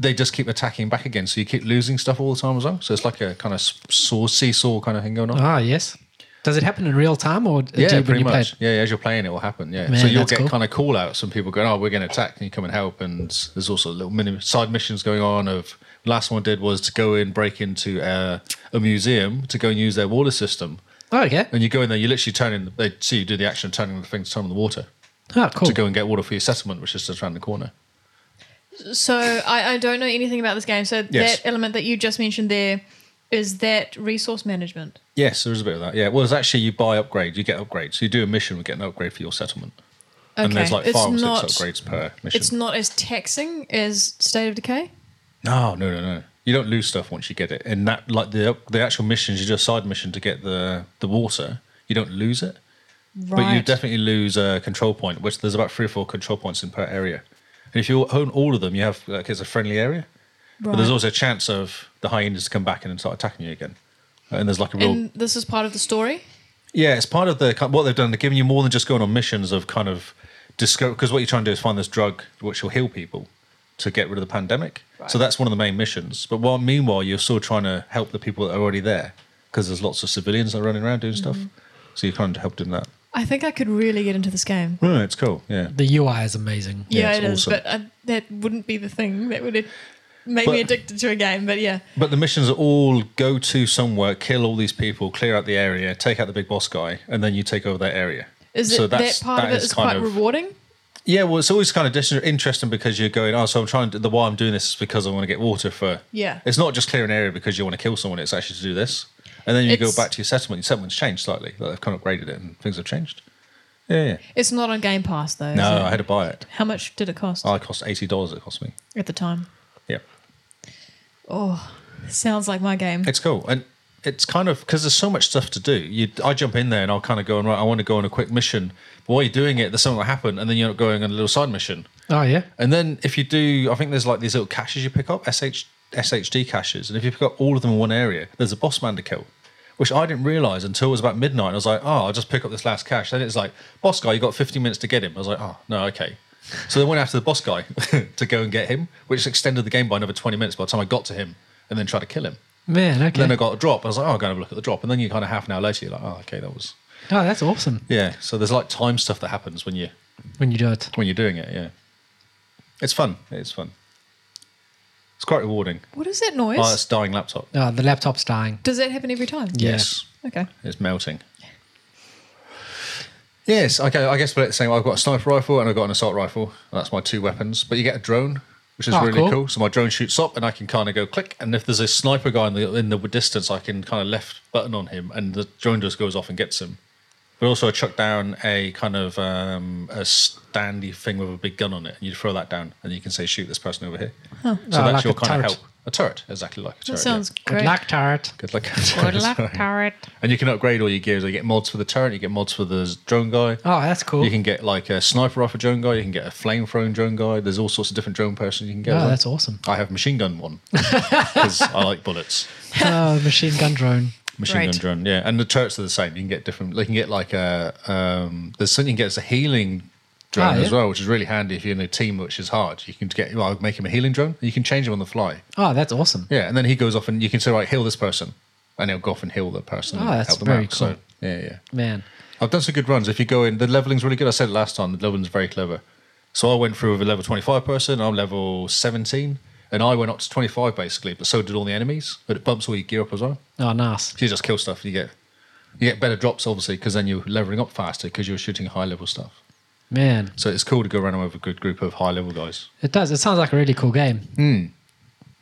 B: They just keep attacking back again. So you keep losing stuff all the time as well. So it's like a kind of s- saw seesaw kind of thing going on.
C: Ah, yes. Does it happen in real time or do
B: Yeah,
C: you, when
B: pretty
C: you play
B: much.
C: it?
B: Yeah, yeah, as you're playing, it will happen. Yeah,
C: Man,
B: so you'll
C: that's
B: get
C: cool.
B: kind of call outs from people going, "Oh, we're going to attack. Can you come and help?" And there's also little mini side missions going on. Of last one I did was to go in, break into uh, a museum to go and use their water system.
C: Oh, okay.
B: And you go in there, you literally turn in. They see you do the action, of turning the thing to turn on the water
C: Oh, cool.
B: to go and get water for your settlement, which is just around the corner.
A: So I, I don't know anything about this game. So
B: Yes.
A: that element that you just mentioned there is that resource management.
B: Yes, there is a bit of that. Yeah, well, it's actually you buy upgrades, you get upgrades. So you do a mission, we get an upgrade for your settlement,
A: Okay.
B: and there's like
A: it's
B: five or
A: not,
B: six upgrades per mission.
A: It's not as taxing as State of Decay.
B: No, no, no, no. You don't lose stuff once you get it. And that, like the the actual missions, you do a side mission to get the the water. You don't lose it, but you
A: Right.
B: definitely lose a control point. Which there's about three or four control points in per area. And if you own all of them, you have like it's a friendly area. But there's
A: Right.
B: also a chance of the hyenas to come back in and start attacking you again. And there's like a real
A: And this is part of the story.
B: yeah, it's part of the what they've done. They're giving you more than just going on missions of kind of discover because what you're trying to do is find this drug which will heal people to get rid of the pandemic. So that's one of the main missions. But while meanwhile you're still trying to help the people that are already there because there's lots of civilians that are running around doing stuff.
A: Mm-hmm.
B: So you're kind of helped in that.
A: I think I could really get into this game.
B: Right, it's cool. Yeah.
C: the UI is amazing.
B: Yeah,
A: Yeah,
B: it's
A: it is,
B: awesome.
A: but I, that wouldn't be the thing that would ad- make
B: But-
A: me addicted to a game. But yeah,
B: But the missions are all go to somewhere, kill all these people, clear out the area, take out the big boss guy, and then you take over that area.
A: is
B: So
A: it
B: that's-
A: that part
B: that
A: of it
B: is
A: is,
B: kind
A: quite
B: of-
A: rewarding?
B: Yeah, well, it's always kind of dis- interesting because you're going, oh, so I'm trying to, the why I'm doing this is because I want to get water for.
A: Yeah.
B: It's not just clear an area because you want to kill someone, it's actually to do this. And then you
A: It's-
B: go back to your settlement, your settlement's changed slightly. Like they've kind of upgraded it and things have changed. Yeah, yeah.
A: It's not on Game Pass though. is
B: No,
A: it?
B: I had to buy it.
A: How much did it cost
B: Oh, it cost $80, it cost me.
A: at the time?
B: Yeah.
A: Oh, sounds like my game.
B: It's cool. And it's kind of because there's so much stuff to do. You, I jump in there and I'll kind of go and right, I want to go on a quick mission. But while you're doing it, there's something that happened, and then you're going on a little side mission.
C: Oh, yeah.
B: And then if you do, I think there's like these little caches you pick up, SH, SHD caches. And if you pick up all of them in one area, there's a boss man to kill, which I didn't realize until it was about midnight. I was like, oh, I'll just pick up this last cache. Then it's like, boss guy, you got 15 minutes to get him. I was like, oh, no, okay. So they went after the boss guy (laughs) to go and get him, which extended the game by another 20 minutes by the time I got to him and then tried to kill him.
C: Man, okay.
B: Then I got a drop. I was like, oh, I'll go and have a look at the drop. And then you kind of half an hour later, you're like, oh, okay, that was.
C: oh, that's awesome
B: Yeah. So there's like time stuff that happens when you
C: when you do it.
B: when you're doing it. Yeah, it's fun. It's fun. It's quite rewarding.
A: What is that noise?
B: Oh, it's dying laptop.
C: Oh, the laptop's dying.
A: Does that happen every time?
C: Yeah.
B: Yes,
A: Okay.
B: it's melting. Yes, okay. I guess we're the same. I've got a sniper rifle and I've got an assault rifle. That's my two weapons. But you get a drone, which is
C: Oh,
B: really cool.
C: cool.
B: So my drone shoots up, and I can kind of go click. And if there's a sniper guy in the in the distance, I can kind of left button on him, and the drone just goes off and gets him. But also, I chuck down a kind of um, a standy thing with a big gun on it, and you throw that down, and you can say, "Shoot this person over here." So that's
C: Oh, like
B: your
C: a
B: kind
C: turret.
B: of help. A turret, exactly like a turret.
A: That
B: yeah.
A: sounds
C: Good
A: great.
C: luck, turret.
B: Good luck. (laughs) Good
A: luck, turret.
B: And you can upgrade all your gears. You get mods for the turret. You get mods for the drone guy.
C: Oh, that's cool.
B: You can get like a sniper rifle drone guy. You can get a flamethrowing drone guy. There's all sorts of different drone persons you can get.
C: Oh,
B: as well.
C: that's awesome.
B: I have machine gun
C: (laughs)
B: one because I like bullets.
C: oh, machine gun drone.
B: Machine
A: Right.
B: gun drone, yeah. And the turrets are the same. You can get different. You can get like a um, there's something you can get as a healing drone
C: Ah,
B: as
C: yeah.
B: well, which is really handy if you're in a team which is hard. You can get well, I'll make him a healing drone. You can change him on the fly.
C: Oh, that's awesome.
B: Yeah, and then he goes off and you can say, right, heal this person. And he'll go off and heal the person. and
C: Oh, that's
B: help them
C: very
B: out. So,
C: cool.
B: yeah, yeah.
C: Man.
B: I've done some good runs. If you go in, the leveling's really good. I said it last time. The leveling's very clever. So I went through with a level 25 person. I'm level 17, and I went up to 25 basically, but so did all the enemies. But it bumps all your gear up as well.
C: Oh, nice.
B: So you just kill stuff. You get you get better drops obviously because then you're leveling up faster because you're shooting high level stuff.
C: Man,
B: So it's cool to go around with a good group of high level guys.
C: it does. It sounds like a really cool game.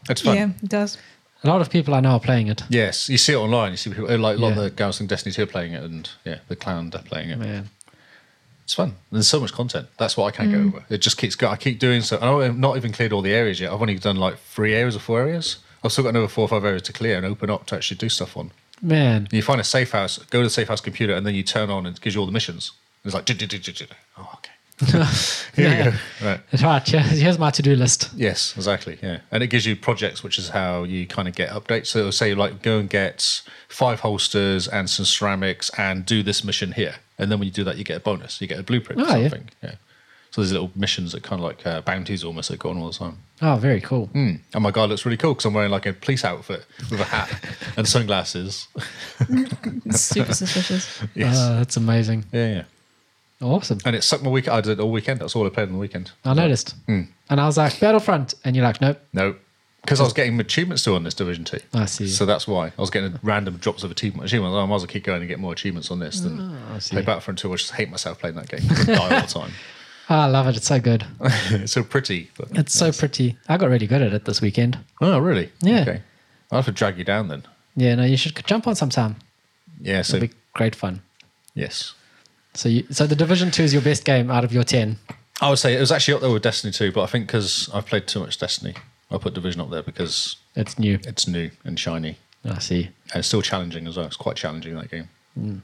B: It's fun.
A: Yeah, it does.
C: A lot of people I know are playing it.
B: Yes, you see it online. You see people like a lot
C: Yeah.
B: of the guys from Destiny 2 are playing it, and yeah, the clown they're playing it.
C: Man.
B: It's fun. There's so much content. That's what I can't
C: Mm.
B: get over. It just keeps. go- I keep doing so. I'm not even cleared all the areas yet. I've only done like three areas or four areas. I've still got another four or five areas to clear and open up to actually do stuff on.
C: Man.
B: And you find a safe house, go to the safe house computer, and then you turn on and it gives you all the missions. It's like, "Du- du- du- du- du." oh, okay. (laughs) Here
C: Yeah.
B: we go. Right.
C: Right, (laughs) here- here's my to do list.
B: Yes, exactly. Yeah, and it gives you projects, which is how you kind of get updates. So it'll say like, go and get five holsters and some ceramics, and do this mission here. And then when you do that, you get a bonus. You get a blueprint or
C: Oh, yeah.
B: something. Yeah. So there's little missions that kind of like uh, bounties almost that go on all the time.
C: Oh, very cool.
B: Mm. And my guy looks really cool because I'm wearing like a police outfit with a hat (laughs) and sunglasses. (laughs)
A: It's
C: (laughs)
A: super suspicious.
B: Yes.
C: Oh, that's amazing.
B: yeah, yeah.
C: Awesome.
B: And it sucked my week. I did it all weekend. That's all I played on the weekend.
C: I noticed.
B: mm.
C: And I was like, Battlefront. And you're like, nope.
B: No, because I was getting achievements still on this Division 2.
C: I see.
B: So that's why I was getting random drops of achievement. achievements. I might as well keep going and get more achievements on this than
C: Ah, I see.
B: play Battlefront 2. I just hate myself playing that game. I die all the time. (laughs)
C: Oh, I love it. It's so good.
B: it's so pretty. But
C: It's so pretty. I got really good at it this weekend.
B: Oh, really?
C: Yeah.
B: Okay. I'll have to drag you down then.
C: Yeah, no, you should jump on sometime.
B: Yeah, so.
C: It'll be great fun.
B: yes.
C: So, you, so the Division Two is your best game out of your ten.
B: I would say it was actually up there with Destiny 2, but I think because I've played too much Destiny, I put Division up there because
C: It's new.
B: it's new and shiny.
C: I see.
B: And it's still challenging as well. It's quite challenging that game. And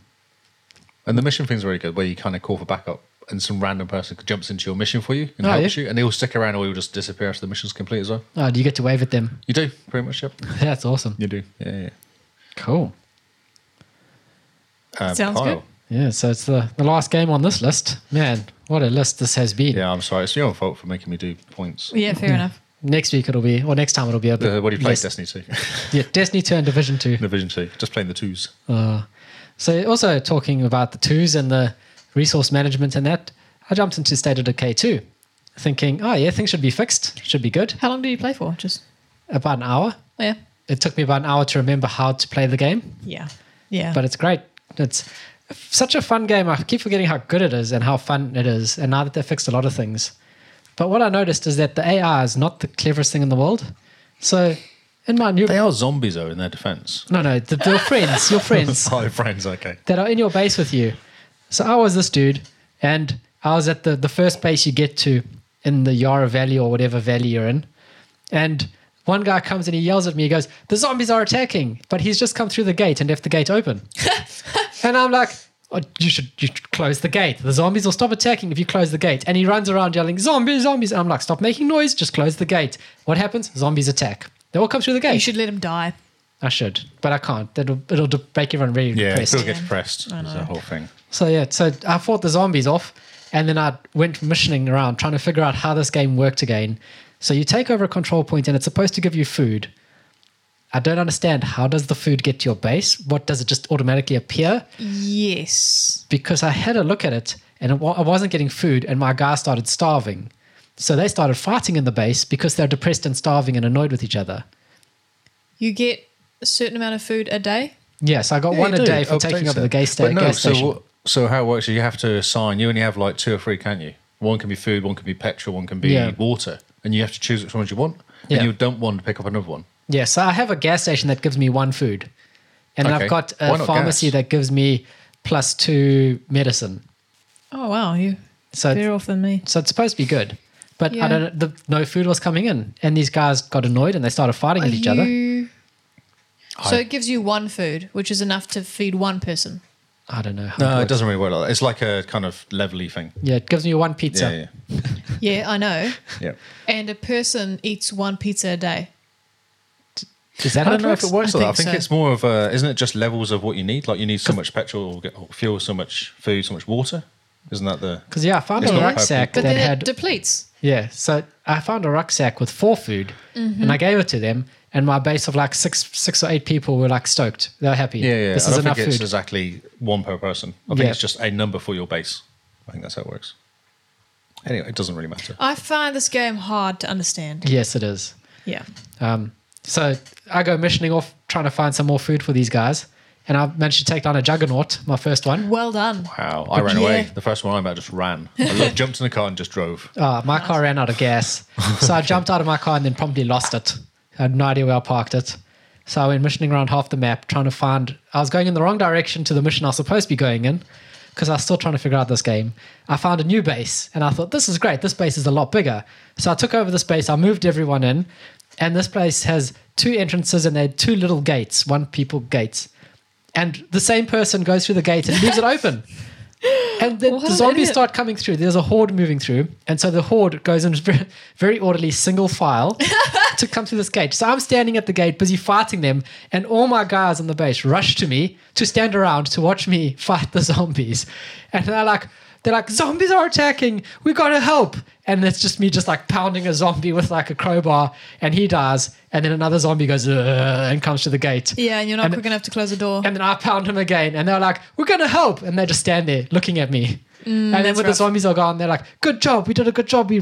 B: the mission thing's really good, where you kind of call for backup, and some random person jumps into your mission for you and
C: Oh,
B: helps
C: yeah.
B: you, and he'll stick around or he'll just disappear after the mission's complete as well.
C: Oh, do you get to wave at them? (laughs)
B: You do pretty much, yep.
C: That's awesome.
B: You do, yeah. yeah.
C: Cool.
B: Uh,
A: Sounds good.
C: Yeah, so it's the, the last game on this list. Man, what a list this has been.
B: Yeah, I'm sorry. It's your fault for making me do points.
A: Yeah, fair enough.
C: Next week it'll be, or next time it'll be a bit.
B: Uh, what do you play?
C: less-
B: Destiny Two, (laughs)
C: Yeah, Destiny 2 and Division 2.
B: Division Two. Just playing the twos.
C: Uh, so also talking about the twos and the resource management and that, I jumped into State of Decay 2, thinking, oh yeah, things should be fixed, should be good.
A: How long did you play for? Just oh,
C: About an hour.
A: yeah,
C: It took me about an hour to remember how to play the game,
A: yeah, yeah.
C: but it's great. It's such a fun game. I keep forgetting how good it is and how fun it is. And now that they fixed a lot of things, but what I noticed is that the AI is not the cleverest thing in the world. So in my
B: (laughs)
C: new
B: They are zombies though in their (laughs) defense.
C: no no the, your friends
B: (laughs)
C: your friends
B: Hi friends. Okay.
C: that are in your base with you. So I was this dude, and I was at the, the first base you get to in the Yara Valley or whatever valley you're in. And one guy comes and he yells at me, he goes, The zombies are attacking. But he's just come through the gate and left the gate open.
A: (laughs)
C: and I'm like, "Oh, you, should, you should close the gate. The zombies will stop attacking if you close the gate. And he runs around yelling, Zombies, zombies. And I'm like, Stop making noise, just close the gate. What happens? Zombies attack. They all come through the gate.
A: you should let him die.
C: I should, but I can't. It'll, it'll de- make everyone really
B: Yeah,
C: depressed.
B: still gets pressed. Is the whole thing.
C: So yeah, so I fought the zombies off, and then I went missioning around trying to figure out how this game worked again. So you take over a control point, and it's supposed to give you food. I don't understand how does the food get to your base? What does it just automatically appear?
A: Yes.
C: Because I had a look at it, and it wa- I wasn't getting food, and my guy started starving. So they started fighting in the base because they're depressed and starving and annoyed with each other.
A: You get a certain amount of food a day.
C: Yes, I got
B: Yeah,
C: one
B: you
C: a
B: do.
C: day for
B: Updates
C: taking over
B: it.
C: the gas, sta-
B: But no,
C: gas station.
B: So, what- so how it works is you have to assign. You only have like two or three, can't you? One can be food, one can be petrol, one can be
C: Yeah.
B: water, and you have to choose which ones you want.
C: Yeah.
B: And you dump one to pick up another one.
C: Yeah, so I have a gas station that gives me one food, and
B: Okay.
C: I've got
B: Why
C: a
B: not
C: pharmacy
B: gas?
C: that gives me plus two medicine.
A: Oh wow, you
C: So,
A: better off than me.
C: so it's supposed to be good, but I
A: Yeah.
C: don't. The, no food was coming in, and these guys got annoyed and they started fighting with each other.
A: You- So it gives you one food, which is enough to feed one person.
C: I don't know. How
B: No, it
C: works.
B: doesn't really work like that. It's like a kind of levelly thing.
C: Yeah, it gives me one pizza.
B: yeah,
A: Yeah, I know. (laughs)
B: yeah. yeah.
A: And a person eats one pizza a day.
C: Is that
B: I
C: (laughs) how
B: don't
C: it
B: know if
C: works?
B: it works
A: I
B: like that. I
A: think
B: think
A: so.
B: it's more of a, isn't it just levels of what you need? Like you need so much petrol, or fuel, so much food, so much water. Isn't that the?
C: Because yeah, I found
B: It's
C: a
B: not per
C: rucksack
A: But
C: that
A: then
C: had
A: it depletes.
C: yeah. So I found a rucksack with four food, and I gave it to them. And my base of like six, six or eight people were like stoked. They were happy.
B: Yeah, yeah.
C: This
B: I
C: is
B: don't
C: enough
B: think it's
C: food.
B: exactly one per person. I think
C: Yeah.
B: it's just a number for your base. I think that's how it works. Anyway, it doesn't really matter.
A: I find this game hard to understand.
C: Yes, it is.
A: Yeah.
C: Um, so I go missioning off trying to find some more food for these guys, and I managed to take down a juggernaut, my first one.
A: Well done.
B: Wow, I ran away.
A: yeah.
B: The first one I met just ran. I looked, jumped in the car and just drove.
C: Uh, my car ran out of gas, so I jumped out of my car and then promptly lost it. I had no idea where I parked it. So I went missioning around half the map trying to find. I was going in the wrong direction to the mission I was supposed to be going in because I was still trying to figure out this game. I found a new base and I thought, this is great. This base is a lot bigger. So I took over this base, I moved everyone in, and this place has two entrances and they had two little gates, one people gates. And the same person goes through the gate and
A: (laughs)
C: leaves it open. And then
A: What
C: the
A: an
C: zombies
A: idiot.
C: start coming through. There's a horde moving through. And so the horde goes in very, very orderly, single
A: (laughs)
C: file to come through this gate. So I'm standing at the gate, busy fighting them. And all my guys on the base rush to me to stand around to watch me (laughs) fight the zombies. And they're like, they're like, zombies are attacking. We gotta help. And it's just me just like pounding a zombie with like a crowbar and he dies. And then another zombie goes "Ugh," and comes to the gate.
A: Yeah, and you're not
C: And-
A: quick enough to close the door.
C: And then I pound him again, and they're like, "We're gonna help," and they just stand there looking at me. and then when
A: Mm, that's
C: the
A: rough.
C: zombies are gone, they're like, "Good job, we did a good job. We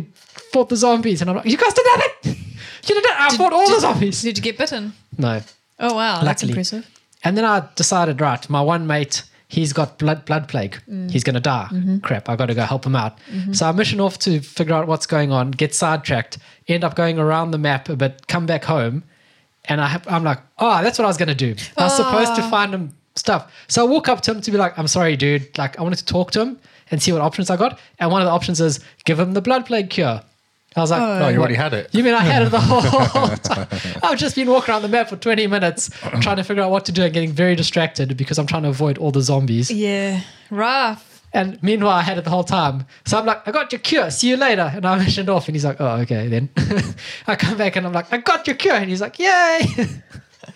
C: fought the zombies." And I'm like, "You guys did that? (laughs) You did that? I fought all the zombies."
A: Did you get bitten?
C: No.
A: Oh wow, that's
C: Luckily.
A: impressive.
C: And then I decided, right, my one mate, he's got blood blood plague. He's gonna die. Crap, I gotta go help him out. So I mission off to figure out what's going on, get sidetracked, end up going around the map a bit, come back home, and I have, I'm like, oh, that's what I was gonna do. I was supposed to find him stuff. So I walk up to him to be like, I'm sorry, dude. Like I wanted to talk to him and see what options I got. And one of the options is give him the blood plague cure. I was like,
B: Oh, you already had it.
C: You mean I had it the whole time? I've just been walking around the map for 20 minutes trying to figure out what to do and getting very distracted because I'm trying to avoid all the zombies.
A: Yeah, rough.
C: And meanwhile, I had it the whole time. So I'm like, I got your cure. See you later. And I mentioned off, and he's like, Oh, okay, then. (laughs) I come back and I'm like, I got your cure. And he's like, Yay. (laughs)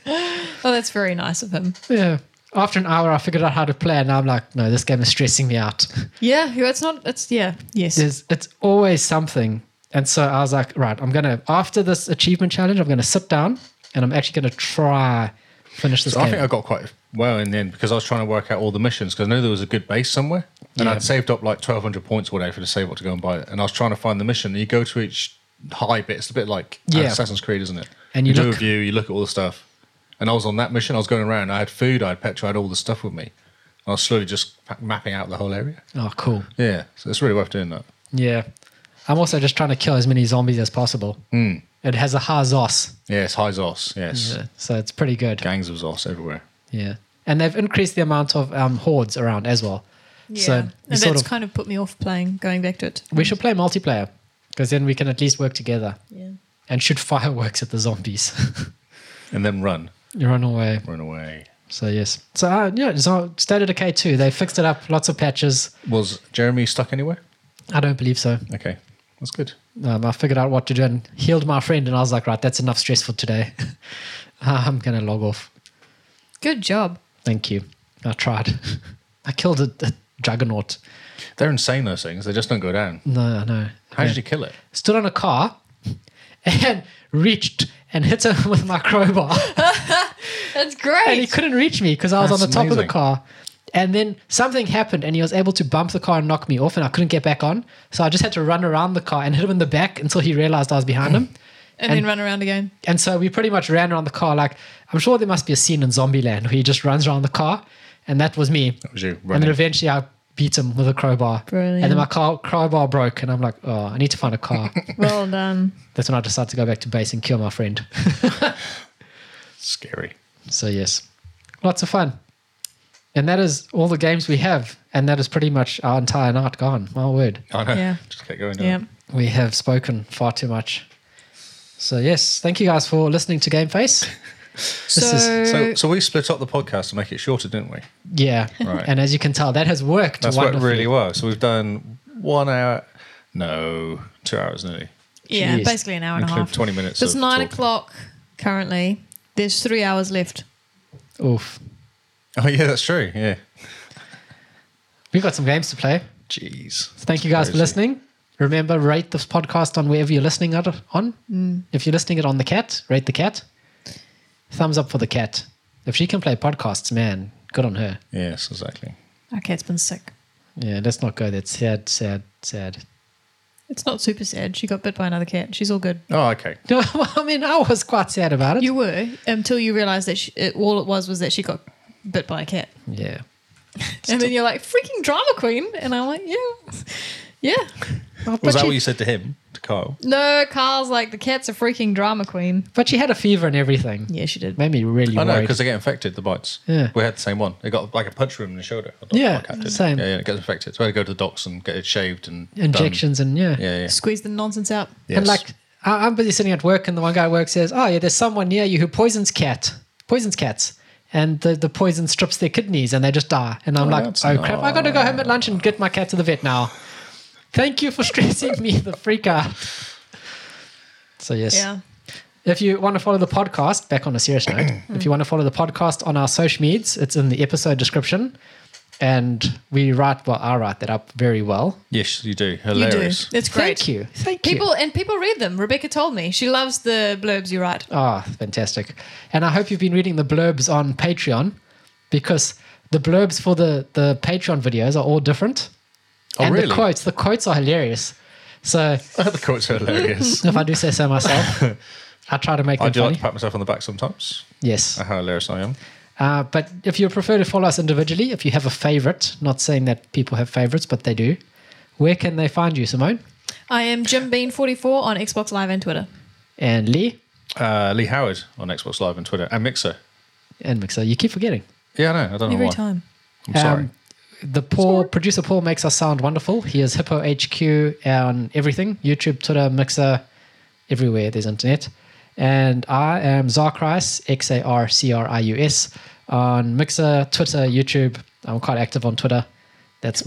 A: Oh, that's very nice of him.
C: yeah. After an hour, I figured out how to play, and I'm like, No, this game is stressing me out. (laughs)
A: Yeah, who- it's not. It's yeah, yes.
C: There's, it's always something. And so I was like, Right, I'm going to, after this achievement challenge, I'm going to sit down and I'm actually going to try finish this
B: So I
C: game.
B: think I got quite well in the end because I was trying to work out all the missions because I knew there was a good base somewhere, and
C: Yeah.
B: I'd saved up like twelve hundred points or whatever to save up to go and buy it. And I was trying to find the mission. And you go to each high bit. It's a bit like uh,
C: Yeah.
B: Assassin's Creed, isn't it?
C: And you
B: do
C: look-
B: a view, you look at all the stuff. And I was on that mission. I was going around. I had food. I had petrol. I had all the stuff with me. I was slowly just pa- mapping out the whole area.
C: oh, cool.
B: Yeah, so it's really worth doing that.
C: Yeah. I'm also just trying to kill as many zombies as possible. It has a high ZOS,
B: Yes, high Zos. Yes,
C: so it's pretty good.
B: gangs of Zos everywhere.
C: Yeah. And they've increased the amount of um, hordes around as well.
A: yeah.
C: So
A: and
C: you
A: that's
C: sort of,
A: kind of put me off playing, going back to it.
C: we should play multiplayer because then we can at least work together
A: Yeah.
C: and shoot fireworks at the zombies. (laughs)
B: And then run,
C: you run away.
B: run away.
C: So, yes. So, uh, yeah, so State of Decay 2, they fixed it up, lots of patches.
B: Was Jeremy stuck anywhere?
C: I don't believe so.
B: Okay, that's good.
C: Um, I figured out what to do and healed my friend, and I was like, right, that's enough stress for today. (laughs) I'm going to log off.
A: Good job.
C: Thank you. I tried. (laughs) I killed a, a juggernaut.
B: They're insane. Those things. They just don't go down.
C: No, I know.
B: How
C: Yeah.
B: did you kill it?
C: Stood on a car and (laughs) reached and hit him (laughs) with my crowbar.
A: That's great.
C: and he couldn't reach me because I was
B: That's
C: on the top of the
B: amazing.
C: car. And then something happened, and he was able to bump the car and knock me off, and I couldn't get back on. So I just had to run around the car and hit him in the back until he realized I was behind him.
B: Mm.
A: and, then run around again.
C: And so we pretty much ran around the car. Like, I'm sure there must be a scene in Zombieland where he just runs around the car, and that was me.
B: That was you
C: And then
B: running.
C: eventually I beat him with a crowbar.
A: Brilliant.
C: And then my car, crowbar broke, and I'm like, oh, I need to find a car.
A: Well done.
C: That's when I decided to go back to base and kill my friend. (laughs)
B: Scary.
C: So, yes, lots of fun. And that is all the games we have. And that is pretty much our entire night gone. My word.
B: I know.
A: Yeah.
B: (laughs) Just kept going.
A: Yeah.
B: Yeah.
C: We have spoken far too much. So, yes, thank you guys for listening to
B: (laughs)
C: Game Face. This
A: so,
C: is-
B: So, so we split up the podcast to make it shorter, didn't we?
C: Yeah.
B: Right.
C: And as you can tell, that has worked
B: That's worked
C: wonderfully.
B: really well. So we've done one hour, no, two hours nearly,
A: yeah,
C: Jeez.
A: basically an hour and a
B: include
A: half.
B: twenty minutes.
A: It's
B: of
A: nine
B: talking.
A: o'clock currently. There's three hours left.
C: Oof.
B: Oh yeah, that's true. Yeah.
C: We've got some games to play.
B: Jeez.
C: Thank you guys for
B: Crazy.
C: listening. Remember, rate this podcast on wherever you're listening it on.
A: Mm.
C: If you're listening it on the cat, rate the cat. Thumbs up for the cat. If she can play podcasts, man, good on her.
B: Yes, exactly.
A: Okay, it's been sick.
C: Yeah, let's not go that sad, (laughs) sad, sad.
A: It's not super sad. She got bit by another cat. She's all good.
B: Oh, okay.
C: No, I mean, I was quite sad about it.
A: You were until you realised that she, it, all it was was that she got bit by a cat,
C: yeah.
A: and then you're like freaking drama queen, and I'm like, yeah, yeah.
C: Well,
B: Was
C: but,
B: that
C: she,
B: what you said to him, to Kyle?
A: No, Carl's like the cat's a freaking drama queen.
C: but she had a fever and everything.
A: Yeah, she did.
C: Made me really
B: I know
C: worried.
B: because they get infected. The bites.
C: Yeah.
B: We had the same one. It got like a punch wound in the shoulder. My dog-
C: Yeah,
B: my cat did.
C: same.
B: Yeah, yeah, it gets infected. So I had to go to the docs and get it shaved and done.
C: Injections and yeah.
B: Yeah, yeah.
A: Squeeze the nonsense out.
B: Yes.
C: And like, I- I'm busy sitting at work, and the one guy at work says, "Oh yeah, there's someone near you who poisons cat, poisons cats, and the, the poison strips their kidneys, and they just die." And I'm like,
B: that's
C: "Oh crap, I got to go home at lunch and get my cat to the vet now." Thank you for (laughs) stressing me the freak out. So yes,
A: Yeah.
C: if you want to follow the podcast, back on a
B: (clears throat)
C: serious note, if you want to follow the podcast on our social medias, it's in the episode description. And we write, well, I write that up very well.
B: yes, you do.
A: You do. (laughs)
B: Hilarious. (laughs)
A: It's great.
C: Thank you. Thank you.
A: People and people read them. Rebecca told me she loves the blurbs you write.
C: Ah, fantastic. And I hope you've been reading the blurbs on Patreon because the blurbs for the, the Patreon videos are all different.
B: Oh,
C: and
B: really?
C: the quotes, the quotes are hilarious. So
B: the quotes are
C: (laughs)
B: hilarious.
C: if I do say
B: (laughs)
C: so myself, I try to make
B: I
C: them
B: do
C: funny.
B: like to pat myself on the back sometimes.
C: yes.
B: How hilarious I am.
C: Uh, but if you prefer to follow us individually, if you have a favorite, not saying that people have favorites, but they do, where can they find you, Simone?
A: I am Jim Bean forty four on Xbox Live and Twitter.
C: And Lee
B: Uh, Lee Howard on Xbox Live and Twitter and Mixer.
C: and Mixer. You keep forgetting.
B: Yeah, I know. I don't know
A: Every
B: why.
A: time.
B: I'm sorry.
C: Um, the Paul producer Paul makes us sound wonderful. He is Hippo HQ on everything YouTube, Twitter, Mixer, everywhere there's internet. And I am Zarkrius, X A R C R I U S, on Mixer, Twitter, YouTube. I'm quite active on Twitter. That's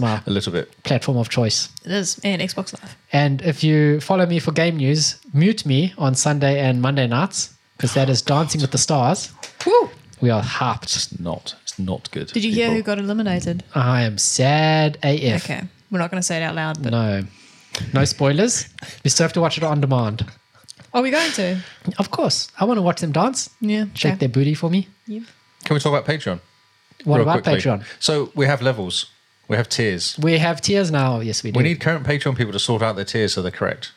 B: (laughs)
C: my
B: a little bit.
C: platform of choice.
A: It is and Xbox Live.
C: And if you follow me for game news, mute me on Sunday and Monday nights because that is Dancing with the Stars.
A: Woo!
C: We are hyped.
B: It's not. It's not good.
A: Did you hear who got eliminated?
C: I am sad AF.
A: Okay, we're not going to say it out loud, but
C: No. No spoilers. You still have to watch it on demand.
A: are we going to?
C: Of course. I want to watch them dance.
A: Yeah.
C: Shake
A: okay.
C: their booty for me.
B: Can we talk about Patreon?
C: What
B: Real
C: about
B: quickly.
C: Patreon?
B: So we have levels. We have tiers.
C: We have tiers now. Yes, we do.
B: We need current Patreon people to sort out their tiers so they're correct.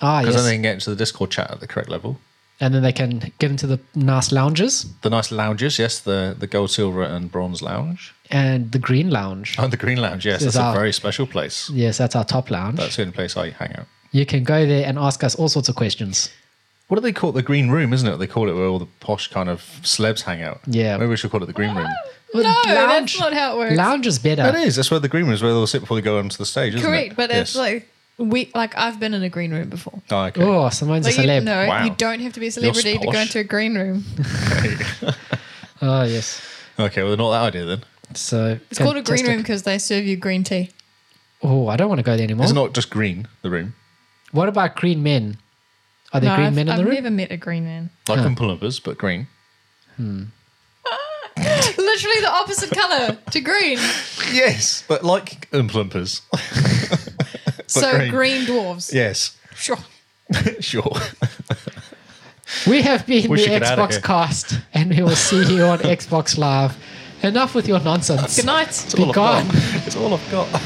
C: ah,
B: Because
C: yes.
B: then they can get into the Discord chat at the correct level.
C: and then they can get into the nice lounges
B: The nice lounges, yes, the, the gold, silver, and bronze lounge. (laughs)
C: and the green lounge.
B: Oh, the green lounge, yes, that's
C: This is our-
B: a very special place.
C: Yes, that's our top lounge.
B: That's the only place I hang out.
C: you can go there and ask us all sorts of questions.
B: What do they call it? The green room, isn't it? They call it where all the posh kind of celebs hang out.
C: Yeah.
B: Maybe we should call it the green room.
C: No,
A: that's not how it works.
C: Lounge is better.
B: That is. That's where the green room is, where they'll sit before they go onto the stage, isn't
A: Correct,
B: it?
A: but it's
B: Yes.
A: like we like I've been in a green room before.
B: Oh, okay.
C: Oh, someone's a
A: Like, you,
C: celeb.
A: no,
B: Wow.
A: you don't have to be a celebrity to go
B: posh.
A: into a green room.
C: Oh, yes.
B: Okay, well, not that idea then.
C: So
A: It's called a green room because they serve you green tea.
C: Oh, I don't want to go there anymore.
B: It's not just green, the room.
C: what about green men? Are there
A: No,
C: green
A: I've,
C: men in
A: I've
C: the room?
A: never met a green man.
B: Like in Pull-Uppers, but green.
A: (laughs) Literally the opposite color to green.
B: Yes, but like Oompa
A: so
B: green.
A: green. dwarves.
B: Yes, (laughs)
A: Sure.
B: sure. (laughs)
C: We have been
B: We
C: the
B: should get out of
C: Xbox
B: here.
C: cast, and we will
B: (laughs)
C: see you on Xbox Live. Enough with your nonsense.
A: Good night.
C: Be gone.
B: It's all I've got. (laughs)